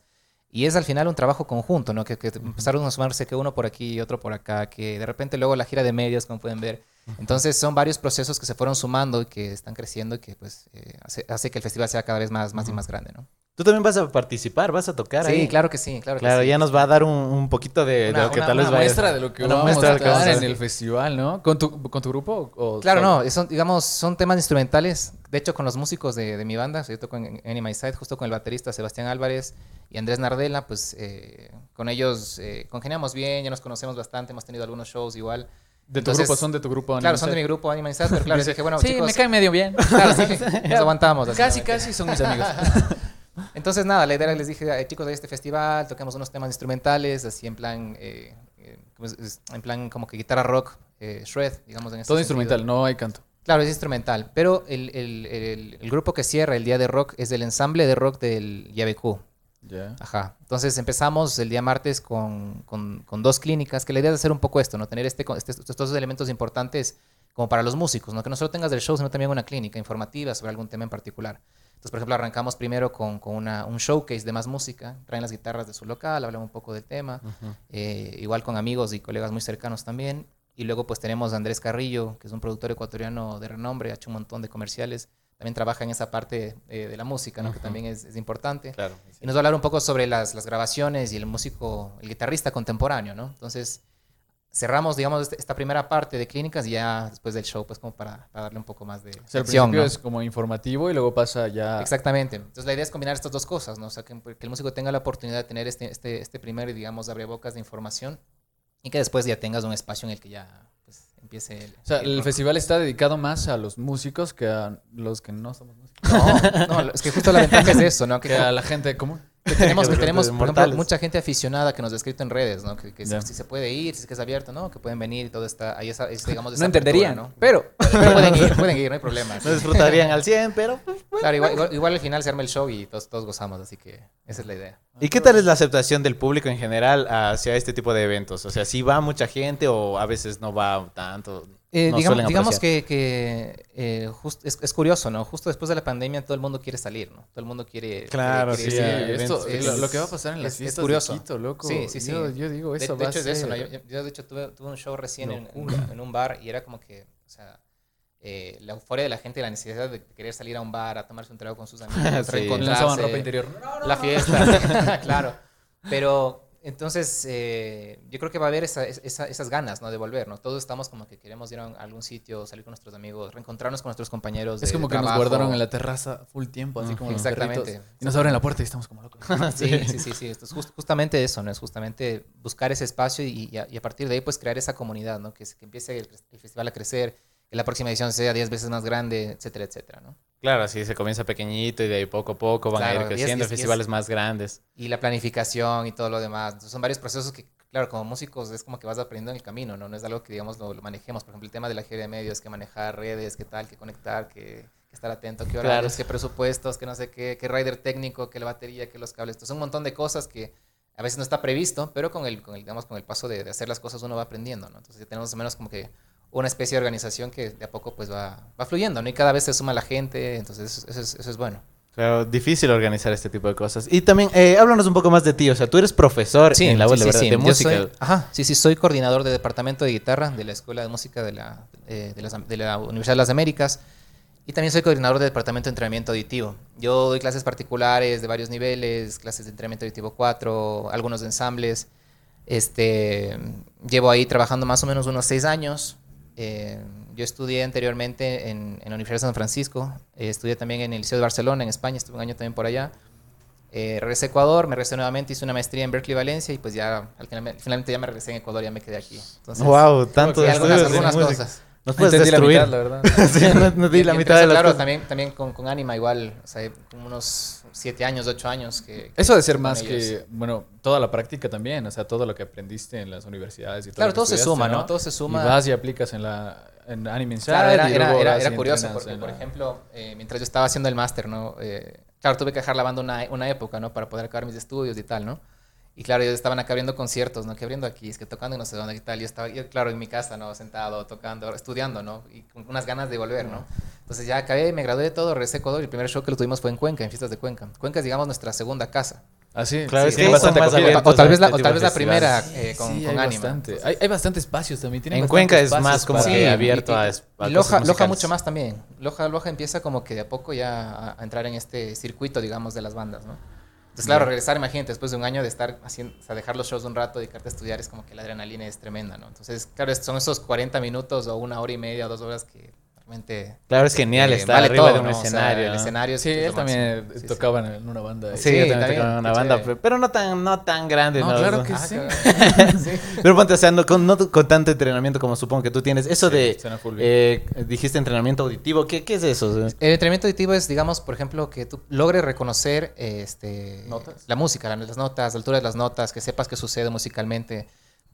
S4: Y es al final un trabajo conjunto, ¿no? Que, que empezaron a sumarse que uno por aquí y otro por acá, que de repente luego la gira de medios, como pueden ver. Entonces son varios procesos que se fueron sumando y que están creciendo y que pues eh, hace, hace que el festival sea cada vez más, más y más grande, ¿no?
S1: Tú también vas a participar, vas a tocar ahí.
S4: Sí, claro que sí, claro,
S1: Claro,
S4: que sí.
S1: ya nos va a dar un, un poquito de, de
S4: Una-
S1: lo que
S4: una-
S1: tal vez
S2: Una
S1: vaya-
S2: muestra de lo que
S1: una
S2: vamos
S1: muestra
S2: a
S1: de lo que vamos
S2: tocar
S1: a
S2: en
S1: hacer.
S2: el festival, ¿no? ¿Con tu, con tu grupo? O
S4: Claro,
S2: solo?
S4: no, son, digamos, son temas instrumentales. De hecho, con los músicos de, de mi banda, o sea, yo toco en Anima Side, justo con el baterista Sebastián Álvarez y Andrés Nardella, pues eh, con ellos eh, congeniamos bien, ya nos conocemos bastante, hemos tenido algunos shows igual.
S2: ¿De tu
S4: Entonces,
S2: grupo? ¿Son de tu grupo?
S4: claro,
S2: Animal
S4: son de mi
S2: Set?
S4: grupo Anima Side, pero claro, dije, bueno,
S2: sí,
S4: chicos,
S2: me cae medio bien.
S4: claro, sí, nos aguantamos.
S2: Casi,
S4: básicamente.
S2: casi son mis amigos.
S4: Entonces, nada, la idea era que les dije, "Ay, chicos, hay este festival, tocamos unos temas instrumentales, así en plan, eh, eh, ¿cómo es? Es- en plan como que guitarra rock, eh, shred, digamos en ese
S2: Todo
S4: sentido.
S2: instrumental, no hay canto.
S4: Claro, es instrumental, pero el, el- el- el grupo que cierra el día de rock es el ensamble de rock del YBQ.
S2: Ya.
S4: Ajá. Entonces empezamos el día martes con, con- con dos clínicas, que la idea es hacer un poco esto, ¿no? Tener este, con- este- estos dos elementos importantes como para los músicos, ¿no? que no solo tengas del show, sino también una clínica informativa sobre algún tema en particular. Entonces, por ejemplo, arrancamos primero con, con una- un showcase de más música, traen las guitarras de su local, hablamos un poco del tema, eh, igual con amigos y colegas muy cercanos también. Y luego pues tenemos a Andrés Carrillo, que es un productor ecuatoriano de renombre, ha hecho un montón de comerciales, también trabaja en esa parte eh, de la música, ¿no? que también es, es importante.
S1: Claro.
S4: Y nos va a hablar un poco sobre las, las grabaciones y el músico, el guitarrista contemporáneo, ¿no? Entonces, cerramos, digamos, este- esta primera parte de clínicas y ya después del show, pues como para, para darle un poco más de
S2: O sea, al
S4: acción,
S2: principio
S4: ¿no?
S2: es como informativo y luego pasa ya...
S4: Exactamente. Entonces, la idea es combinar estas dos cosas, ¿no? O sea, que, que el músico tenga la oportunidad de tener este, este, este primer, digamos, abrebocas de información y que después ya tengas un espacio en el que ya pues, empiece el...
S2: O sea, el
S4: rock.
S2: festival está dedicado más a los músicos que a los que no somos músicos.
S4: No, no, es que justo la ventaja es eso, ¿no? Que,
S2: Que a la gente común.
S4: que tenemos, que
S1: Los
S4: tenemos por ejemplo,
S1: mortales.
S4: mucha gente aficionada que nos ha escrito en redes, ¿no? Que, que si-
S2: Ya.
S4: si se puede ir, si es que es abierto, ¿no? Que pueden venir y todo está... Ahí esa, es, digamos,
S2: No
S4: esa apertura,
S2: entenderían,
S4: ¿no?
S2: pero...
S4: Pero pueden ir, pueden ir, no hay problema.
S1: No disfrutarían al 100, pero...
S4: Claro, igual, igual- igual al final se arma el show y todos, todos gozamos, así que esa es la idea.
S1: ¿Y qué tal es la aceptación del público en general hacia este tipo de eventos? O sea, si va mucha gente o a veces no va tanto?
S4: Eh,
S1: No
S4: digamos,
S1: suelen
S4: digamos
S1: apreciar.
S4: que, que, eh, just- es, es curioso, ¿no? Justo después de la pandemia todo el mundo quiere salir, ¿no? Todo el mundo quiere...
S1: Claro,
S4: quiere-
S1: sí,
S2: Sí,
S4: quiere ir a
S2: esto,
S4: eventos. Es-
S2: lo, lo que va a pasar en las
S4: es- es
S2: fiestas
S4: curioso.
S2: de Quito, loco.
S4: Sí, sí, sí.
S2: Yo, yo digo,
S4: De-
S2: eso
S4: de,
S2: va
S4: hecho
S2: a
S4: es eso, ¿no? Yo,
S2: ser-
S4: yo- yo, de hecho tuve, tuve un show recién en, en- en un bar y era como que, o sea, eh, la euforia de la gente, la necesidad de querer salir a un bar, a tomarse un trago con sus
S1: Sí.
S4: amigos,
S2: Lanzaban
S4: reencontrarse.
S2: ropa interior.
S4: La fiesta, claro. Pero entonces eh, yo creo que va a haber esa- esa- esas ganas, ¿no? De volver, ¿no? Todos estamos como que queremos ir a un- a algún sitio, salir con nuestros amigos, reencontrarnos con nuestros compañeros.
S2: Es
S4: de
S2: como que nos
S4: trabajo.
S2: guardaron en la terraza full tiempo, así como los
S4: Exactamente.
S2: perritos. Y nos abren la puerta y estamos como locos.
S4: Sí, sí, sí, sí. Esto es just- justamente eso, ¿no? Es justamente buscar ese espacio y, y a, y a partir de ahí, pues crear esa comunidad, ¿no? Que, se- que empiece el, el festival a crecer, que la próxima edición sea 10 veces más grande, etcétera, etcétera, ¿no?
S1: Claro, así se comienza pequeñito y de ahí poco a poco van a
S4: Claro,
S1: ir
S4: y es-
S1: creciendo
S4: y es- y es-
S1: festivales más grandes.
S4: y la planificación y todo lo demás. Entonces, son varios procesos que, claro, como músicos es como que vas aprendiendo en el camino, ¿no? No es algo que, digamos, lo, lo manejemos. Por ejemplo, el tema de la gira de medios, que manejar redes, qué tal, qué conectar, qué, qué estar atento, qué horarios, qué presupuestos, qué no sé qué, qué rider técnico, qué la batería, qué los cables. Entonces, un montón de cosas que a veces no está previsto, pero con el, con el, digamos, con el paso de, de hacer las cosas uno va aprendiendo, ¿no? Entonces, ya tenemos más o menos como que una especie de organización que de a poco pues va, va fluyendo, ¿no? Y cada vez se suma la gente, entonces eso, eso es, eso es bueno.
S1: Claro, difícil organizar este tipo de cosas. Y también, eh, háblanos un poco más de ti. O sea, tú eres profesor en la UEL, ¿verdad? de
S4: Yo
S1: música.
S4: soy- ajá, sí, sí, soy coordinador del departamento de guitarra de la Escuela de Música de la, eh, de las- de la Universidad de las Américas. Y también soy coordinador del departamento de entrenamiento auditivo. Yo doy clases particulares de varios niveles, clases de entrenamiento auditivo 4, algunos de ensambles. Este, llevo ahí trabajando más o menos unos seis años. Eh, yo estudié anteriormente en, en la Universidad de San Francisco. Eh, estudié también en el Liceo de Barcelona, en España. Estuve un año también por allá. Eh, regresé a Ecuador, me regresé nuevamente, hice una maestría en Berkeley, Valencia y pues ya al final- finalmente ya me regresé en Ecuador, ya me quedé aquí. Entonces,
S1: wow, tanto
S4: sí, algunas,
S1: estudios de
S4: algunas
S1: música.
S4: cosas.
S1: Nos puedes
S2: Entendí la
S1: destruir.
S2: mitad, la verdad.
S1: Sí, no, no di
S4: Y-
S1: la
S4: y
S1: mitad
S4: empecé,
S1: de las
S4: claro,
S1: cosas.
S4: también, también con, con Anima igual, o sea, como unos 7 años, 8 años que... que
S2: Eso ha de ser
S4: con
S2: más
S4: ellos.
S2: que, bueno, toda la práctica también, o sea, todo lo que aprendiste en las universidades y todo.
S4: Claro,
S2: lo que
S4: todo se
S2: estudiaste,
S4: suma, ¿no? Todo se suma.
S2: Y vas y aplicas en la en Anime Inside.
S4: Claro, era,
S2: y
S4: era,
S2: luego
S4: era-
S2: vas
S4: era
S2: y
S4: curioso
S2: entrenas
S4: porque,
S2: en
S4: por
S2: la-
S4: ejemplo, eh, mientras yo estaba haciendo el máster, ¿no? Eh, claro, tuve que dejar la banda una, una época, ¿no? Para poder acabar mis estudios y tal, ¿no? Y claro, ellos estaban acá abriendo conciertos, ¿no? Que abriendo aquí, es que tocando y no sé dónde y tal. Yo estaba, yo, claro, en mi casa, ¿no? Sentado, tocando, estudiando, ¿no? Y con unas ganas de volver, ¿no? Entonces ya acabé, me gradué de todo, regresé a Ecuador y el primer show que lo tuvimos fue en Cuenca, en Fiestas de Cuenca. Cuenca es, digamos, nuestra segunda casa.
S2: Ah, sí.
S1: Claro,
S2: sí,
S1: es que
S2: hay
S1: son
S2: bastante
S1: más
S2: acogida.
S1: abiertos
S4: O tal vez la-
S1: a este
S4: o tal
S1: tipo
S4: vez
S1: de
S4: la primera,
S1: festivales.
S4: eh, con,
S2: Sí,
S4: con
S2: hay
S4: Ánima.
S2: bastante. Hay, hay bastante espacios también. tienen
S1: En
S2: bastantes
S1: Cuenca es
S2: espacios
S1: más como
S2: para-
S1: que abierto a, es- a
S4: Y
S1: cosas
S4: Loja, Loja
S1: musicales.
S4: mucho más también. Loja, Loja empieza como que de a poco ya a, a entrar en este circuito, digamos, de las bandas, ¿no? Entonces, claro, regresar, imagínate, después de un año de estar haciendo, o sea, dejar los shows un rato, dedicarte a estudiar, es como que la adrenalina es tremenda, ¿no? Entonces, claro, es- son esos 40 minutos o una hora y media o dos horas que realmente...
S1: Claro, es genial
S4: eh,
S1: estar
S4: vale
S1: arriba
S4: todo,
S1: de un
S4: ¿no? O sea,
S1: escenario.
S4: el
S1: ¿no?
S4: escenario es-
S2: Sí,
S4: es lo
S2: él también
S4: máximo. Sí, sí.
S2: tocaba en- en una banda.
S1: Sí,
S4: Sí,
S1: yo también
S4: también,
S1: tocaba en una
S4: qué
S1: banda,
S4: chévere.
S1: pero- pero no tan, no tan grande.
S2: No, claro que
S4: Ah,
S2: sí.
S4: cabrón. sí.
S1: Pero ponte, o sea, no con, no con tanto entrenamiento como supongo que tú tienes. Eso
S2: Sí,
S1: de,
S2: suena full bien.
S1: eh, dijiste entrenamiento auditivo, ¿qué, qué es eso?
S4: El entrenamiento auditivo es, digamos, por ejemplo, que tú logres reconocer eh, este,
S2: Notas.
S4: la música, la- las notas, la altura de las notas, que sepas qué sucede musicalmente.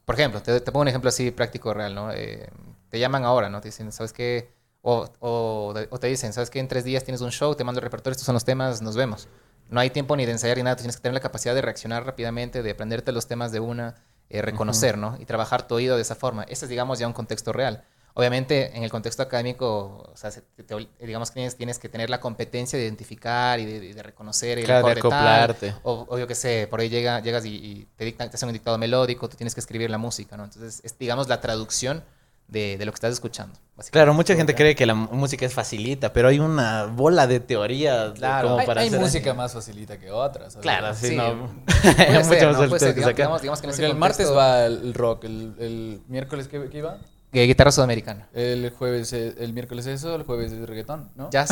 S4: Por ejemplo, te, te pongo un ejemplo así práctico, real, ¿no? Eh, te llaman ahora, ¿no? Te dicen, ¿sabes qué? O, o- o te dicen, ¿sabes qué? En tres días tienes un show, te mando el repertorio, estos son los temas, nos vemos. No hay tiempo ni de ensayar ni nada, tú tienes que tener la capacidad de reaccionar rápidamente, de aprenderte los temas de una, eh, reconocer, ¿no? Y trabajar tu oído de esa forma. Ese es, digamos, ya un contexto real. O Obviamente, en el contexto académico, o sea, se- te- te- digamos que tienes, tienes que tener la competencia de identificar y de, de reconocer el
S1: Claro, de
S4: acorde tal,
S1: acoplarte.
S4: o, o yo qué sé, por ahí llega, llegas y, y te, dictan, te hacen un dictado melódico, tú tienes que escribir la música, ¿no? Entonces, es, digamos, la traducción de, de lo que estás escuchando. básicamente.
S1: Claro, mucha gente cree que la m- música es facilita, pero hay una bola de teoría
S4: Claro.
S1: como
S2: Hay,
S1: para
S2: hay
S1: hacer-
S2: música más facilita que otras. ¿sabes?
S1: Claro, sí,
S4: Sí,
S1: no.
S4: Puede
S1: Hay
S4: ser,
S1: mucha más
S4: ¿no? Puede
S1: facilidad
S4: ser,
S1: que
S4: digamos,
S1: sacar.
S4: digamos que en ese
S2: Porque el martes
S4: contexto-
S2: va el rock, el, el miércoles que, que iba,
S4: Eh, Guitarra sudamericana.
S2: el jueves, es- el miércoles eso, el jueves es reggaetón, ¿no?
S4: Jazz.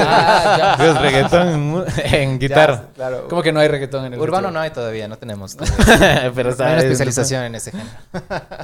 S2: Ah, ya.
S1: Es Pues, reggaetón en mu- en guitarra.
S2: Claro. ¿Cómo que no hay reggaetón en el
S4: Urbano
S2: festival?
S4: no hay todavía, no tenemos.
S1: pero
S4: No hay una
S1: sabes,
S4: especialización en ese género.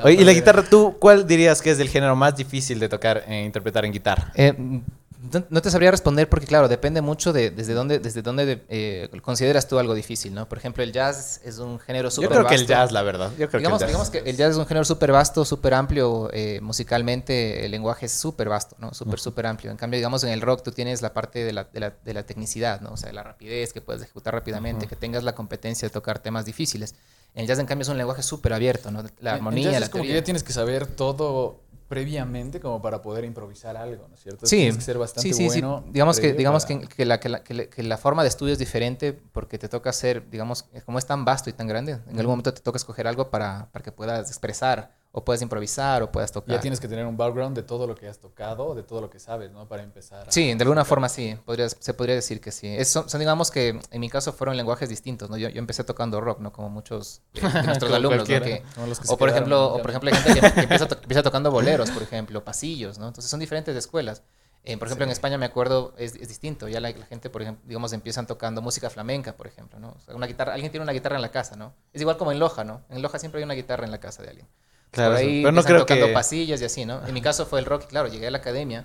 S1: Oye, y la guitarra, ¿tú cuál dirías que es el género más difícil de tocar e interpretar en guitarra?
S4: Eh, no no te sabría responder porque, claro, depende mucho de desde dónde, desde dónde de- eh, consideras tú algo difícil, ¿no? Por ejemplo, el jazz es un género
S1: Yo
S4: súper
S1: creo que el jazz, la verdad. Yo creo
S4: Digamos,
S1: que el jazz.
S4: digamos que el jazz es un género súper vasto, súper amplio eh, musicalmente, el lenguaje es súper vasto, ¿no? Súper, súper amplio. En cambio, digamos, en el rock tú tienes la parte de la, de la, de la tecnicidad, ¿no? O sea, la rapidez, que puedes ejecutar rápidamente, que tengas la competencia de tocar temas difíciles. En el jazz, en cambio, es un lenguaje súper abierto, ¿no? La
S2: En- en
S4: armonía,
S2: jazz
S4: la
S2: es como que
S4: teoría.
S2: ya tienes que saber todo previamente como para poder improvisar algo, ¿no es cierto?
S4: Sí,
S2: Tienes que ser bastante
S4: sí, sí, sí.
S2: bueno
S4: Digamos, que,
S2: previo
S4: digamos
S2: para-
S4: que, que la, que, la, que la- que la forma de estudio es diferente porque te toca hacer, digamos, como es tan vasto y tan grande, en algún momento te toca escoger algo para, para que puedas expresar o puedas improvisar o puedas
S1: Ah.
S4: tocar.
S2: Ya tienes que tener un background de todo lo que has tocado, de todo lo que sabes, ¿no? Para empezar. a-
S4: Sí, de alguna forma sí, podrías- se podría decir que sí. Es- son, son, digamos que en mi caso fueron lenguajes distintos, ¿no? Yo, yo empecé tocando rock, ¿no? Como muchos eh, de nuestros
S1: Como
S4: alumnos, ¿no?
S1: cualquiera.
S4: Que-
S2: como los que se
S4: o por
S2: quedaron,
S4: ejemplo,
S2: ¿no?
S4: o por ejemplo hay gente que, que empieza, to- que empieza tocando boleros, por ejemplo, pasillos, ¿no? Entonces son diferentes escuelas. Eh, por ejemplo, en España me acuerdo es, es distinto. Ya la, la gente, por ejemplo, digamos, empiezan tocando música flamenca, por ejemplo, ¿no? O sea, una guitarra, alguien tiene una guitarra en la casa, ¿no? Es igual como en Loja, ¿no? En Loja siempre hay una guitarra en la casa de alguien.
S1: Claro,
S4: por
S1: sí. pero
S4: ahí
S1: no
S4: empiezan
S1: creo
S4: tocando
S1: que...
S4: pasillos y así, ¿no? En mi caso fue el rock, y claro, llegué a la academia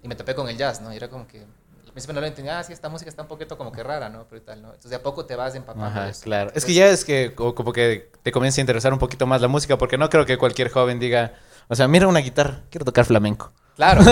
S4: y me topé con el jazz, ¿no? Y era como que al principio no lo entendía, ah, sí, esta música está un poquito como que rara, ¿no? Pero y tal, ¿no? Entonces de a poco te vas empapando.
S1: Ajá,
S4: de eso.
S1: claro. Es que
S4: Entonces-
S1: ya es que co- como que te comienza a interesar un poquito más la música, porque no creo que cualquier joven diga, o sea, mira una guitarra, quiero tocar flamenco.
S4: Claro.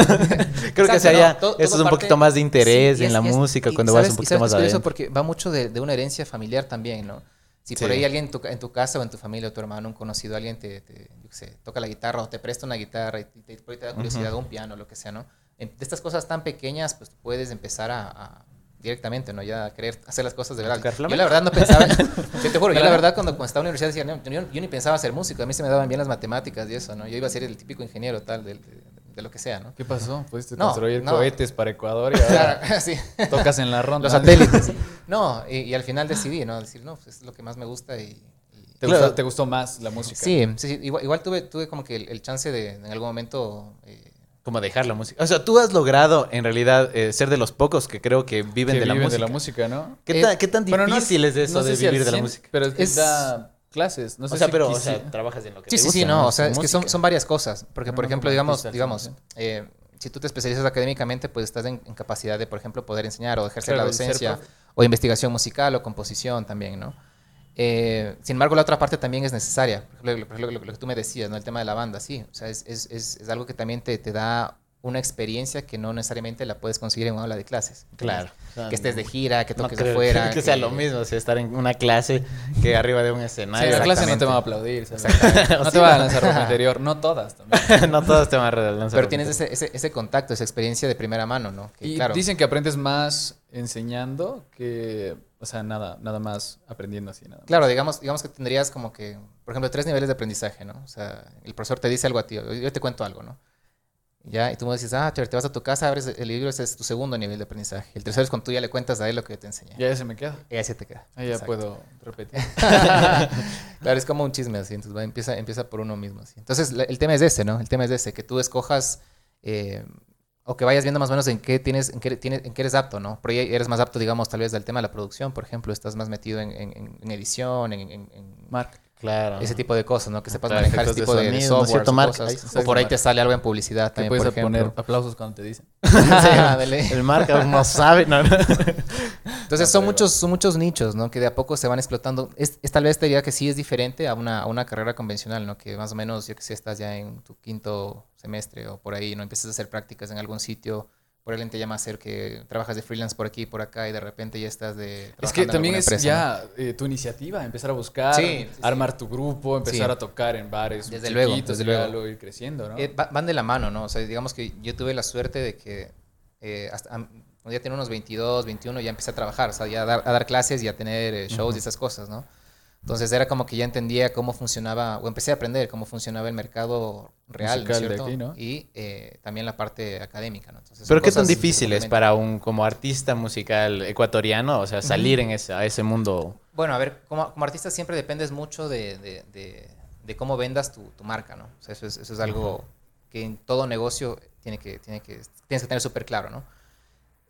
S1: Creo que sea ya, eso es un poquito más de interés en la música cuando vas un poquito más
S4: Eso
S1: adentro.
S4: porque va mucho de, de una herencia familiar también, ¿no? Si por
S1: Sí.
S4: ahí alguien en tu, ca- en tu casa o en tu familia o tu hermano, un conocido, alguien te, te, yo qué sé, toca la guitarra o te presta una guitarra y te, te- por ahí te da curiosidad un piano, lo que sea, ¿no? En- De estas cosas tan pequeñas, pues puedes empezar a, a- directamente, ¿no? Ya a querer hacer las cosas de verdad.
S1: tocar
S4: Yo la verdad no pensaba, yo te juro, yo la verdad cuando, cuando estaba en la universidad decía, no, yo, yo ni pensaba ser músico, a mí se me daban bien las matemáticas y eso, ¿no? Yo iba a ser el típico ingeniero tal, del- de- de lo que sea, ¿no?
S2: ¿Qué pasó? Pudiste
S4: No,
S2: construir
S4: no.
S2: cohetes para Ecuador y ahora
S4: Claro, sí.
S2: tocas en la ronda.
S4: Los satélites. No, y, y al final decidí, ¿no? Decir, no, pues es lo que más me gusta y... y-
S2: ¿Te,
S1: Claro.
S2: gustó, te gustó más la música?
S4: Sí, sí, sí, igual, igual tuve, tuve como que el, el chance de en algún momento... eh,
S1: Como dejar la música. O sea, tú has logrado en realidad eh, ser de los pocos que creo que
S2: Que
S1: viven,
S2: viven
S1: de, la música.
S2: ¿no?
S1: ¿Qué,
S4: Eh,
S1: tan, qué tan
S2: Bueno, no
S1: difícil es eso
S2: no sé
S1: de
S2: si al
S1: vivir de la
S2: 100,
S1: música?
S2: Pero es que
S4: Es-
S2: da clases. No sé
S1: o sea,
S2: si
S1: pero o
S2: quisiera-
S1: sea, trabajas en lo que
S4: sí,
S1: te
S4: sí,
S1: gusta.
S4: sí, no, o sea, es que son,
S1: Música.
S4: son varias cosas, porque por
S2: No, no,
S4: ejemplo,
S2: como
S4: digamos,
S2: artista, sí,
S4: digamos,
S2: sí.
S4: eh, si tú te especializas académicamente, pues estás en, en capacidad de, por ejemplo, poder enseñar o ejercer
S2: Claro,
S4: la
S2: de ser
S4: docencia
S2: profe.
S4: o investigación musical o composición también, ¿no? Eh, sin embargo, la otra parte también es necesaria. Por ejemplo, lo- lo, lo- lo que tú me decías, ¿no? El tema de la banda, sí. O sea, es, es- es- es algo que también te, te da una experiencia que no necesariamente la puedes conseguir en una aula de clases.
S1: Claro. O sea,
S4: Que estés de gira, que
S1: no
S4: toques
S1: creo
S4: afuera.
S1: Que sea lo mismo, o sea, estar en una clase que arriba de un
S2: Sí,
S1: escenario.
S2: en la clase no
S4: exactamente.
S2: te van a aplaudir. ¿sabes? No te van a lanzar ropa interior. No todas también.
S1: no todos te van a relanzar.
S4: Pero tienes ese, ese, ese contacto, esa experiencia de primera mano, ¿no? Que,
S2: Y
S4: claro,
S2: dicen que aprendes más enseñando que, o sea, nada, nada más aprendiendo así, nada. más.
S4: Claro, digamos, digamos que tendrías como que, por ejemplo, tres niveles de aprendizaje, ¿no? O sea, el profesor te dice algo a ti, yo yo te cuento algo, ¿no? Ya, y tú me dices, ah, chévere, te vas a tu casa, abres el libro, ese es tu segundo nivel de aprendizaje. El tercero es cuando tú ya le cuentas a él lo que te enseñé.
S2: Ya, ya se me queda.
S4: Y ahí se te queda.
S2: Ahí ya
S4: Exacto.
S2: puedo repetir.
S4: claro, es como un chisme así, entonces va, empieza, empieza por uno mismo. Así. Entonces, la- el tema es ese, ¿no? El tema es ese, que tú escojas eh, o que vayas viendo más o menos en qué, tienes, en, qué tienes, en qué eres apto, ¿no? Pero ya eres más apto, digamos, tal vez del tema de la producción, por ejemplo, estás más metido en, en- en- en edición, en, en- en
S2: Mark.
S1: Claro.
S4: ese tipo de cosas, ¿no? Que sepas
S1: Claro,
S4: manejar
S1: ah,
S4: ese
S1: efectos
S4: tipo
S1: de
S4: de,
S1: sonido, ¿no es
S4: software
S1: cierto, Mark? Ahí
S4: o
S1: está.
S4: por ahí te sale algo en publicidad
S2: Que
S4: también,
S2: puedes
S4: por
S2: poner
S4: ejemplo.
S2: aplausos cuando te dicen.
S4: Ándale.
S1: El marca no sabe. No, no.
S2: Ah,
S4: Entonces son muchos, son muchos nichos, ¿no? Que de a poco se van explotando. Es, es tal vez te diría que sí es diferente a una, a una carrera convencional, ¿no? Que más o menos, yo que sé, estás ya en tu quinto semestre o por ahí, ¿no? Empiezas a hacer prácticas en algún sitio, Probablemente ya más ser que trabajas de freelance por aquí y por acá y de repente ya estás de...
S2: Es
S4: trabajando
S2: que
S4: en
S2: también
S4: alguna
S2: es
S4: empresa, ¿no?
S2: ya eh, tu iniciativa, empezar a buscar,
S4: Sí, sí, sí.
S2: armar tu grupo, empezar
S4: Sí.
S2: a tocar en bares
S4: Desde luego,
S2: chiquitos
S4: desde
S2: y ya
S4: luego.
S2: luego ir creciendo, ¿no?
S4: Eh, va- van de la mano, ¿no? O sea, digamos que yo tuve la suerte de que eh, hasta, am- cuando ya tenía unos 22, 21, ya empecé a trabajar, o sea, ya a dar, a dar clases y a tener eh, shows y esas cosas, ¿no? Entonces era como que ya entendía cómo funcionaba, o empecé a aprender cómo funcionaba el mercado real, ¿no
S2: Musical
S4: es
S2: de
S4: cierto?
S2: aquí, ¿no?
S4: Y eh, también la parte académica, ¿no? Entonces, son
S1: Pero qué tan
S4: cosas que se
S1: difícil es
S4: complementan.
S1: para un como artista musical ecuatoriano, o sea, salir en ese, a ese mundo.
S4: Bueno, a ver, como, como artista siempre dependes mucho de, de- de- de cómo vendas tu, tu marca, ¿no? O sea, eso es, eso es algo que en todo negocio tiene que, tiene que, tienes que tener súper claro, ¿no?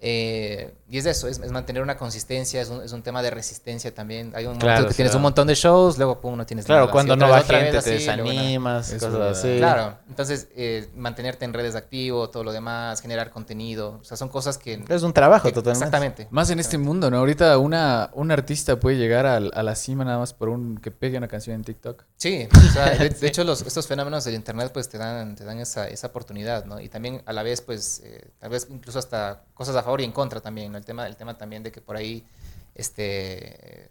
S4: Eh, y es eso, es, es mantener una consistencia, es un, es un tema de resistencia también. Hay un momento
S1: Claro,
S4: que tienes
S1: claro.
S4: un montón de shows, luego pum, no tienes
S1: Claro,
S4: nada.
S1: cuando
S4: Así, otra
S1: no
S4: vez,
S1: va
S4: otra
S1: gente
S4: vez
S1: te
S4: así, luego nada.
S1: desanimas,
S2: Es
S1: cosas
S2: verdad.
S1: así.
S4: Claro, entonces eh, mantenerte en redes activo, todo lo demás, generar contenido, o sea, son cosas que...
S1: Es un trabajo
S4: que-
S1: totalmente.
S4: Exactamente.
S2: Más en este mundo, ¿no? Ahorita una, un artista puede llegar al- a, la cima nada más por un que pegue una canción en TikTok.
S4: Sí, pues, o sea, de, de hecho los, estos fenómenos del internet pues te dan, te dan esa, esa oportunidad, ¿no? Y también a la vez pues eh, tal vez incluso hasta cosas a favor y en contra también, ¿no? El tema, el tema también de que por ahí, este, eh,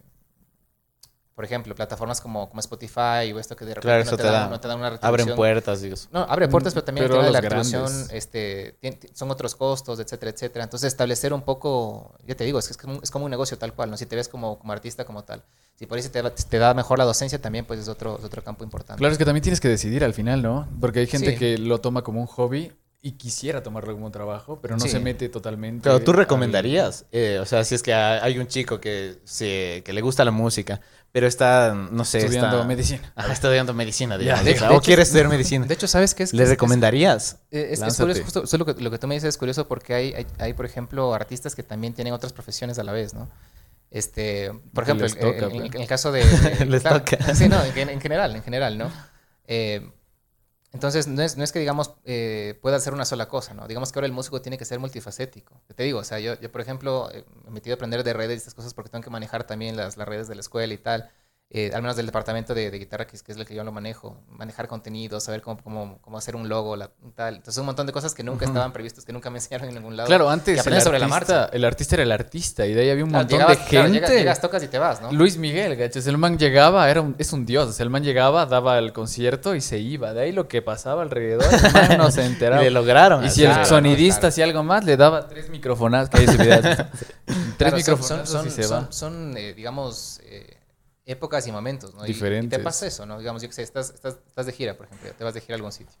S4: por ejemplo, plataformas como, como Spotify o esto que de repente
S1: Claro,
S4: no,
S1: eso
S4: te
S1: te
S4: dan,
S1: da-
S4: no te dan una retribución.
S1: Abren puertas, digo.
S4: No, abre puertas, pero también
S2: Mm, Pero
S4: el tema de la
S2: los grandes.
S4: retribución, este, tien- tien- son otros costos, etcétera, etcétera. Entonces establecer un poco, ya te digo, es, que es, como, es como un negocio tal cual, ¿no? Si te ves como, como artista como tal. Si por ahí se te, va- te da mejor la docencia también, pues es otro, es otro campo importante.
S2: Claro, es que también tienes que decidir al final, ¿no? Porque hay gente
S4: Sí.
S2: que lo toma como un hobby y quisiera tomarlo como un trabajo, pero no
S4: Sí.
S2: se mete totalmente.
S1: Pero tú
S2: al-
S1: recomendarías, eh, o sea, si es que ha- hay un chico que, se- que le gusta la música, pero está, no sé,
S2: estudiando
S1: está,
S2: medicina.
S1: Ajá, estudiando medicina, digamos,
S4: de-
S1: o, sea,
S4: de
S1: o
S4: hecho-
S1: quieres estudiar medicina.
S4: De hecho, ¿sabes qué es?
S1: ¿Le
S4: es- es-
S1: recomendarías?
S4: Eh, Es, es
S2: Lánzate.
S4: curioso, justo, justo lo, que, lo que tú me dices es curioso porque hay, hay, hay, por ejemplo, artistas que también tienen otras profesiones a la vez, ¿no? Este, por
S2: Y
S4: ejemplo,
S2: les
S4: el- el-
S2: toca,
S4: en,
S2: pues.
S4: en el caso de... de-
S1: Les toca.
S4: Sí, no, en, gen- en general, en general, ¿no? Eh, entonces, no es, no es que, digamos, eh, pueda hacer una sola cosa, ¿no? Digamos que ahora el músico tiene que ser multifacético. Te digo, o sea, yo, yo por ejemplo, eh, me he metido a aprender de redes y estas cosas porque tengo que manejar también las, las redes de la escuela y tal eh, al menos del departamento de, de guitarra, que es, que es el que yo lo manejo, manejar contenido, saber cómo, cómo, cómo hacer un logo, la, tal. Entonces, un montón de cosas que nunca estaban previstas, que nunca me enseñaron en ningún lado.
S2: Claro, antes
S4: Y
S2: el
S4: aprendes
S2: artista,
S4: sobre la marcha.
S2: el artista era el artista y de ahí había un
S4: Claro,
S2: montón
S4: llegabas-
S2: de gente.
S4: claro, llegas, llegas, tocas y te vas, ¿no?
S2: Luis Miguel, ¿cachas? El man llegaba, era un- es un dios. O sea, el man llegaba, daba el concierto y se iba. De ahí lo que pasaba alrededor, el man no se enteraba.
S1: Y le lograron.
S2: Y
S1: hacer.
S2: si el
S4: Claro,
S2: sonidista
S4: claro.
S2: hacía algo más, le daba tres microfonas. Que hay ese video. tres
S4: Claro, son-
S2: microfonas
S4: son,
S2: y
S4: son,
S2: se
S4: son-
S2: va.
S4: son, eh, digamos, eh, épocas y momentos, ¿no? Y- Y,
S2: Diferentes.
S4: te pasa eso, ¿no? Digamos, yo que sé, estás, estás, estás de gira, por ejemplo, te vas de gira a algún sitio.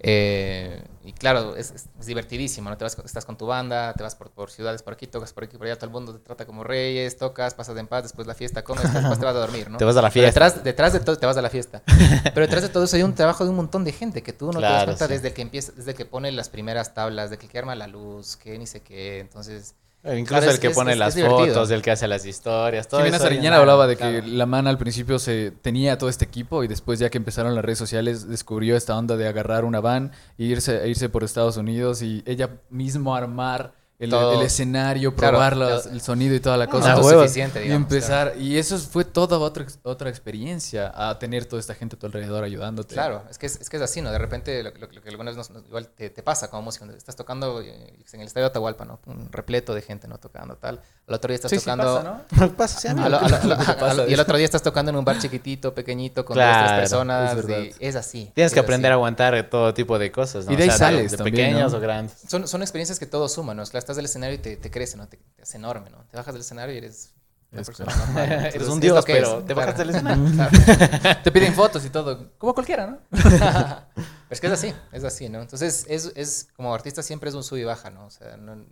S4: Eh, y claro, es, es- es divertidísimo, ¿no? Te vas, con- estás con tu banda, te vas por, por ciudades, por aquí, tocas por aquí, por allá, todo el mundo te trata como reyes, tocas, pasas en paz, después la fiesta, comes, después te vas a dormir, ¿no?
S1: Te vas a la
S4: Pero
S1: fiesta.
S4: Detrás, detrás de todo te vas a la fiesta. Pero detrás de todo eso hay un trabajo de un montón de gente que tú no te das
S1: Claro,
S4: cuenta
S1: sí.
S4: desde que empieza, desde que pone las primeras tablas, de que, que arma la luz, que ni sé qué. Entonces,
S1: Eh, Incluso
S4: Claro, es-
S1: el que
S4: es-
S1: pone
S4: es-
S1: las
S4: es divertido.
S1: fotos, el que hace las historias, todo
S2: Jimena
S1: eso.
S2: Sariñana hablaba de que
S4: claro.
S2: la man al principio se tenía todo este equipo y después ya que empezaron las redes sociales descubrió esta onda de agarrar una van e irse, e irse por Estados Unidos y ella mismo armar el,
S4: Todo.
S2: el escenario,
S4: Claro,
S2: probar
S4: claro.
S2: las- el sonido y toda la
S1: Ah,
S2: cosa. Entonces,
S1: huevo.
S4: suficiente, Este, digamos.
S2: y empezar, y eso fue toda otra, ex- otra experiencia, a tener toda esta gente a tu alrededor ayudándote.
S4: Claro, es que es, es que es así, ¿no? De repente, lo, lo- lo que algunas nos, nos- igual te, te pasa como músico, estás tocando eh, en el estadio de Atahualpa, ¿no? Un repleto de gente, ¿no? Tocando tal. Al otro día estás
S2: Sí, sí
S4: tocando.
S2: pasa, ¿no?
S1: Pasa, sí,
S4: a lo- a lo- a lo-
S2: Te pasa,
S4: a lo- y el
S2: dice.
S4: otro día estás tocando en un bar chiquitito, pequeñito, con
S1: Claro,
S4: dos, tres
S2: es
S4: personas.
S2: verdad.
S4: y es así.
S1: Tienes que
S4: es
S1: aprender a
S4: así.
S1: aguantar todo tipo de cosas, ¿no?
S2: Y de ahí
S1: O sea,
S2: sales
S1: de
S2: también,
S1: pequeñas
S2: ¿no?
S1: o grandes.
S4: Son, son experiencias que todo suman, ¿no? Es claro, estás del escenario y te, te crece, ¿no? Te, te hace enorme, ¿no? Te bajas del escenario y eres una
S2: Es
S4: persona normal. ¿no? Entonces,
S1: Eres
S4: es
S1: un
S4: lo
S1: dios,
S4: que es,
S1: pero te bajas
S4: claro.
S1: del escenario.
S2: Te piden fotos y todo, como cualquiera, ¿no?
S4: Pero es que es así, es así, ¿no? Entonces, es, es- como artista siempre es un sub y baja, ¿no? O sea, no- no-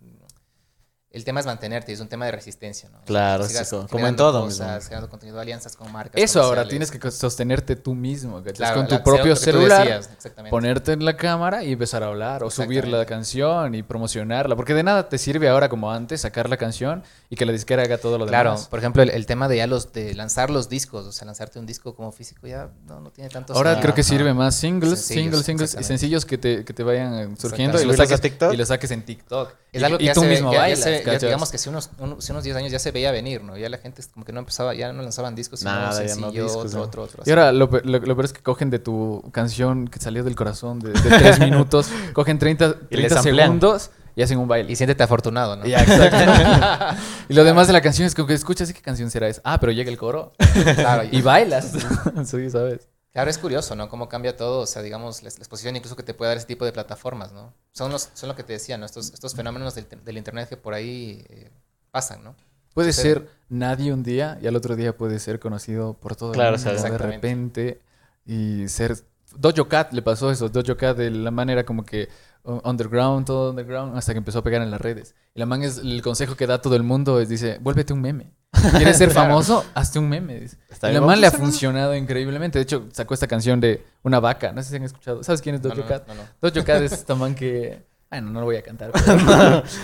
S4: el tema es mantenerte, es un tema de resistencia, ¿no?
S1: Claro,
S4: Que sigas
S1: sí, como-
S4: generando
S1: como en todo
S4: Cosas,
S1: mismo.
S4: generando contenido, alianzas con marcas.
S2: Eso ahora
S4: comerciales.
S2: tienes que sostenerte tú mismo, ¿cachas?
S4: Claro,
S2: con tu
S4: la-
S2: propio
S4: lo que tú
S2: celular.
S4: decías, exactamente.
S2: ponerte en la cámara y empezar a hablar o subir la
S4: Exactamente.
S2: canción y promocionarla. Porque de nada te sirve ahora como antes sacar la canción y que la disquera haga todo lo
S4: Claro,
S2: demás.
S4: por ejemplo, el, el tema de ya los de lanzar los discos, o sea, lanzarte un disco como físico ya no, no tiene tanto
S2: Ahora
S4: sentido,
S2: creo que
S4: ¿no?
S2: sirve más singles,
S4: Sencillos,
S2: singles, singles y
S4: exactamente.
S2: sencillos que te, que te vayan surgiendo
S4: Exactamente.
S2: y los,
S1: Subirlos a
S2: saques,
S1: TikTok.
S2: y los saques en TikTok.
S4: Es
S2: Y-
S4: algo
S2: y,
S4: que ya
S2: tú
S4: se ve-
S2: mismo
S4: ya- ya
S2: bailas,
S4: se ve- ya
S2: ¿cachas?
S4: digamos que si unos, unos, si unos 10 años ya se veía venir, ¿no? Ya la gente es como que no empezaba, ya no lanzaban discos, sino
S1: Nada,
S4: un
S1: ya no
S4: sencillo,
S1: discos,
S4: otro,
S1: ¿no?
S4: otro, otro.
S2: Y
S4: así.
S2: ahora lo, pe- lo, lo peor es que cogen de tu canción que salió del corazón de, de tres minutos, cogen 30,
S1: Y les
S2: 30
S1: amplían.
S2: segundos y hacen un baile.
S4: Y siéntete afortunado, ¿no?
S2: Ya, exacto. y lo demás de la canción es como que escuchas, ¿qué canción será esa? Ah, pero llega el coro
S4: Claro,
S2: y bailas. sí, ¿sabes?
S4: Claro, es curioso, ¿no? Cómo cambia todo, o sea, digamos, la, la exposición incluso que te puede dar ese tipo de plataformas, ¿no? Son, los, son lo que te decía, ¿no? Estos, estos fenómenos del, del Internet que por ahí eh, pasan, ¿no?
S2: Puede
S4: Sí.
S2: ser nadie un día y al otro día puede ser conocido por todo
S5: Claro,
S2: el mundo
S5: ¿sabes?
S2: de
S4: Exactamente.
S2: repente y ser Dojo Cat le pasó eso, Dojo Cat de la man era como que uh, underground, todo underground, hasta que empezó a pegar en las redes. Y la man es el consejo que da a todo el mundo es dice, vuélvete un meme. ¿Quieres ser famoso? Hazte un meme. dice.
S1: Está
S2: Y la
S1: bien,
S2: man
S1: vamos a
S2: le ha
S1: hacer
S2: funcionado increíblemente. De hecho, sacó esta canción de una vaca. No sé si han escuchado. ¿Sabes quién es
S4: No,
S2: Dojo
S4: no, no,
S2: Cat?
S4: no, no.
S2: Dojo Cat es esta man que... Bueno, no lo voy a cantar. pero-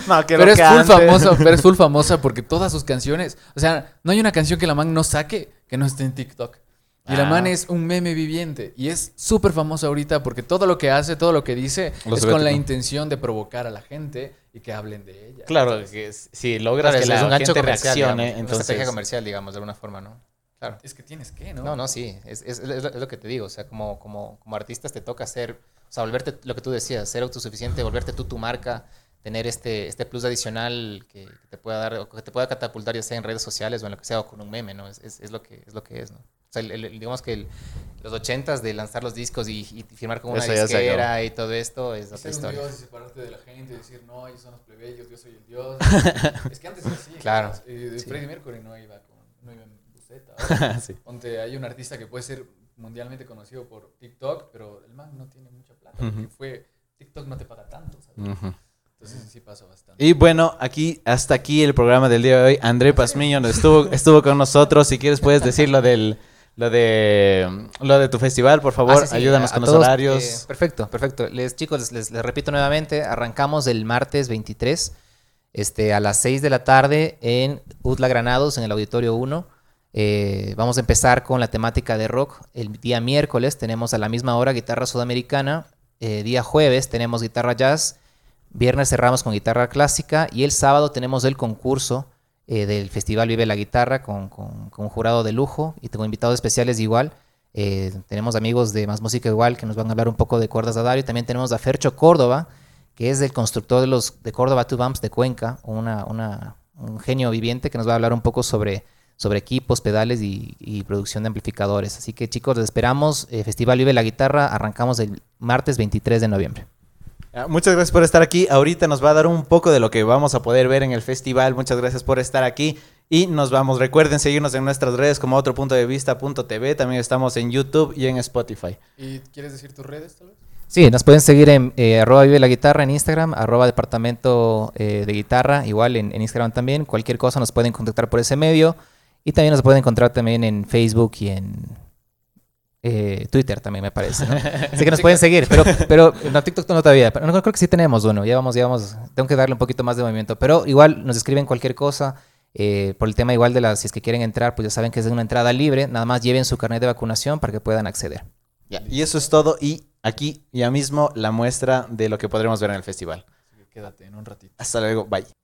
S1: No, que
S2: pero
S1: lo
S2: es full
S1: cante.
S2: famosa, pero es full famosa porque todas sus canciones, o sea, no hay una canción que la man no saque que no esté en TikTok. Y la
S1: Ah.
S2: man es un meme viviente y es súper famosa ahorita porque todo lo que hace, todo lo que dice
S1: Lo
S2: es
S1: sube a
S2: con la
S1: TikTok.
S2: intención de provocar a la gente y que hablen de ella.
S5: Claro, que es- si logras
S4: Claro,
S5: que
S4: es-
S5: la
S4: es un gancho
S5: gente
S4: comercial,
S5: reaccione,
S4: digamos, Una estrategia
S5: entonces...
S4: comercial, digamos, de alguna forma, ¿no? Claro.
S2: Es que tienes que, ¿no?
S4: No, no, sí, es, es- es lo- es lo que te digo, o sea, como, como, como artistas te toca ser, o sea, volverte, lo que tú decías, ser autosuficiente, volverte tú tu marca, tener este, este plus adicional que, que te pueda dar, o que te pueda catapultar ya sea en redes sociales o en lo que sea, o con un meme, ¿no? Es, es- es lo, que, es lo que es, ¿no? O sea, el- el- digamos que el- los ochentas de lanzar los discos y, y firmar con una
S5: Eso ya se
S4: disquera y todo esto es otra historia.
S2: y separarte de la gente y decir, no, ellos son los plebeyos, yo soy el dios. es que antes así.
S4: Claro. Sí.
S2: Freddie Mercury no iba con, no iba en buceta. ahora, Donde hay un artista que puede ser mundialmente conocido por TikTok, pero el man no tiene mucha plata. porque fue, TikTok no te paga tanto, ¿sabes? Entonces sí pasa bastante.
S1: Mm. Y bueno, aquí, hasta aquí el programa del día de hoy. André Pazmiño nos estuvo, estuvo con nosotros. Si quieres puedes decir lo del lo de lo de tu festival, por favor,
S4: Ah, sí, sí,
S1: ayúdanos
S4: a-
S1: con
S4: a
S1: los
S4: todos, eh,
S1: horarios.
S4: perfecto, perfecto. Les, chicos, les, les- les repito nuevamente, arrancamos el martes 23 este, a las 6 de la tarde en Utla Granados, en el Auditorio 1. Eh, vamos a empezar con la temática de rock. El día miércoles tenemos a la misma hora guitarra sudamericana. Eh, día jueves tenemos guitarra jazz. Viernes cerramos con guitarra clásica. Y el sábado tenemos el concurso eh, del Festival Vive la Guitarra con, con- con un jurado de lujo. Y tengo invitados especiales igual. Eh, tenemos amigos de Más Música Igual que nos van a hablar un poco de cuerdas de Adario. También tenemos a Fercho Córdoba, que es el constructor de los de Córdoba Two Bumps de Cuenca, una, una- un genio viviente que nos va a hablar un poco sobre, sobre equipos, pedales y, y producción de amplificadores. Así que chicos, les esperamos. Eh, Festival Vive la Guitarra, arrancamos el martes 23 de noviembre.
S1: Ah, Muchas gracias por estar aquí. Ahorita nos va a dar un poco de lo que vamos a poder ver en el festival. Muchas gracias por estar aquí. Y nos vamos. Recuerden seguirnos en nuestras redes como otro punto de vista.tv. También estamos en YouTube y en Spotify.
S2: ¿Y quieres decir tus redes, tal vez?
S4: Sí, nos pueden seguir en eh, arroba vive la guitarra en Instagram, arroba departamento eh, de guitarra, igual en, en Instagram también. Cualquier cosa nos pueden contactar por ese medio. Y también nos pueden encontrar también en Facebook y en eh, Twitter también, me parece. ¿no? Así que nos pueden seguir, pero, pero no, TikTok no todavía. Pero no, creo que sí tenemos uno. Ya vamos, ya vamos. Tengo que darle un poquito más de movimiento. Pero igual nos escriben cualquier cosa. eh, por el tema igual de las, si es que quieren entrar, pues ya saben que es una entrada libre. Nada más lleven su carnet de vacunación para que puedan acceder.
S1: Y eso es todo. Y aquí ya mismo la muestra de lo que podremos ver en el festival.
S2: Quédate en un ratito.
S1: Hasta luego. Bye.